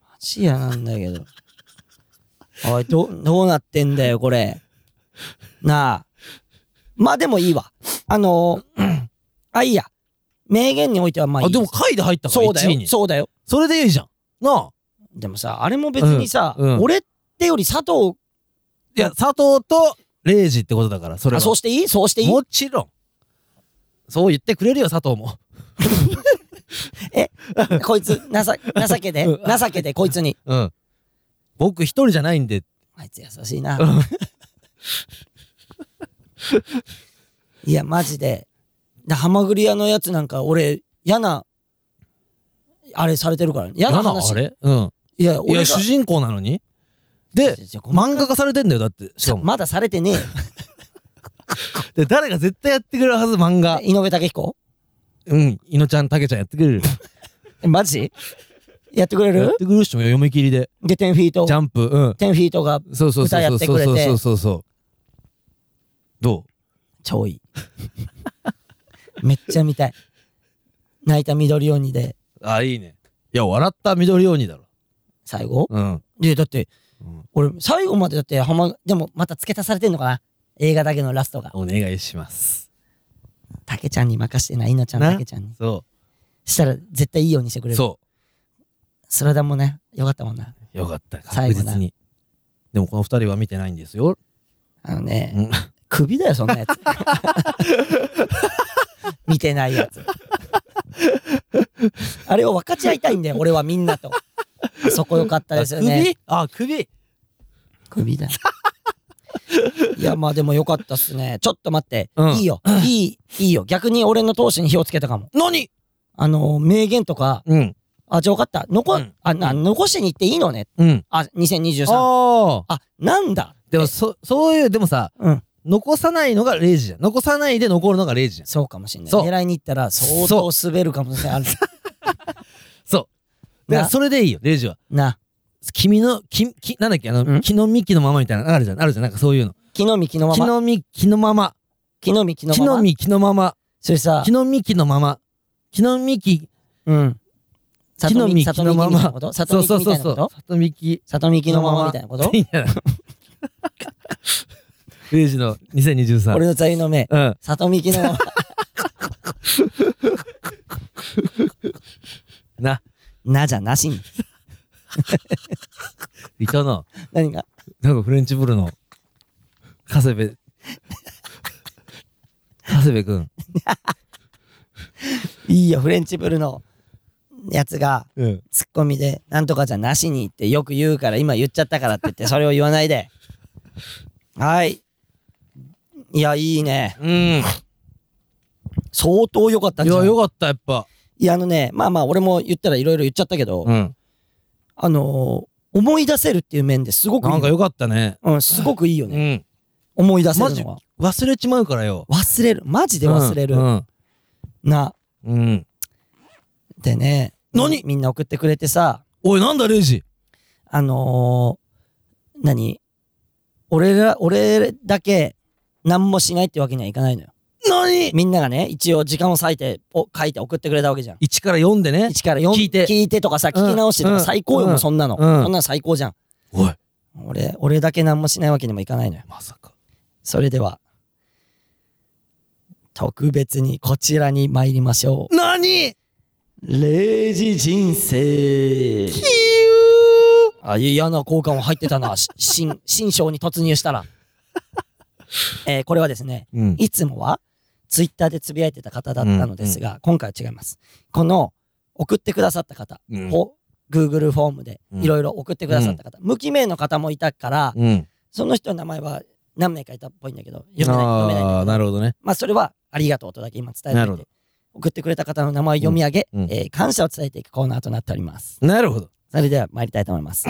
Speaker 1: マジやなんだけど。おい、ど、どうなってんだよ、これ。 なあ。まあでもいいわ。あのー、あ、いいや。名言においてはまあいい
Speaker 2: あでも下位で入ったから
Speaker 1: そうだ
Speaker 2: 1位
Speaker 1: よ
Speaker 2: に
Speaker 1: そうだよ
Speaker 2: それでいいじゃんなあ
Speaker 1: でもさあれも別にさ、
Speaker 2: うんうん
Speaker 1: 俺ってより佐藤
Speaker 2: いや佐藤とレイジってことだからそれ
Speaker 1: あ
Speaker 2: は
Speaker 1: そうしていいそうしていい
Speaker 2: もちろんそう言ってくれるよ佐藤も
Speaker 1: こいつ情情けで
Speaker 2: うん
Speaker 1: 情けでこいつに
Speaker 2: うん僕一人じゃないんで
Speaker 1: あいつ優しいな いやマジででハマグリ屋のやつなんか俺嫌なあれされてるから嫌な
Speaker 2: な
Speaker 1: 話
Speaker 2: あれうん
Speaker 1: いや
Speaker 2: い
Speaker 1: 俺が
Speaker 2: や主人公なのにで
Speaker 1: いやごめん
Speaker 2: 漫画化されてんだよ だってしかも
Speaker 1: まだされてねえよ
Speaker 2: で誰が絶対やってくれるはず漫画
Speaker 1: 井上武彦
Speaker 2: うんいのちゃんたけちゃんやってくれる
Speaker 1: えマジやってくれ
Speaker 2: やっ
Speaker 1: る
Speaker 2: てくれる人も読み切りで
Speaker 1: で10フィート
Speaker 2: ジャンプうん
Speaker 1: 10フィートが
Speaker 2: そうそうそう
Speaker 1: 歌や
Speaker 2: そ
Speaker 1: っ
Speaker 2: う
Speaker 1: て
Speaker 2: そ
Speaker 1: く
Speaker 2: う
Speaker 1: れて
Speaker 2: そうそうそうど
Speaker 1: 超 いいめっちゃ見たい泣いた緑鬼で
Speaker 2: うあいいねいや笑った緑鬼だろ
Speaker 1: 最後
Speaker 2: うん
Speaker 1: でだって
Speaker 2: うん
Speaker 1: 俺最後までだって浜でもまた付け足されてんのかな映画だけのラストが
Speaker 2: お願いします
Speaker 1: たけちゃんに任してないのちゃん
Speaker 2: な
Speaker 1: たけちゃんに
Speaker 2: そ
Speaker 1: したら絶対いいようにしてくれ
Speaker 2: う
Speaker 1: る
Speaker 2: そ
Speaker 1: スラダンもねよかったもんな
Speaker 2: うよかった
Speaker 1: 最
Speaker 2: 確
Speaker 1: 後な
Speaker 2: 実にでもこの二人は見てないんですよ
Speaker 1: あのね、
Speaker 2: うん
Speaker 1: 首だよそんな やつ見てないやつあれを分かち合いたいんだよ俺はみんなとそこよかったですよね
Speaker 2: あ首あ首
Speaker 1: 首だよいやまあでもよかったっすねちょっと待って、
Speaker 2: うん
Speaker 1: いいよいいいいよ逆に俺の闘志に火をつけたかも
Speaker 2: 何
Speaker 1: あの名言とか
Speaker 2: うん
Speaker 1: あじゃあ分かった残,、
Speaker 2: うん
Speaker 1: あな残しに行っていいのね
Speaker 2: うん
Speaker 1: あ2023あ
Speaker 2: ああ
Speaker 1: なんだ
Speaker 2: でもそそういうでもさ
Speaker 1: うん
Speaker 2: 残さないのが0時じゃん残さないで残るのが0時じゃん
Speaker 1: そうかもしんない
Speaker 2: そう
Speaker 1: 狙いに行ったら相当滑るかもしれないある
Speaker 2: そうだからそれでいいよ0時は
Speaker 1: な
Speaker 2: 君のききなんだっけあ
Speaker 1: うん
Speaker 2: の木の幹のままみたいなのあるじゃんあるじゃんなんかそういうの
Speaker 1: 木の実木のま
Speaker 2: 木
Speaker 1: ま
Speaker 2: の実木のまま
Speaker 1: 木の実木の
Speaker 2: 木
Speaker 1: まま
Speaker 2: の実木のまま
Speaker 1: それさ
Speaker 2: 木の実木のまま木の実木
Speaker 1: うん
Speaker 2: 木の実木のまま
Speaker 1: 里見
Speaker 2: そう
Speaker 1: 木
Speaker 2: そう
Speaker 1: みたいな
Speaker 2: そうそ
Speaker 1: こ
Speaker 2: う
Speaker 1: と
Speaker 2: 里見木
Speaker 1: 里見木のままみたいなこと
Speaker 2: いいんじゃない0時の2023
Speaker 1: 俺の座右の銘
Speaker 2: うん
Speaker 1: 里見木のま ま
Speaker 2: な
Speaker 1: なじゃなしに
Speaker 2: いたな
Speaker 1: 何が
Speaker 2: なんかフレンチブルの、長谷部。 長谷部くん。
Speaker 1: いいよフレンチブルのやつが
Speaker 2: うん。
Speaker 1: ツッコミで「なんとかじゃなしに」ってよく言うから今言っちゃったからって言ってそれを言わない ではいいやいいね
Speaker 2: い
Speaker 1: 相当良かったんじゃ
Speaker 2: や、
Speaker 1: ない
Speaker 2: よかった、やっぱ。
Speaker 1: いやあのねまあまあ俺も言ったらいろいろ言っちゃったけど、
Speaker 2: ん。
Speaker 1: あのー思い出せるっていう面ですごくいい
Speaker 2: なんか
Speaker 1: よ、
Speaker 2: よかったね。
Speaker 1: うん、すごくいいよね、
Speaker 2: ん。
Speaker 1: 思い出せるのは
Speaker 2: 忘れちまうからよ。
Speaker 1: 忘れるマジで忘れる、
Speaker 2: うん。
Speaker 1: な
Speaker 2: うんうん。
Speaker 1: でね
Speaker 2: 何
Speaker 1: みんな送ってくれてさ
Speaker 2: おい、なんだ、レイジ。
Speaker 1: あのー、何俺ら俺だけ何もしないってわけにはいかないのよ
Speaker 2: 何
Speaker 1: みんながね一応時間を割いてお書いて送ってくれたわけじゃん
Speaker 2: ?1 から読んでね。
Speaker 1: 1から4
Speaker 2: 聞いて
Speaker 1: 聞いてとかさ
Speaker 2: うん
Speaker 1: 聞き直してとか
Speaker 2: うん
Speaker 1: 最高よ、もうそんなの、
Speaker 2: うん
Speaker 1: そんなの最高じゃん
Speaker 2: おい。
Speaker 1: 俺俺だけ何もしないわけにもいかないのよ
Speaker 2: まさか。
Speaker 1: それでは、特別にこちらに参りましょ
Speaker 2: 何
Speaker 1: う。0時人生。あ、嫌な効果も入ってた な。し新、新章に突入したら。えーこれはですね、
Speaker 2: うん。
Speaker 1: いつもはツイッターでつぶやいてた方だったのですが、今回は違います。この、送ってくださった方
Speaker 2: うん
Speaker 1: を、Google フォームで
Speaker 2: うん
Speaker 1: いろいろ送ってくださった方、無記名の方もいたから、
Speaker 2: うん。
Speaker 1: その人の名前は何名かいたっぽいんだけど、読めない、読めないんだけど
Speaker 2: ああ、なるほどね。
Speaker 1: まあそれはありがとうとだけ今伝え
Speaker 2: な
Speaker 1: て
Speaker 2: る
Speaker 1: い
Speaker 2: ほ
Speaker 1: て
Speaker 2: ど
Speaker 1: 送ってくれた方の名前を読み上げ、
Speaker 2: うんうん
Speaker 1: えー感謝を伝えていくコーナーとなっております。
Speaker 2: なるほど。
Speaker 1: それでは参りたいと思います。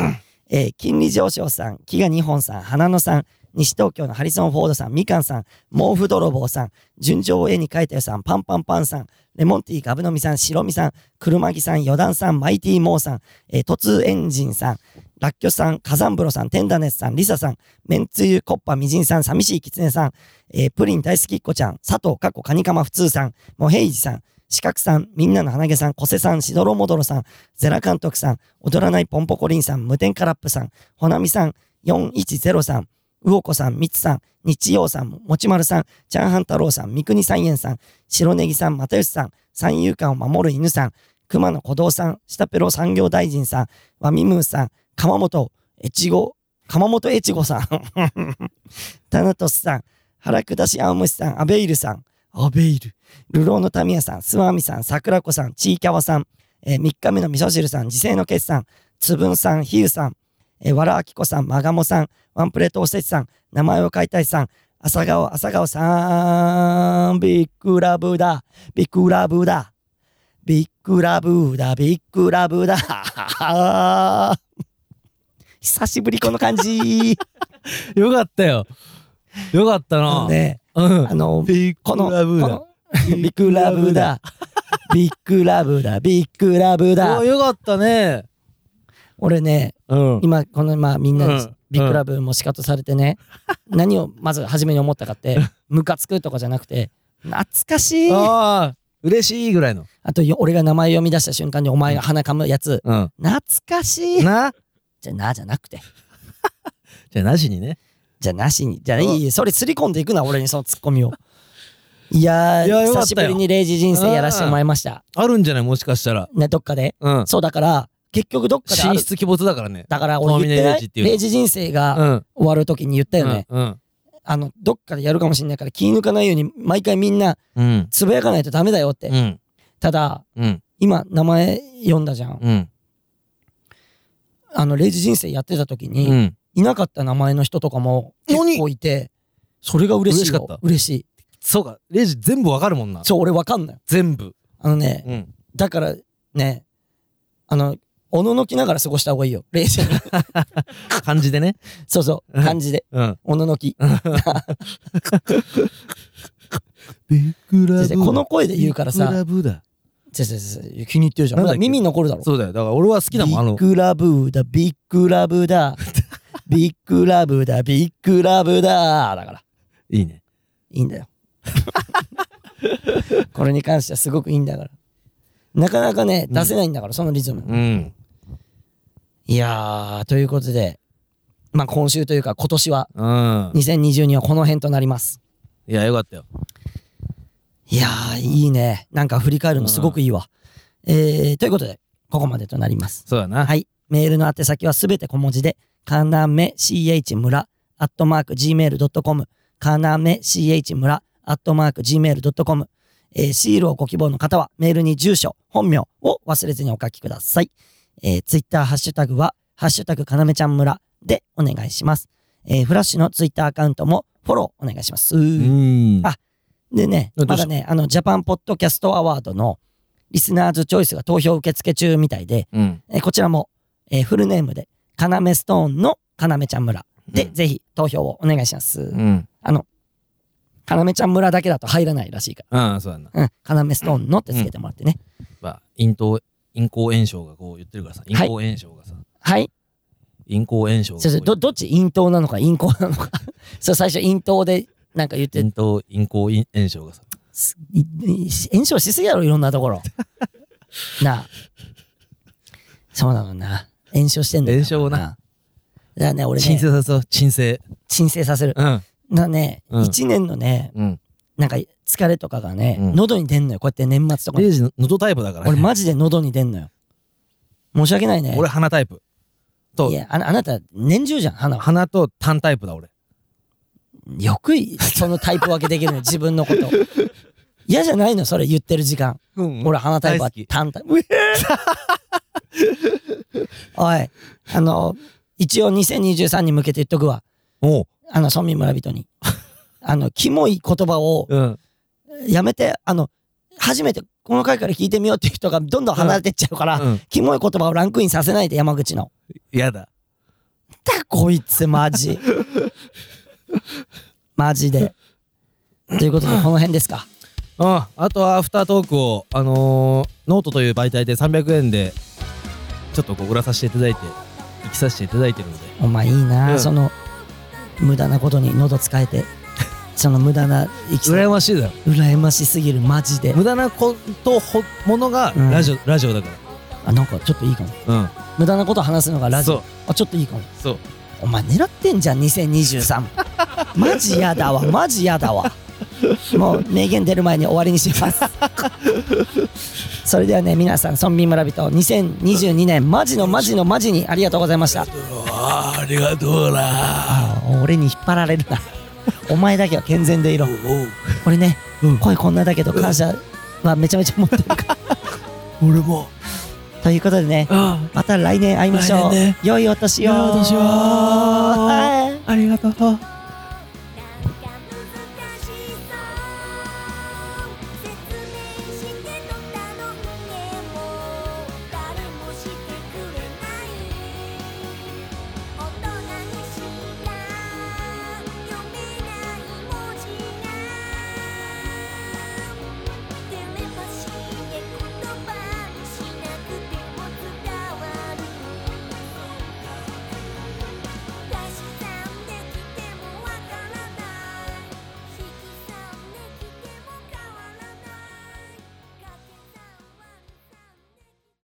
Speaker 1: えー金利上昇さん、木賀日本さん、花野さん、西東京のハリソン・フォードさん、みかんさん、毛布泥棒さん、純情を絵に描いたよさん、パンパンパンさん、レモンティーガブノミさん、白身さん、車木さん、余談さん、マイティーモーさん、えー、突エンジンさん、ラッキョさん、火山風呂さん、テンダネスさん、リサさん、めんつゆコッパみじんさん、寂しいきつねさん、えープリン大好きっ子ちゃん、佐藤かっこカニカマ普通さん、モヘイジさん、四角さん、みんなの鼻毛さん、小瀬さん、しどろもどろさん、ゼラ監督さん、踊らないポンポコリンさん、無添加ラップさん、ほなみさん、410さん、魚子さん、みつさん、日曜さん、もちまるさん、ちゃんはん太郎さん、三国三円さん、白ネギさん、又吉さん、三遊館を守る犬さん、熊野古道さん、下ペロ産業大臣さん、ワミムーさん、鎌本越後、鎌本越後さん、 タナトスさん、腹下し青虫さん、アベイルさん、アベイル、流浪の民谷さん、スワミさん、桜子さん、ちいきゃわさん、え3日目の味噌汁さん、自生の決さん、つぶんさん、ひうさん、えー、わらあきこさん、まがもさん、ワンプレートおせちさん、名前を買いたいさん、朝顔、朝顔さん、ビッグラブだ、ビッグラブだ、ビッグラブだ、ビッグラブだ。 久しぶりこの感じ。
Speaker 2: よかったよ。よかったな。
Speaker 1: ね、
Speaker 2: うん。
Speaker 1: あの、
Speaker 2: ビッ
Speaker 1: この、
Speaker 2: ラブ
Speaker 1: このビッグラブだ、ビッグラブだ、ビッグラブだ
Speaker 2: お。よかったね。
Speaker 1: 俺ね、
Speaker 2: うん。
Speaker 1: 今このまあみんなに
Speaker 2: うん
Speaker 1: ビッグラブも仕方されてね、何をまず初めに思ったかってムカつくとかじゃなくて懐かしいあ
Speaker 2: ああ、嬉しいぐらいの。
Speaker 1: とよ俺が名前読み出した瞬間にお前が鼻かむやつ
Speaker 2: うん。
Speaker 1: 懐かしい
Speaker 2: な。
Speaker 1: じゃなじゃなくて
Speaker 2: じゃあなしにね。
Speaker 1: じゃなしにじゃあいいそれすり込んでいくな俺にそのツッコミをいやー
Speaker 2: いやよかったよ
Speaker 1: 久しぶりに0時人生やらせてもらいました
Speaker 2: あるんじゃないもしかしたら。
Speaker 1: ねどっかで
Speaker 2: うん。
Speaker 1: そうだから結局どっかであ
Speaker 2: 進
Speaker 1: る
Speaker 2: 出鬼没だからね。
Speaker 1: だから俺言ってない
Speaker 2: 遠峰0時っていうの
Speaker 1: 0時人生
Speaker 2: う
Speaker 1: が
Speaker 2: ん。
Speaker 1: 終わる時に言ったよね、
Speaker 2: うん。
Speaker 1: あのどっかでやるかもしれないから気抜かないように毎回みんな
Speaker 2: うん。
Speaker 1: つぶやかないとダメだよって、
Speaker 2: うん。
Speaker 1: ただ
Speaker 2: うん。
Speaker 1: 今名前読んだじゃん、
Speaker 2: うん。
Speaker 1: あのレイジ人生やってた時に、
Speaker 2: うん。
Speaker 1: いなかった名前の人とかも結
Speaker 2: 何
Speaker 1: 構いてそれが嬉しいよ
Speaker 2: 嬉しかった
Speaker 1: 嬉しい
Speaker 2: そうか。レイジ全部わかるもんな。
Speaker 1: そう俺わかんない
Speaker 2: 全部。
Speaker 1: あのね
Speaker 2: うん。
Speaker 1: だからねあのおののきながら過ごした方がいいよレイ ジ
Speaker 2: 漢字でね。
Speaker 1: そうそう
Speaker 2: うん
Speaker 1: 感じで
Speaker 2: うん。
Speaker 1: おののき
Speaker 2: ビッグラ
Speaker 1: 先生この声で言うからさ
Speaker 2: ビッグラブだ。
Speaker 1: 違う違う違う気に入ってるじゃん
Speaker 2: なんだっけ
Speaker 1: 耳に残るだろ
Speaker 2: そうだよ。だから俺は好きだもん。あの
Speaker 1: ビッ、グラブだビッグラブ だビッグラブだビッグラブだだから
Speaker 2: いいね。
Speaker 1: いいんだ よ。これに関してはすごくいいんだから。なかなかね、
Speaker 2: うん
Speaker 1: 出せないんだから、そのリズム。
Speaker 2: うん。
Speaker 1: いやー、ということで、まあ今週というか今年は、
Speaker 2: うん。
Speaker 1: 2022はこの辺となります。
Speaker 2: いや、よかったよ。
Speaker 1: いやー、いいね。なんか振り返るのすごくいいわ。えー、ということで、ここまでとなります。
Speaker 2: そうだな。
Speaker 1: はい。メールの宛先はすべて小文字で、かなめ ch 村、アットマーク gmail.com、かなめ ch 村、アットマーク gmail.com、えーシールをご希望の方は、メールに住所、本名を忘れずにお書きください。えー、ツイッターハッシュタグは、ハッシュタグかなめちゃん村でお願いします。えーフラッシュのツイッターアカウントもフォローお願いします。
Speaker 2: うん
Speaker 1: あでね、
Speaker 2: あど
Speaker 1: ま
Speaker 2: うし
Speaker 1: だね、あの、ジャパンポッドキャストアワードのリスナーズチョイスが投票受付中みたいで、
Speaker 2: うん。
Speaker 1: えーこちらも、えーフルネームで、かなめストーンのかなめちゃん村で、
Speaker 2: うん
Speaker 1: ぜひ投票をお願いします。
Speaker 2: うん。
Speaker 1: あの、かなめちゃん村だけだと入らないらしいか
Speaker 2: うん、そうだな。
Speaker 1: ら、うん、かなめストーンのってつけてもらってね。
Speaker 2: まあ、咽頭、咽喉炎症がこう言ってるからさ。咽喉炎症がさ。
Speaker 1: はい。
Speaker 2: 咽喉炎症がこ
Speaker 1: そううそう
Speaker 2: 言ってる。
Speaker 1: ど、どっち陰頭なのか陰行なのか。 そう、最初陰頭でなんか言って、
Speaker 2: 咽頭、咽喉炎症がさ。
Speaker 1: すいい炎症しすぎやろ、いろんなとこ ろ。なあ。そうなのな。炎症してんだよ
Speaker 2: 炎症をな。
Speaker 1: だからね、俺
Speaker 2: 鎮
Speaker 1: ね
Speaker 2: 静、させそう。鎮静。
Speaker 1: 鎮静させる。
Speaker 2: うん。
Speaker 1: だからね、
Speaker 2: うん
Speaker 1: 一年のね、
Speaker 2: うん。
Speaker 1: なんか疲れとかがね、
Speaker 2: うん
Speaker 1: 喉に出んのよこうやって年末とか
Speaker 2: レ
Speaker 1: に
Speaker 2: イジの喉タイプだからね。
Speaker 1: 俺マジで喉に出んのよ申し訳ないね
Speaker 2: 俺鼻タイプ。と
Speaker 1: い、やああなた年中じゃん鼻は
Speaker 2: 鼻と痰タイプだ俺。
Speaker 1: よくいそのタイプ分けでき るの自分のこと嫌じゃないのそれ言ってる時間、
Speaker 2: うん
Speaker 1: 俺鼻タイプは
Speaker 2: 大好き
Speaker 1: 単体 おいあの一応2023に向けて言っとくわ
Speaker 2: おう。
Speaker 1: あの村民村人にあのキモい言葉を
Speaker 2: うん。
Speaker 1: やめてあの初めてこの回から聞いてみようっていう人がどんどん離れてっちゃうから、
Speaker 2: うん。
Speaker 1: キモい言葉をランクインさせないで山口の。
Speaker 2: やだ。
Speaker 1: だこいつマ ジ。マジで。ということでこの辺ですか。
Speaker 2: うん、あとはアフタートークを、あのー、ノートという媒体で300円でちょっとこう売らさせていただいて行きさせていただいてるので
Speaker 1: お前いいな、
Speaker 2: うん
Speaker 1: その無駄なことに喉使えてその無駄な生き
Speaker 2: 羨ましいだろ
Speaker 1: 羨ましすぎるマジで。
Speaker 2: 無駄なことほものが
Speaker 1: うん
Speaker 2: ラジオ、ラジオだか
Speaker 1: あなんかちょっといいかも。
Speaker 2: らうん
Speaker 1: 無駄なこと話すのがラジオ
Speaker 2: そう。
Speaker 1: あちょっといいかも。
Speaker 2: そう
Speaker 1: お前狙ってんじゃん2023 マジやだわマジやだわもう名言出る前に終わりにします それではね皆さん村民村人2022年マジのマジのマジにありがとうございました
Speaker 5: あありがとうな
Speaker 1: あー俺に引っ張られるなお前だけは健全でいろ俺ね、
Speaker 5: うん
Speaker 1: 声こんなだけど感謝はめちゃめちゃ持ってる から
Speaker 5: 俺も
Speaker 1: ということでね
Speaker 5: あ
Speaker 1: また来年会いましょう、
Speaker 5: 来年ね
Speaker 1: 良いお年を
Speaker 5: 良いお年を
Speaker 1: はい
Speaker 5: ありがとう